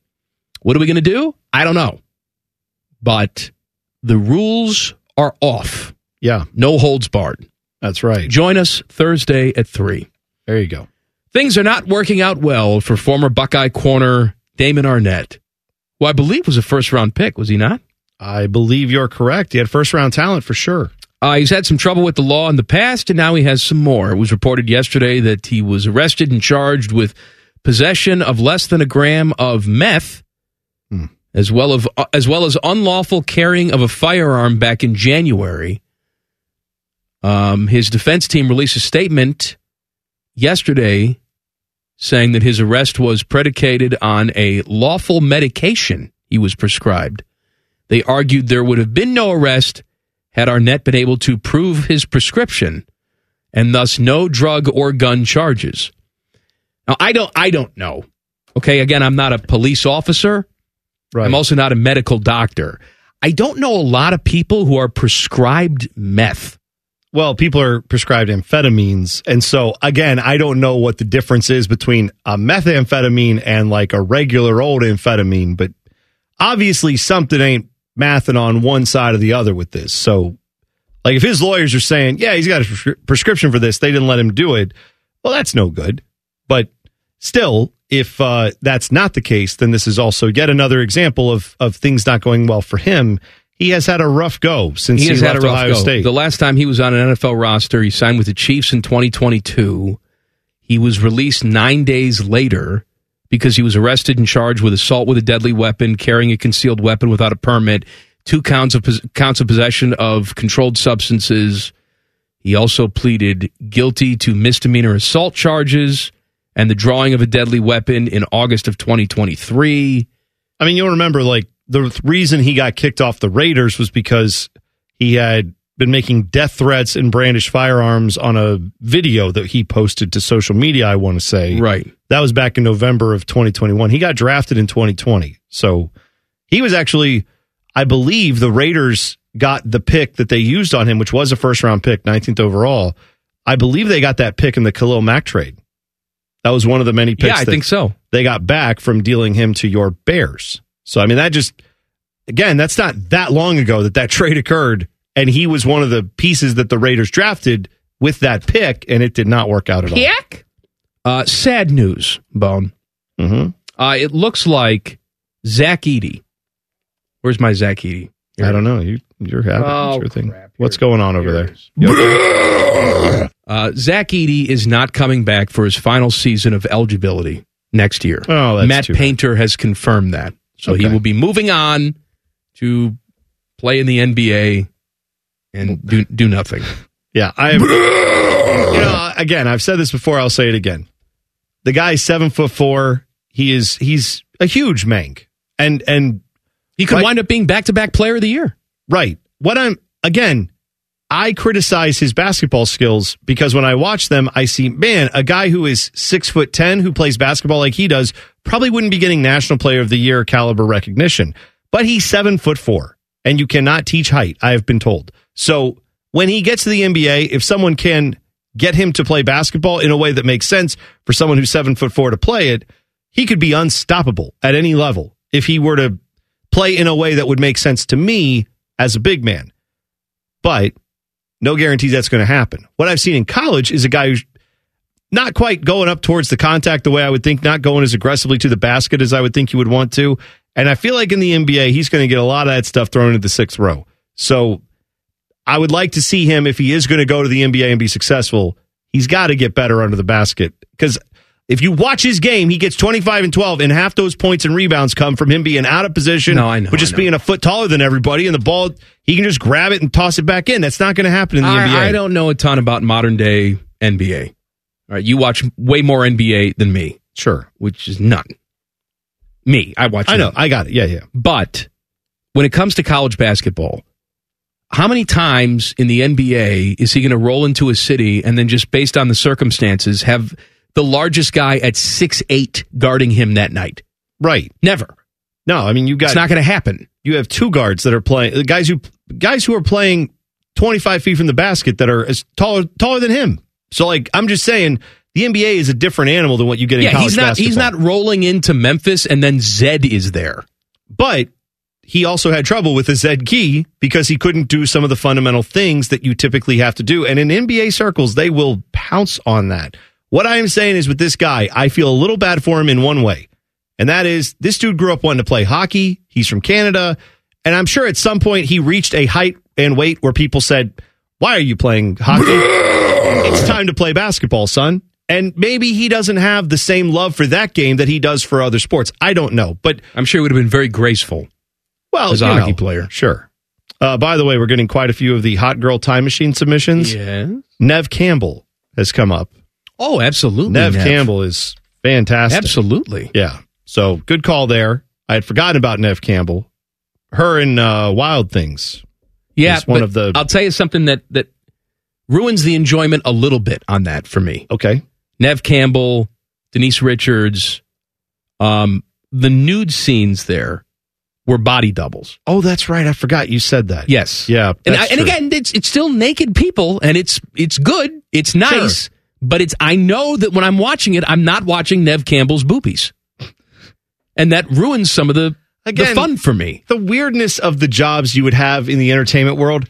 What are we going to do? I don't know. But the rules are off.
Yeah.
No holds barred.
That's right.
Join us Thursday at 3.
There you go.
Things are not working out well for former Buckeye corner Damon Arnett, who I believe was a first round pick, was he not?
I believe you're correct. He had first round talent for sure.
Uh, he's had some trouble with the law in the past, and now he has some more. It was reported yesterday that he was arrested and charged with possession of less than a gram of meth, as well of uh, as well as unlawful carrying of a firearm back in January. Um, his defense team released a statement yesterday saying that his arrest was predicated on a lawful medication he was prescribed. They argued there would have been no arrest had Arnett been able to prove his prescription and thus no drug or gun charges. Now I don't I don't know. Okay, again, I'm not a police officer. I'm also not a medical doctor. I don't know a lot of people who are prescribed meth.
Well, people are prescribed amphetamines. And so, again, I don't know what the difference is between a methamphetamine and like a regular old amphetamine, but obviously something ain't mathing on one side or the other with this. So, like, if his lawyers are saying, yeah, he's got a prescri- prescription for this, they didn't let him do it, well, that's no good. But still, if uh, that's not the case, then this is also yet another example of, of things not going well for him. he has had a rough go since he,
has
left
had a rough
Ohio
go.
State.
The last time he was on an NFL roster, he signed with the Chiefs in 2022. He was released nine days later because he was arrested and charged with assault with a deadly weapon, carrying a concealed weapon without a permit, two counts of pos- counts of possession of controlled substances. He also pleaded guilty to misdemeanor assault charges and the drawing of a deadly weapon in August of 2023.
I mean, you'll remember like the th- reason he got kicked off the Raiders was because he had been making death threats and brandished firearms on a video that he posted to social media. I want to say,
right,
that was back in November of 2021. He got drafted in 2020, so he was actually, I believe, the Raiders got the pick that they used on him, which was a first round pick, 19th overall. I believe they got that pick in the Khalil Mack trade. That was one of the many picks.
Yeah, I
that
think so.
They got back from dealing him to your Bears. So I mean, that just again, that's not that long ago that that trade occurred, and he was one of the pieces that the Raiders drafted with that pick, and it did not work out at all.
Pick? Uh, sad news, Bone. Mm-hmm. Uh, it looks like Zach Eady. Where's my Zach Eady?
I don't know. You you're having
Oh,
your thing. What's going on over there?
Uh, Zach Eady is not coming back for his final season of eligibility next year.
Oh, that's
Matt
too bad.
Painter has confirmed that, so he
Okay.
will be moving on to play in the NBA and do do nothing.
Yeah, I am. you know, again, I've said this before. I'll say it again. The guy's seven foot four. He is. He's a huge mank, and and
he could wind up being back to back player of the year.
Right. What I'm again, I criticize his basketball skills because when I watch them, I see man, a guy who is six foot ten who plays basketball like he does probably wouldn't be getting National Player of the Year caliber recognition, but he's seven foot four, and you cannot teach height. I have been told. So when he gets to the NBA, if someone can get him to play basketball in a way that makes sense for someone who's seven foot four to play it, he could be unstoppable at any level if he were to play in a way that would make sense to me as a big man. But no guarantees that's going to happen. What I've seen in college is a guy who's not quite going up towards the contact the way I would think, not going as aggressively to the basket as I would think you would want to. And I feel like in the NBA, he's going to get a lot of that stuff thrown into the sixth row. So I would like to see him if he is going to go to the NBA and be successful. He's got to get better under the basket because if you watch his game, he gets 25 and 12, and half those points and rebounds come from him being out of position,
No, I know,
but just
I know.
being a foot taller than everybody, and the ball he can just grab it and toss it back in. That's not going to happen in the
I,
NBA.
I don't know a ton about modern day NBA. All right, you watch way more NBA than me.
Sure,
which is none. Me, I watch.
I know,
none.
I got it. Yeah, yeah.
But when it comes to college basketball, how many times in the NBA is he going to roll into a city and then just based on the circumstances have the largest guy at six eight guarding him that night?
Right.
Never.
No, I mean you got
It's not going to happen.
You have two guards that are playing the guys who guys who are playing 25 feet from the basket that are as taller taller than him. So like I'm just saying the NBA is a different animal than what you get in
Yeah,
college
he's not. He's
basketball.
not rolling into Memphis and then Zed is there.
But he also had trouble with the Zed key because he couldn't do some of the fundamental things that you typically have to do. And in NBA circles, they will pounce on that. What I am saying is with this guy, I feel a little bad for him in one way. And that is this dude grew up wanting to play hockey. He's from Canada. And I'm sure at some point he reached a height and weight where people said, Why are you playing hockey? it's time to play basketball, son. And maybe he doesn't have the same love for that game that he does for other sports. I don't know. But
I'm sure he would have been very graceful.
Well,
as a
you
hockey
know,
player.
Sure. Uh, by the way, we're getting quite a few of the Hot Girl Time Machine submissions.
Yeah.
Nev Campbell has come up.
Oh, absolutely.
Nev,
Nev.
Campbell is fantastic.
Absolutely.
Yeah. So good call there. I had forgotten about Nev Campbell. Her and uh, Wild Things.
Yeah,
is one
but
of the.
I'll tell you something that that ruins the enjoyment a little bit on that for me.
Okay,
Nev Campbell, Denise Richards, um, the nude scenes there were body doubles.
oh, that's right. I forgot you said that.
Yes.
Yeah.
And, I,
that's
and
true.
again, it's it's still naked people, and it's it's good, it's nice, but it's I know that when I'm watching it, I'm not watching Nev Campbell's boobies, and that ruins some of the
Again,
the fun for me.
the weirdness of the jobs you would have in the entertainment world,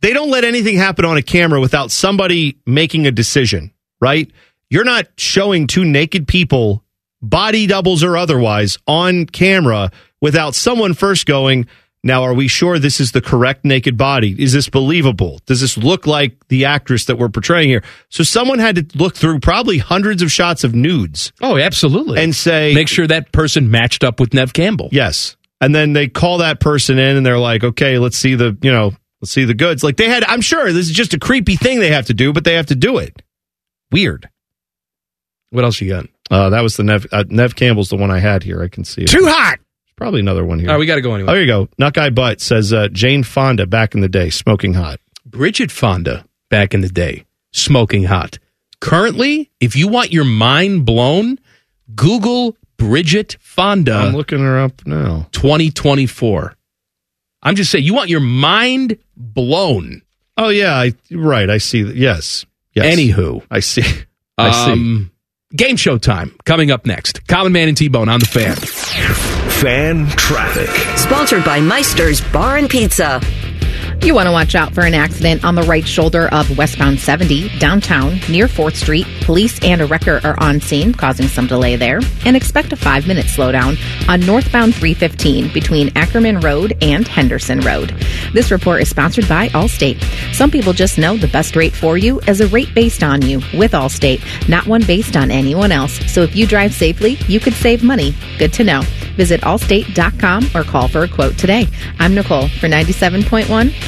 they don't let anything happen on a camera without somebody making a decision, right? You're not showing two naked people, body doubles or otherwise, on camera without someone first going, Now, are we sure this is the correct naked body? Is this believable? Does this look like the actress that we're portraying here? So someone had to look through probably hundreds of shots of nudes.
Oh, absolutely.
And say
Make sure that person matched up with Nev Campbell.
Yes. And then they call that person in and they're like, okay, let's see the, you know, let's see the goods. Like they had, I'm sure this is just a creepy thing they have to do, but they have to do it. Weird.
What else you got?
Uh, that was the Nev, uh, Nev Campbell's the one I had here. I can see it.
Too hot.
There's probably another one here.
All right, we got to go anyway.
Oh, here you go. Nuckeye Butt says uh, Jane Fonda back in the day, smoking hot.
Bridget Fonda back in the day, smoking hot. Currently, if you want your mind blown, Google Bridget Fonda.
I'm looking her up now.
2024. I'm just saying, you want your mind blown.
Oh yeah, I, right. I see. that. Yes. Yes.
Anywho,
I see. I see.
Um, game show time coming up next. Common Man and T Bone on the fan.
Fan traffic.
Sponsored by Meister's Bar and Pizza.
You want to watch out for an accident on the right shoulder of westbound 70, downtown, near 4th Street. Police and a wrecker are on scene, causing some delay there. And expect a five minute slowdown on northbound 315 between Ackerman Road and Henderson Road. This report is sponsored by Allstate. Some people just know the best rate for you is a rate based on you with Allstate, not one based on anyone else. So if you drive safely, you could save money. Good to know. Visit allstate.com or call for a quote today. I'm Nicole for 97.1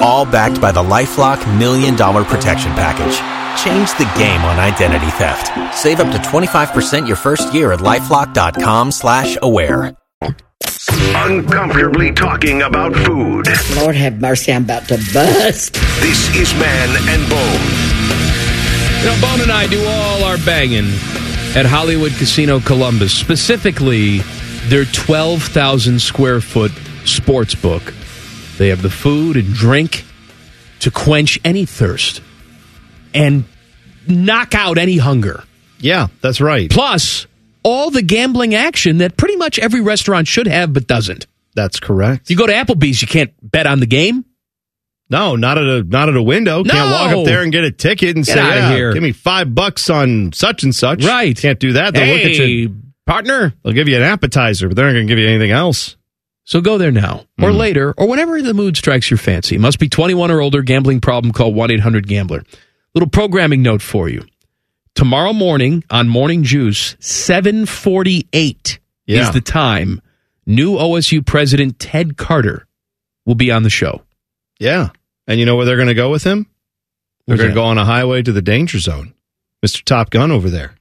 All backed by the LifeLock Million Dollar Protection Package. Change the game on identity theft. Save up to 25% your first year at LifeLock.com slash aware.
Uncomfortably talking about food.
Lord have mercy, I'm about to bust.
This is Man and Bone.
You know, Bone and I do all our banging at Hollywood Casino Columbus, specifically their 12,000 square foot sports book. They have the food and drink to quench any thirst and knock out any hunger.
Yeah, that's right.
Plus, all the gambling action that pretty much every restaurant should have but doesn't.
That's correct.
You go to Applebee's, you can't bet on the game.
No, not at a not at a window. Can't
No.
walk up there and get a ticket and
Get
say,
outta
"Yeah,
here."
"Give me five bucks on such and such."
Right.
Can't do that. They'll look at you.
partner.
They'll give you an appetizer, but they're not going to give you anything else. Hmm.
So go there now
Mm.
or later or whenever the mood strikes your fancy. Must be 21 or older. Gambling problem. Call 1 800 Gambler. Little programming note for you. Tomorrow morning on Morning Juice, 748
Yeah.
is the time. New OSU President Ted Carter will be on the show.
Yeah. And you know where they're going to go with him? They're
Where's
going to
that?
go on a highway to the danger zone. Mr. Top Gun over there.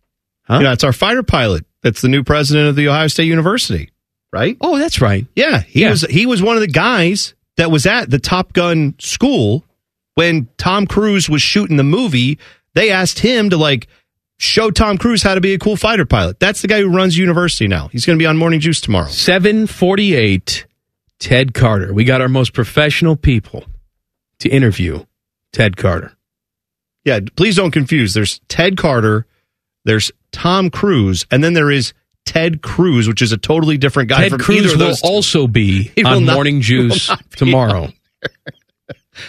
Huh?
You know, it's our fighter pilot. That's the new president of the Ohio State University, right?
Oh, that's right.
Yeah, he
Yeah.
was he was one of the guys that was at the Top Gun school when Tom Cruise was shooting the movie. They asked him to like show Tom Cruise how to be a cool fighter pilot. That's the guy who runs university now. He's going to be on Morning Juice tomorrow.
748 Ted Carter. We got our most professional people to interview Ted Carter.
Yeah, please don't confuse. There's Ted Carter, there's Tom Cruise, and then there is Ted Cruz, which is a totally different guy.
Ted
from
Cruz
either of
will
those.
also be
He will
on
not-
Morning
will
Juice
not be
tomorrow.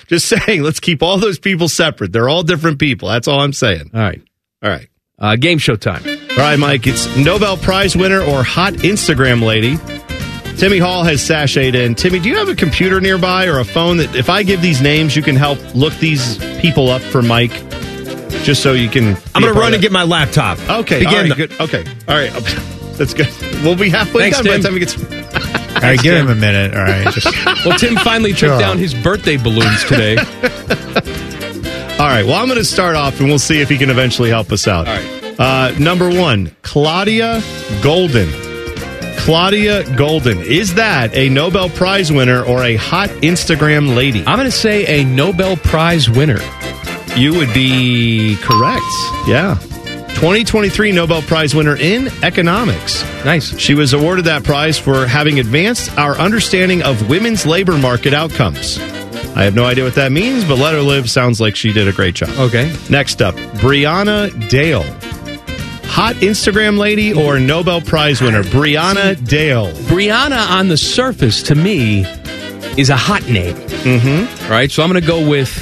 Just saying, let's keep all those people separate. They're all different people. That's all I'm saying.
All right.
All right.
Uh, game show time.
All right, Mike, it's Nobel Prize winner or hot Instagram lady. Timmy Hall has sashayed in. Timmy, do you have a computer nearby or a phone that if I give these names, you can help look these people up for Mike? Just so you can.
I'm going to run and get my laptop.
Okay.
Begin
all right,
the-
good. Okay. All right. That's good. We'll be halfway
Thanks,
done by the
Tim.
time he gets.
All right, give him a minute. All right, just
Well, Tim finally took
Sure.
down his birthday balloons today.
All right. Well, I'm going to start off and we'll see if he can eventually help us out.
All right.
Uh, number one, Claudia Golden. Claudia Golden. Is that a Nobel Prize winner or a hot Instagram lady?
I'm going to say a Nobel Prize winner.
You would be correct. Yeah. 2023 Nobel Prize winner in economics.
Nice.
She was awarded that prize for having advanced our understanding of women's labor market outcomes. I have no idea what that means, but let her live sounds like she did a great job.
Okay.
Next up, Brianna Dale. hot Instagram lady or Nobel Prize winner Brianna Dale.
Brianna on the surface to me is a hot name. Mm-hmm. Right? So I'm going to go with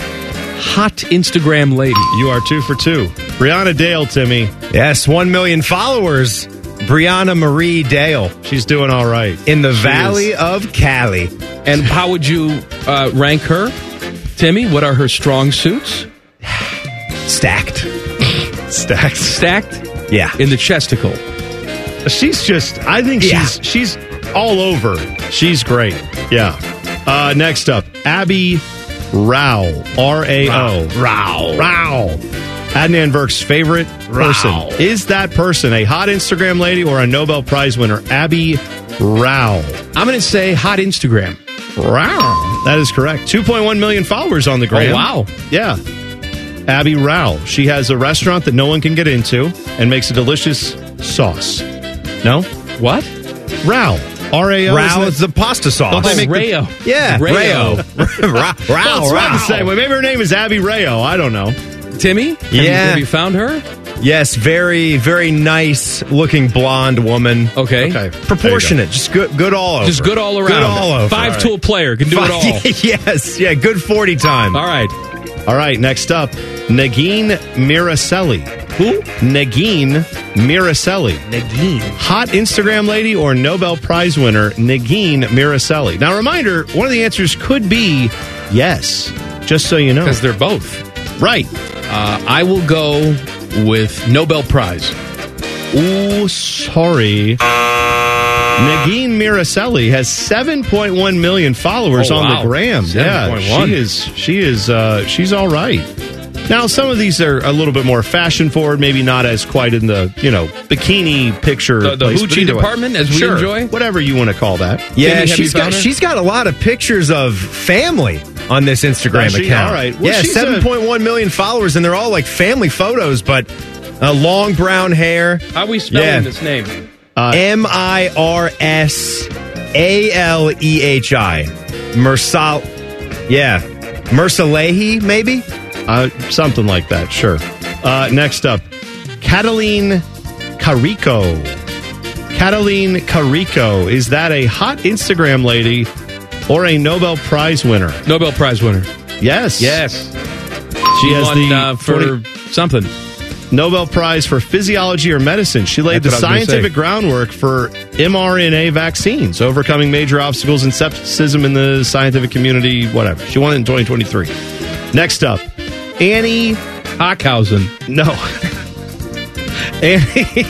hot Instagram lady.
You are two for two. Brianna Dale, Timmy.
Yes, 1 million followers. Brianna Marie Dale.
She's doing all right.
In the
She
Valley
is.
of Cali.
And how would you uh, rank her? Timmy, what are her strong suits?
Stacked.
Stacked.
Stacked?
Yeah.
In the chesticle.
She's just I think she's she's all over. She's great. Yeah. Uh next up, Abby Rao. R A O. Rao. Rao. Adnan Burke's favorite
Rao.
person. Is that person a hot Instagram lady or a Nobel Prize winner? Abby Rao.
I'm going to say hot Instagram.
Rao. That is correct. 2.1 million followers on the gram.
Oh, wow.
Yeah. Abby Rao. She has a restaurant that no one can get into and makes a delicious sauce. No?
What?
Rao. R A O.
Rao
isn't it?
is the pasta sauce.
Don't they make the-
Rayo.
yeah.
Rayo. Ra-
Well,
Rao.
that's what I'm
Rao.
saying. Well, maybe her name is Abby Rayo. I don't know.
Timmy? Have you-
Yeah.
Have you found her?
Yes, very, very nice looking blonde woman.
Okay.
Proportionate. Just good good all over.
Just good all around.
Good all over.
Five
All right.
tool player can do it all.
yes. Yeah. Good 40 time.
All right.
All right, next up, Nagin Miraselli. Who? Nagin Miraselli.
Nagin.
Hot Instagram lady or Nobel Prize winner, Nagin Miraselli. Now, reminder one of the answers could be yes, just so you know.
Because they're both.
Right.
Uh, I will go with Nobel Prize.
Ooh, sorry. Nagin Miraselli has 7.1 million followers
Oh,
on
wow.
the gram. Yeah,
7.1.
she is. She is. Uh, she's all right. Now, some of these are a little bit more fashion forward. Maybe not as quite in the you know bikini picture.
The- the
place, but
hoochie
either way-
department, as we
Sure,
enjoy?
whatever you want to call that.
Yeah,
Timmy, have you
she's
found
got
her?
she's got a lot of pictures of family on this Instagram
Does she?
account.
All right. Well,
yeah,
she's
uh,
a-
seven point one million followers, and they're all like family photos, but uh, long brown hair.
How are we spelling
Yeah. Uh,
this name?
M I R S A L E H I. Mersal. Yeah. Mersalehi, maybe?
Uh, something like that. Sure. Uh, next up, Cataline Carico. Cataline Carico is that a hot Instagram lady or a Nobel Prize winner?
Nobel Prize winner.
Yes.
Yes.
She has
Won,
the
uh, for
40
something.
Nobel Prize for Physiology or Medicine. She laid
That's
the
what I was gonna
scientific groundwork for mRNA vaccines, overcoming major obstacles and skepticism in the scientific community, whatever. She won it in 2023. Next up, Annie
Hockhausen.
No. Annie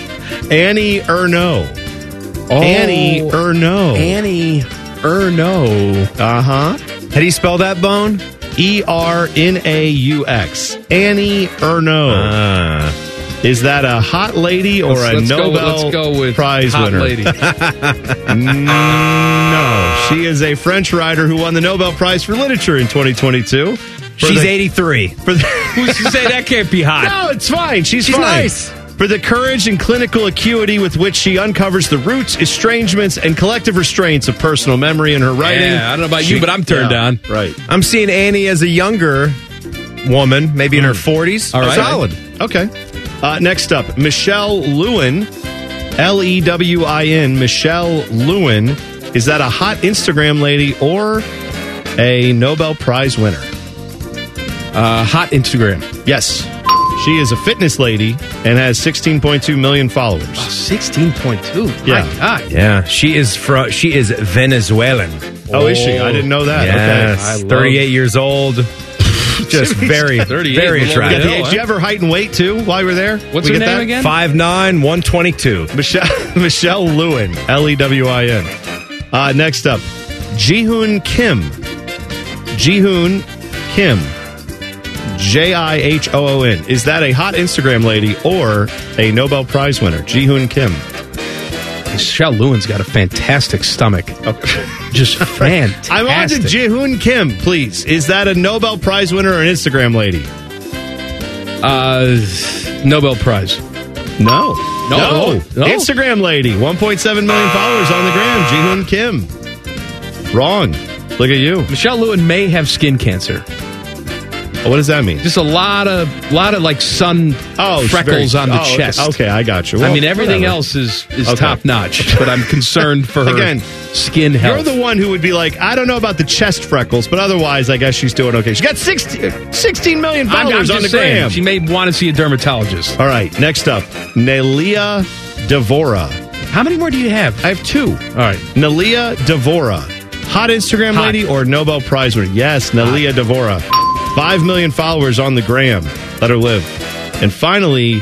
Annie Erno.
Oh,
Annie Erno.
Annie Erno.
Uh
How
huh.
do you spell that bone?
E R N A U X. Annie Erno.
Uh,
Is that a hot lady or a
Ah. let's
Nobel
go, let's go with
Prize
hot
winner?
lady.
no, she is a French writer who won the Nobel Prize for Literature in 2022. For
she's
the-
83.
for the-
Who's to say that can't be hot?
No, it's fine. She's,
She's
fine.
nice.
For the courage and clinical acuity with which she uncovers the roots, estrangements, and collective restraints of personal memory in her writing.
Yeah, I don't know about you, but I'm turned on.
Right.
I'm seeing Annie as a younger woman, maybe in her 40s.
Hmm. All right.
Solid.
Okay. Uh, next up, Michelle Lewin, L E W I N, Michelle Lewin. Is that a hot Instagram lady or a Nobel Prize winner?
Uh, hot Instagram.
Yes. She is a fitness lady and has 16.2 million followers.
16.2.
Yeah.
Yeah, she is from she is Venezuelan.
Oh, is she? I didn't know that. Okay.
Yes,
I love-
38 years old. Just very
38
very
is a
Got
little
the-
attractive.
bit.
did you have her height and weight too while you were there?
What's
We
her
get
name
that?
again?
5'9", 122.
Michelle Michelle Lewin, L E W I N. Uh, next up, Jihoon Kim. Jihoon Kim. J I H O O N. Is that a hot Instagram lady or a Nobel Prize winner? Jihoon Kim.
Michelle Lewin's got a fantastic stomach.
Okay.
Just fantastic.
Oh. I'm on to Jihoon Kim, please. Is that a Nobel Prize winner or an Instagram lady?
Uh, Nobel Prize.
No.
No. No.
Instagram lady, 1.7 million followers on the gram. Jihoon Kim. Wrong. Look at you.
Michelle Lewin may have skin cancer.
What does that mean?
Just a lot of lot of like sun
Oh,
freckles on the chest.
Okay, I got you.
I mean, everything else is is top notch, but I'm concerned for her
Again,
skin health.
You're the one who would be like, I don't know about the chest freckles, but otherwise, I guess she's doing okay. She got 16, 16 million
I'm- I'm
followers on
just
the
saying,
gram.
she may want to see a dermatologist.
All right, next up, Nelia Devora.
How many more do you have?
I have two. All
right,
Nelia Devora, hot Instagram lady or Nobel Prize winner? Yes, Nelia Devora. Five million followers on the gram. Let her live. And finally,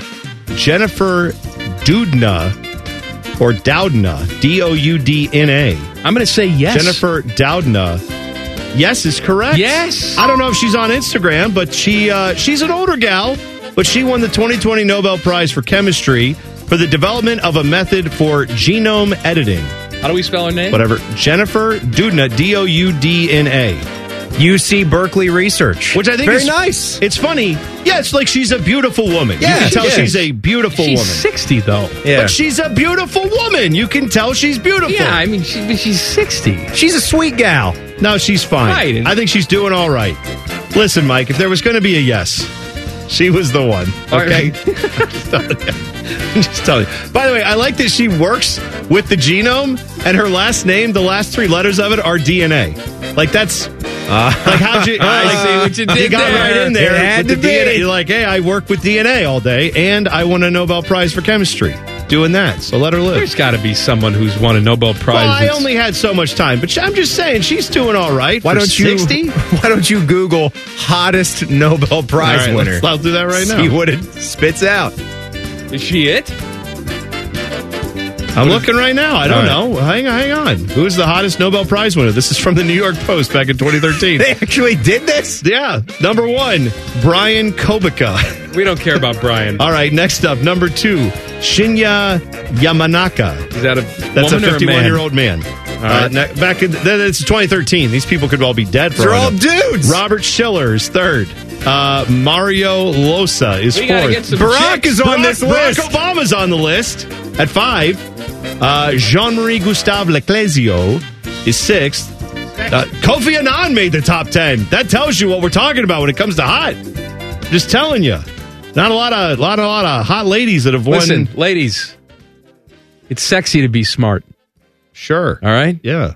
Jennifer Doudna or Doudna, D O U D N A.
I'm going to say yes.
Jennifer Doudna. Yes is correct. Yes. I don't know if she's on Instagram, but she uh, she's an older gal, but she won the 2020 Nobel Prize for Chemistry for the development of a method for genome editing.
How do we spell her name?
Whatever. Jennifer Doudna, D O U D N A.
UC Berkeley Research.
Which I think
Very
is
nice.
It's funny. Yeah, it's like she's a beautiful woman. you
Yeah,
can tell
yeah.
she's a beautiful
She's
woman.
60 though.
Yeah.
But she's a beautiful woman. You can tell she's beautiful.
Yeah, I mean, she, she's 60.
She's a sweet gal. No, she's fine.
Right.
I think she's doing all right. Listen, Mike, if there was going to be a yes, she was the one.
All
Okay? I'm just telling you. I'm just telling you. By the way, I like that she works with the genome, and her last name, the last three letters of it, are DNA. Like that's uh, like how'd you?
I see what you did
got
there.
right in there.
It had
with
to
the
be.
DNA. You're like, hey, I work with DNA all day, and I won a Nobel Prize for chemistry doing that. So let her live.
There's got to be someone who's won a Nobel Prize.
Well, I
that's-
only had so much time, but I'm just saying she's doing all right.
Why
for
don't you?
60?
Why don't you Google hottest Nobel Prize
All right,
winner?
let's- I'll do that right now.
See what it spits out.
Is she it?
I'm looking right now. I don't
All
know. Hang on, hang on. Who is the hottest Nobel Prize winner? This is from the New York Post back in 2013.
They actually did this.
yeah, number one, Brian Kobica.
We don't care about Brian.
All right, next up, number two, Shinya Yamanaka.
Is that a
That's
woman
a
or a
51
man?
year old man. Uh, ne- back in then it's 2013. These people could all be dead. For
They're
all I
all
know.
dudes.
Robert Schiller is third. Uh, Mario Losa is
We gotta
fourth.
get some
Barack chicks. is on
Barack-
this list.
Barack Obama's on the list at five. Uh, Jean-Marie Gustave Leclésio is sixth. Uh, Kofi Annan made the top ten. That tells you what we're talking about when it comes to hot. Just telling you, not a lot of lot a lot of hot ladies that have won.
Listen, ladies, it's sexy to be smart.
Sure.
All right.
Yeah.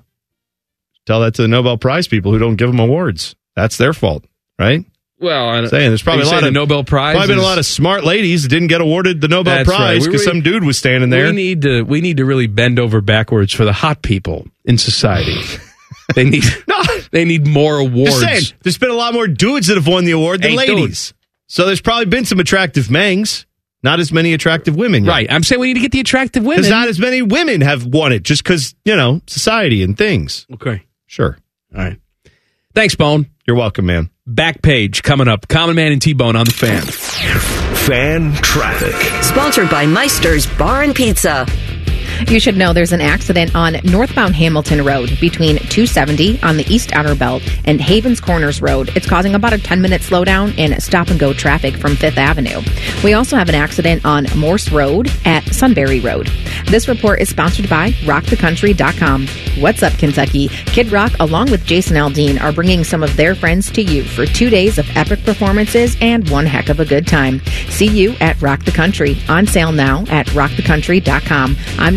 Tell that to the Nobel Prize people who don't give them awards. That's their fault, right?
Well, I
Saying there's probably a
Uh, Are you
lot
saying
of
the Nobel Prize
Probably been a
is-
lot of smart ladies that didn't get awarded the Nobel
That's right.
Prize
We
because
really-
some dude was standing
We
there.
need to we need to really bend over backwards for the hot people in society. they need they need more awards.
Just saying, there's been a lot more dudes that have won the award than
Ain't
ladies.
dudes.
So there's probably been some attractive mangs, not as many attractive women. Yet.
Right. I'm saying we need to get the attractive women.
Because not as many women have won it just because, you know, society and things.
okay.
Sure.
All right. Thanks, Bone.
You're welcome, man.
Back page coming up. Common Man and T Bone on the fan.
Fan traffic.
Sponsored by Meister's Bar and Pizza.
You should know there's an accident on northbound Hamilton Road between 270 on the East Outer Belt and Havens Corners Road. It's causing about a 10 minute slowdown and stop and go traffic from 5th Avenue. We also have an accident on Morse Road at Sunbury Road. This report is sponsored by rockthecountry.com. What's up, Kentucky? Kid Rock, along with Jason Aldean, are bringing some of their friends to you for two days of epic performances and one heck of a good time. See you at Rock the Country. On sale now at rockthecountry.com. I'm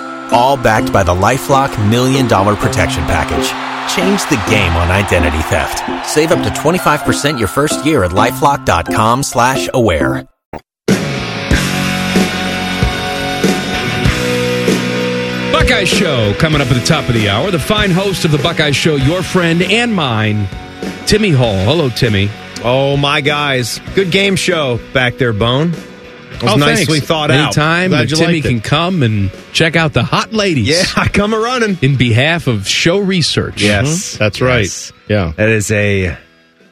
All backed by the LifeLock Million Dollar Protection Package. Change the game on identity theft. Save up to 25% your first year at LifeLock.com slash aware.
Buckeye Show coming up at the top of the hour. The fine host of the Buckeye Show, your friend and mine, Timmy Hall. Hello, Timmy.
Oh my guys, good game show back there, Bone. That was
Oh,
nicely
thanks.
thought out.
Anytime
Glad
that
you
Timmy
liked it.
can come and check out the hot ladies.
Yeah, I come a running.
In behalf of show research. Hmm?
Yes,
That's right.
Yes.
Yeah.
that is a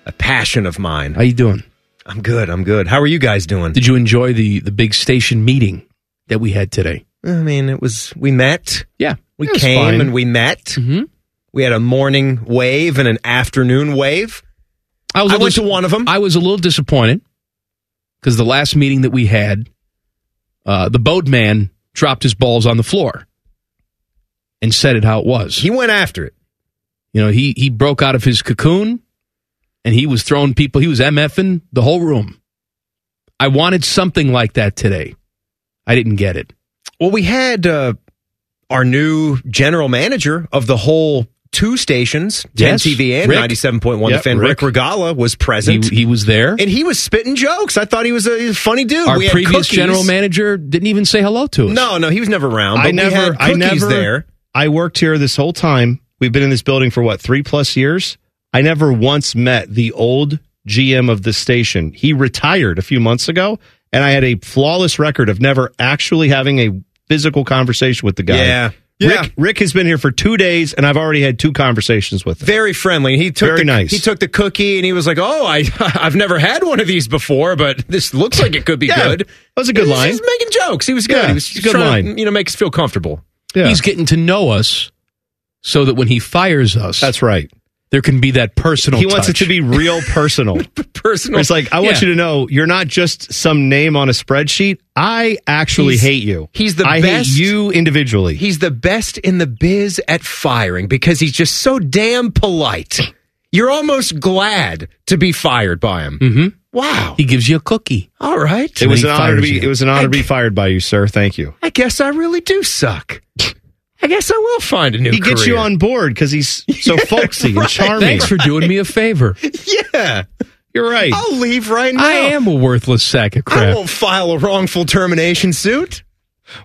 a passion of mine.
How you doing?
I'm good. I'm good. How are you guys doing?
Did you enjoy the the big station meeting that we had today?
I mean, it was we met.
Yeah,
we
It was
came
fine.
and we met. Mm-hmm. We had a morning wave and an afternoon wave.
I was.
I went to one of them.
I was a little disappointed because the last meeting that we had, uh, the boatman dropped his balls on the floor and said it how it was. He
went after it.
You know, he he broke out of his cocoon and he was throwing people. He was mfing the whole room. I wanted something like that today. I didn't get it.
Well, we had uh, our new general manager of the whole two stations, 10
Yes,
TV and
Rick.
97.1
Yep,
The Fan. Rick.
Rick.
Regala was present.
He- he was there.
And he was spitting jokes. I thought he was a, he was a funny dude.
Our
we had
previous
cookies.
general manager didn't even say hello to us.
No, no, he was never around. But
I
we had
never, I
cookies
never,
there.
I worked here this whole time. We've been in this building for what, three plus years? I never once met the old GM of the station. He retired a few months ago, and I had a flawless record of never actually having a physical conversation with the guy.
Yeah.
Rick, Rick has been here for two days, and I've already had two conversations with him.
Very friendly. He took
Very
the,
nice.
He took the cookie and he was like, "Oh, I I've never had one of these before, but this looks like it could be
Yeah,
good."
that was a good
He He
line.
was making jokes. He was good.
Yeah,
he was
it's a
just
good
trying to,
line.
you know, make us feel comfortable.
He's getting to know us so that when he fires us, that's
right.
There can be that personal.
He wants it to be real personal.
personal.
It's like I want
Yeah.
you to know you're not just some name on a spreadsheet. I actually
He's-
hate you.
He's the
I
best.
hate you individually.
He's the best in the biz at firing because he's just so damn polite. You're almost glad to be fired by him. Mm-hmm. Wow.
He gives you a cookie.
All right.
It was an honor to be. It was an honor to be fired by you, sir. Thank you.
I guess I really do suck. I guess I will find a new.
he gets you
career.
on board because he's so folksy and
right.
charming.
Thanks for doing me a favor.
Yeah.
You're right.
I'll leave right now.
I am a worthless sack of
I
crap.
won't file a wrongful termination suit.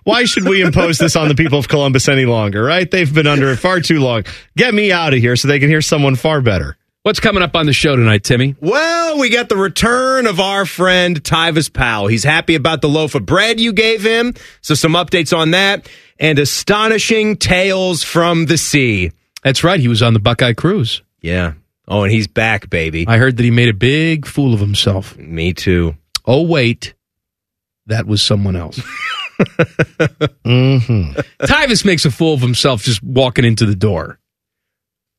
Why should we impose this on the people of Columbus any longer? Right? They've been under it far too long. Get me out of here so they can hear someone far better.
What's coming up on the show tonight, Timmy?
Well, we got the return of our friend Tyvis Powell. He's happy about the loaf of bread you gave him. So some updates on that and astonishing tales from the sea.
That's right. He was on the Buckeye Cruise.
Yeah. Oh, and he's back, baby.
I heard that he made a big fool of himself.
Me too.
Oh, wait. That was someone else.
Mm-hmm.
Tyvis makes a fool of himself just walking into the door.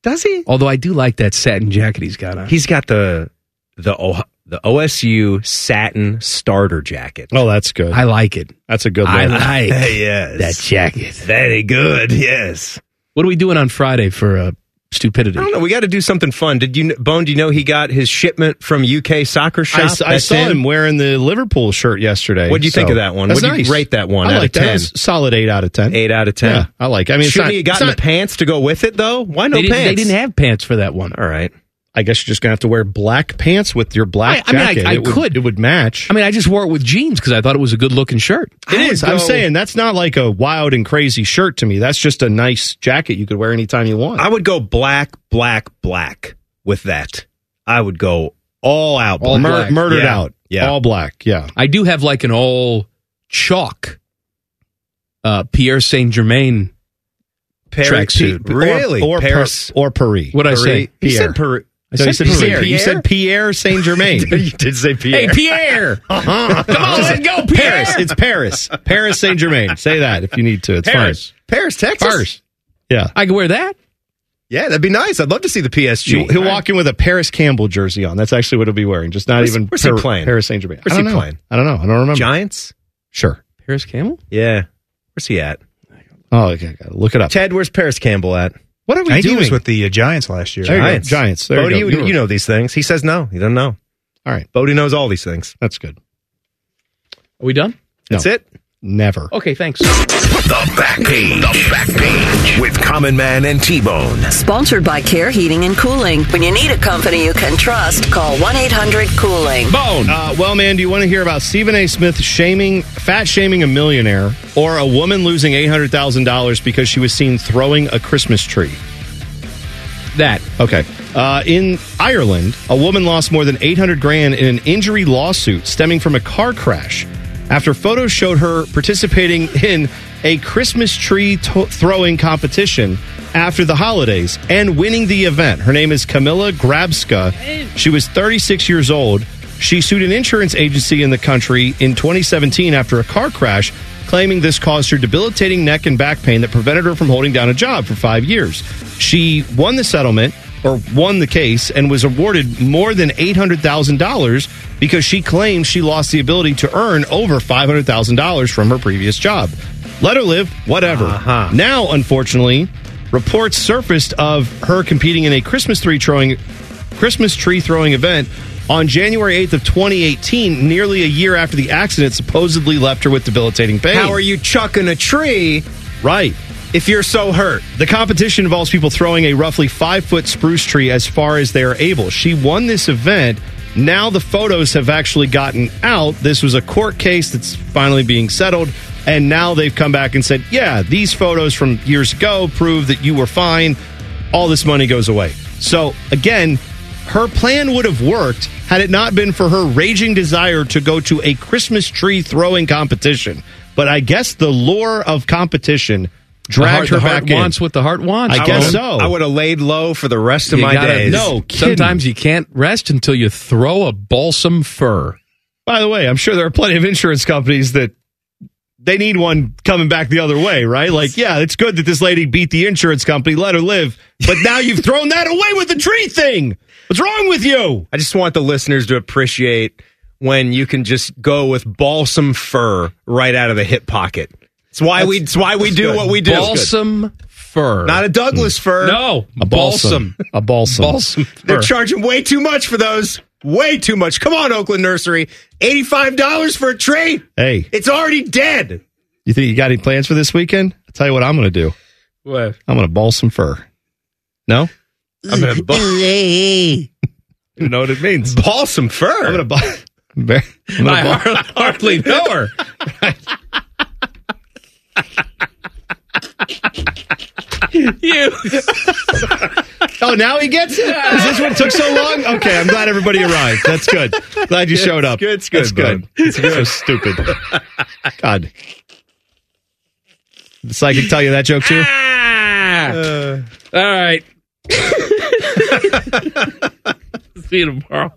Does he?
Although I do like that satin jacket he's got on.
He's got the the o- the OSU satin starter jacket.
Oh, that's good.
I like it.
That's a good.
I
look.
like
yes.
that jacket.
Very good. Yes.
What are we doing on Friday for uh, stupidity?
I don't know. We got to do something fun. Did you, kn- Bone? Do you know he got his shipment from UK soccer shop?
I, s- I
That's
saw
in?
him wearing the Liverpool shirt yesterday.
What'd you think
so-
of that one?
That's
What'd you
nice.
rate that one
I
out of
like that.
10?
That's Solid eight out of ten.
Eight out of ten.
Yeah, I like. I mean, it's
shouldn't
not-
he have
it's
gotten
not-
the pants to go with it though?
Oh,
Why no
they, didn't,
pants?
they didn't have pants for that one.
All right.
I guess you're just gonna have to wear black pants with your black
I- I mean, I-
jacket.
I
it would-
could.
it would match.
I mean, I just wore it with jeans because I thought it was a good looking shirt.
It
I would
is. I'm
go-
saying that's not like a wild and crazy shirt to me. That's just a nice jacket you could wear anytime you want.
I would go black, black, black with that. I would go all out.
All
black.
Mur-
black.
Murdered
Yeah.
out.
Yeah.
All black. Yeah.
I do have like an all chalk uh, Pierre Saint Germain.
Perry-
tracksuit.
Pe- Really?
Or or, per,
Paris-
or Paris.
What I say?
He
Pierre.
said Perry.
No, you said Pierre. You said Pierre Saint Germain.
you did say Pierre.
Hey, Pierre! Come on, let's go, Pierre!
Paris. It's Paris. Paris Saint Germain. Say that if you need to. It's
Paris.
Paris, Texas.
fine. Paris. Yeah.
I can wear that.
Yeah, that'd be nice. I'd love to see the
He'll,
PSG.
he'll walk in with a Paris Campbell jersey on. That's actually what he'll be wearing. Just not
Where's-
even
where's he
Par-
playing?
Paris Saint Germain.
Where's
I don't
he
know.
playing?
I don't know. I don't remember.
Giants.
Sure.
Paris Camel?
Yeah. Where's he at?
Oh, okay. okay. Look it up.
Ted, where's Paris Campbell at?
What are
I
we
think
doing?
he was with the uh, Giants last year.
There you go. Giants. There you
Bodie,
go.
you,
You were-
you know these things. He says no. He doesn't know.
All right.
Bodie knows all these things.
That's good.
Are we done?
That's
No.
it.
Never.
Okay, thanks.
The back page. The back page with Common Man and T Bone.
Sponsored by Care Heating and Cooling. When you need a company you can trust, call 1 800 Cooling.
Bone.
Uh, well, man, do you want to hear about Stephen A. Smith shaming, fat shaming a millionaire, or a woman losing eight hundred thousand dollars because she was seen throwing a Christmas tree?
that.
Okay. Uh, in Ireland, a woman lost more than 800 grand in an injury lawsuit stemming from a car crash after photos showed her participating in a Christmas tree to- throwing competition after the holidays and winning the event. Her name is Camilla Grabska. She was 36 years old. She sued an insurance agency in the country in 2017 after a car crash, claiming this caused her debilitating neck and back pain that prevented her from holding down a job for five years. She won the settlement or won the case and was awarded more than $800,000 because she claims she lost the ability to earn over $500,000 from her previous job. Let her live, whatever. Now, unfortunately, reports surfaced of her competing in a Christmas tree throwing Christmas tree throwing event on January 8th of 2018, nearly a year after the accident supposedly left her with debilitating pain.
How are you chucking a tree?
Right.
If you're so hurt.
The competition involves people throwing a roughly five foot spruce tree as far as they are able. She won this event. Now the photos have actually gotten out. This was a court case that's finally being settled. And now they've come back and said, yeah, these photos from years ago prove that you were fine. All this money goes away. So again, her plan would have worked had it not been for her raging desire to go to a Christmas tree throwing competition. But I guess the lure of competition dragged
The heart-
her
the heart
back in.
wants what the heart wants.
I guess so.
I would have laid low for the rest of
You
my
gotta-
days.
No, sometimes you can't rest until you throw a balsam fir.
By the way, I'm sure there are plenty of insurance companies that they need one coming back the other way, right? Like, yeah, it's good that this lady beat the insurance company, let her live, but now you've thrown that away with the tree thing. What's wrong with you?
I just want the listeners to appreciate when you can just go with balsam fir right out of the hip pocket. It's why we. It's why we
that's
do
good.
what we do.
Balsam fir,
not a Douglas fir.
No, a balsam.
a balsam.
Balsam.
They're
fir.
charging way too much for those. Way too much. Come on, Oakland Nursery. Eighty-five dollars for a tree.
Hey,
It's already dead.
you think you got any plans for this weekend? I'll tell you what I'm going to do.
What?
I'm going to ball some fur. No?
I'm gonna ball.
you know what it means.
Balsam fur. I'm
gonna ball. I'm
I
gonna ball-
hardly, hardly know her. you.
Oh, now he gets it. Is this what took so long? Okay, I'm glad everybody arrived. That's good. Glad you
It's
showed up.
good, it's
That's
good,
good. It's so stupid. God, the psychic tell you that joke too.
Ah. All right. See you tomorrow.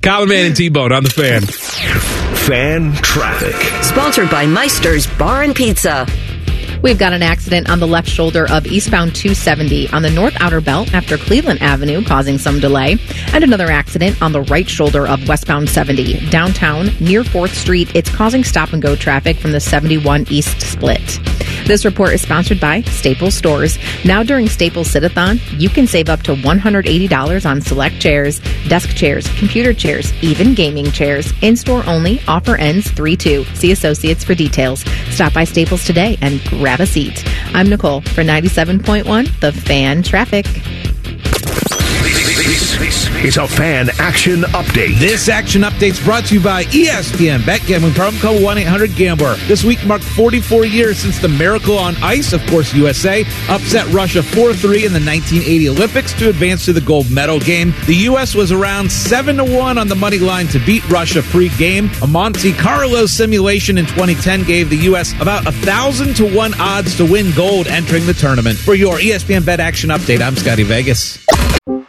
Common Man and T Bone on the fan.
Fan traffic.
Sponsored by Meister's Bar and Pizza.
We've got an accident on the left shoulder of eastbound 270 on the north outer belt after Cleveland Avenue, causing some delay, and another accident on the right shoulder of westbound 70 downtown near 4th Street. It's causing stop and go traffic from the 71 East split. This report is sponsored by Staples Stores. Now during Staples Sit-a-thon, you can save up to $180 on select chairs, desk chairs, computer chairs, even gaming chairs. In-store only. Offer ends 3-2. See associates for details. Stop by Staples today and grab a seat. I'm Nicole for 97.1 The Fan Traffic.
This, this is a fan action update.
This action update's brought to you by E ESPN Bet Gambling Problem. Call 1 800 Gambler. This week marked 44 years since the miracle on ice, of course, USA, upset Russia 4 3 in the 1980 Olympics to advance to the gold medal game. The U.S. was around 7 to 1 on the money line to beat Russia pre game. A Monte Carlo simulation in 2010 gave the U.S. about 1,000 to 1 odds to win gold entering the tournament. For your E ESPN Bet Action Update, I'm Scotty Vegas.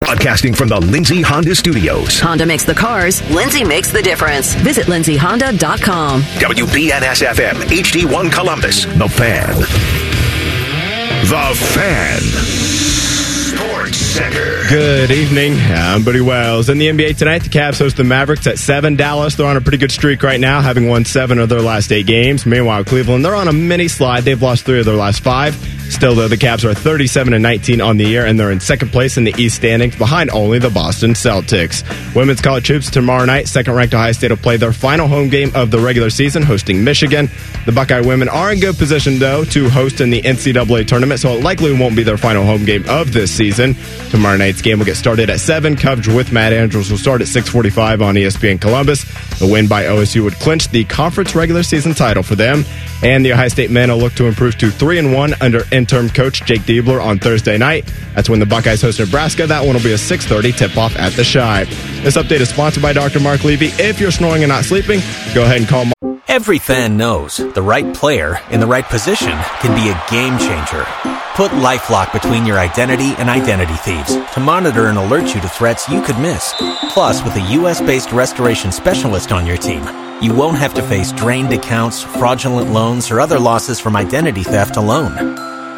Broadcasting from the Lindsay Honda Studios.
Honda makes the cars, Lindsay makes the difference. Visit lindsayhonda.com.
WBNS FM, HD1 Columbus. The Fan. The Fan. Sports Center.
Good evening. I'm Buddy Wells. In the NBA tonight, the Cavs host the Mavericks at 7. Dallas, they're on a pretty good streak right now, having won seven of their last eight games. Meanwhile, Cleveland, they're on a mini slide. They've lost three of their last five.
Still, though, the Caps are 37 and 19 on the year, and they're in second place in the East standings behind only the Boston Celtics. Women's college hoops tomorrow night. Second ranked Ohio State will play their final home game of the regular season, hosting Michigan. The Buckeye women are in good position, though, to host in the NCAA tournament, so it likely won't be their final home game of this season. Tomorrow night's game will get started at 7. Coverage with Matt Andrews will start at 645 on E ESPN Columbus. The win by OSU would clinch the conference regular season title for them. And the Ohio State men will look to improve to 3 and 1 under interim coach Jake Diebler on Thursday night. That's when the Buckeyes host Nebraska. That one will be a 6:30 tip-off at the Shy. This update is sponsored by Dr. Mark Levy. If you're snoring and not sleeping, go ahead and call Mark.
Every fan knows the right player in the right position can be a game changer. Put LifeLock between your identity and identity thieves to monitor and alert you to threats you could miss. Plus, with a U.S.-based restoration specialist on your team, you won't have to face drained accounts, fraudulent loans, or other losses from identity theft alone.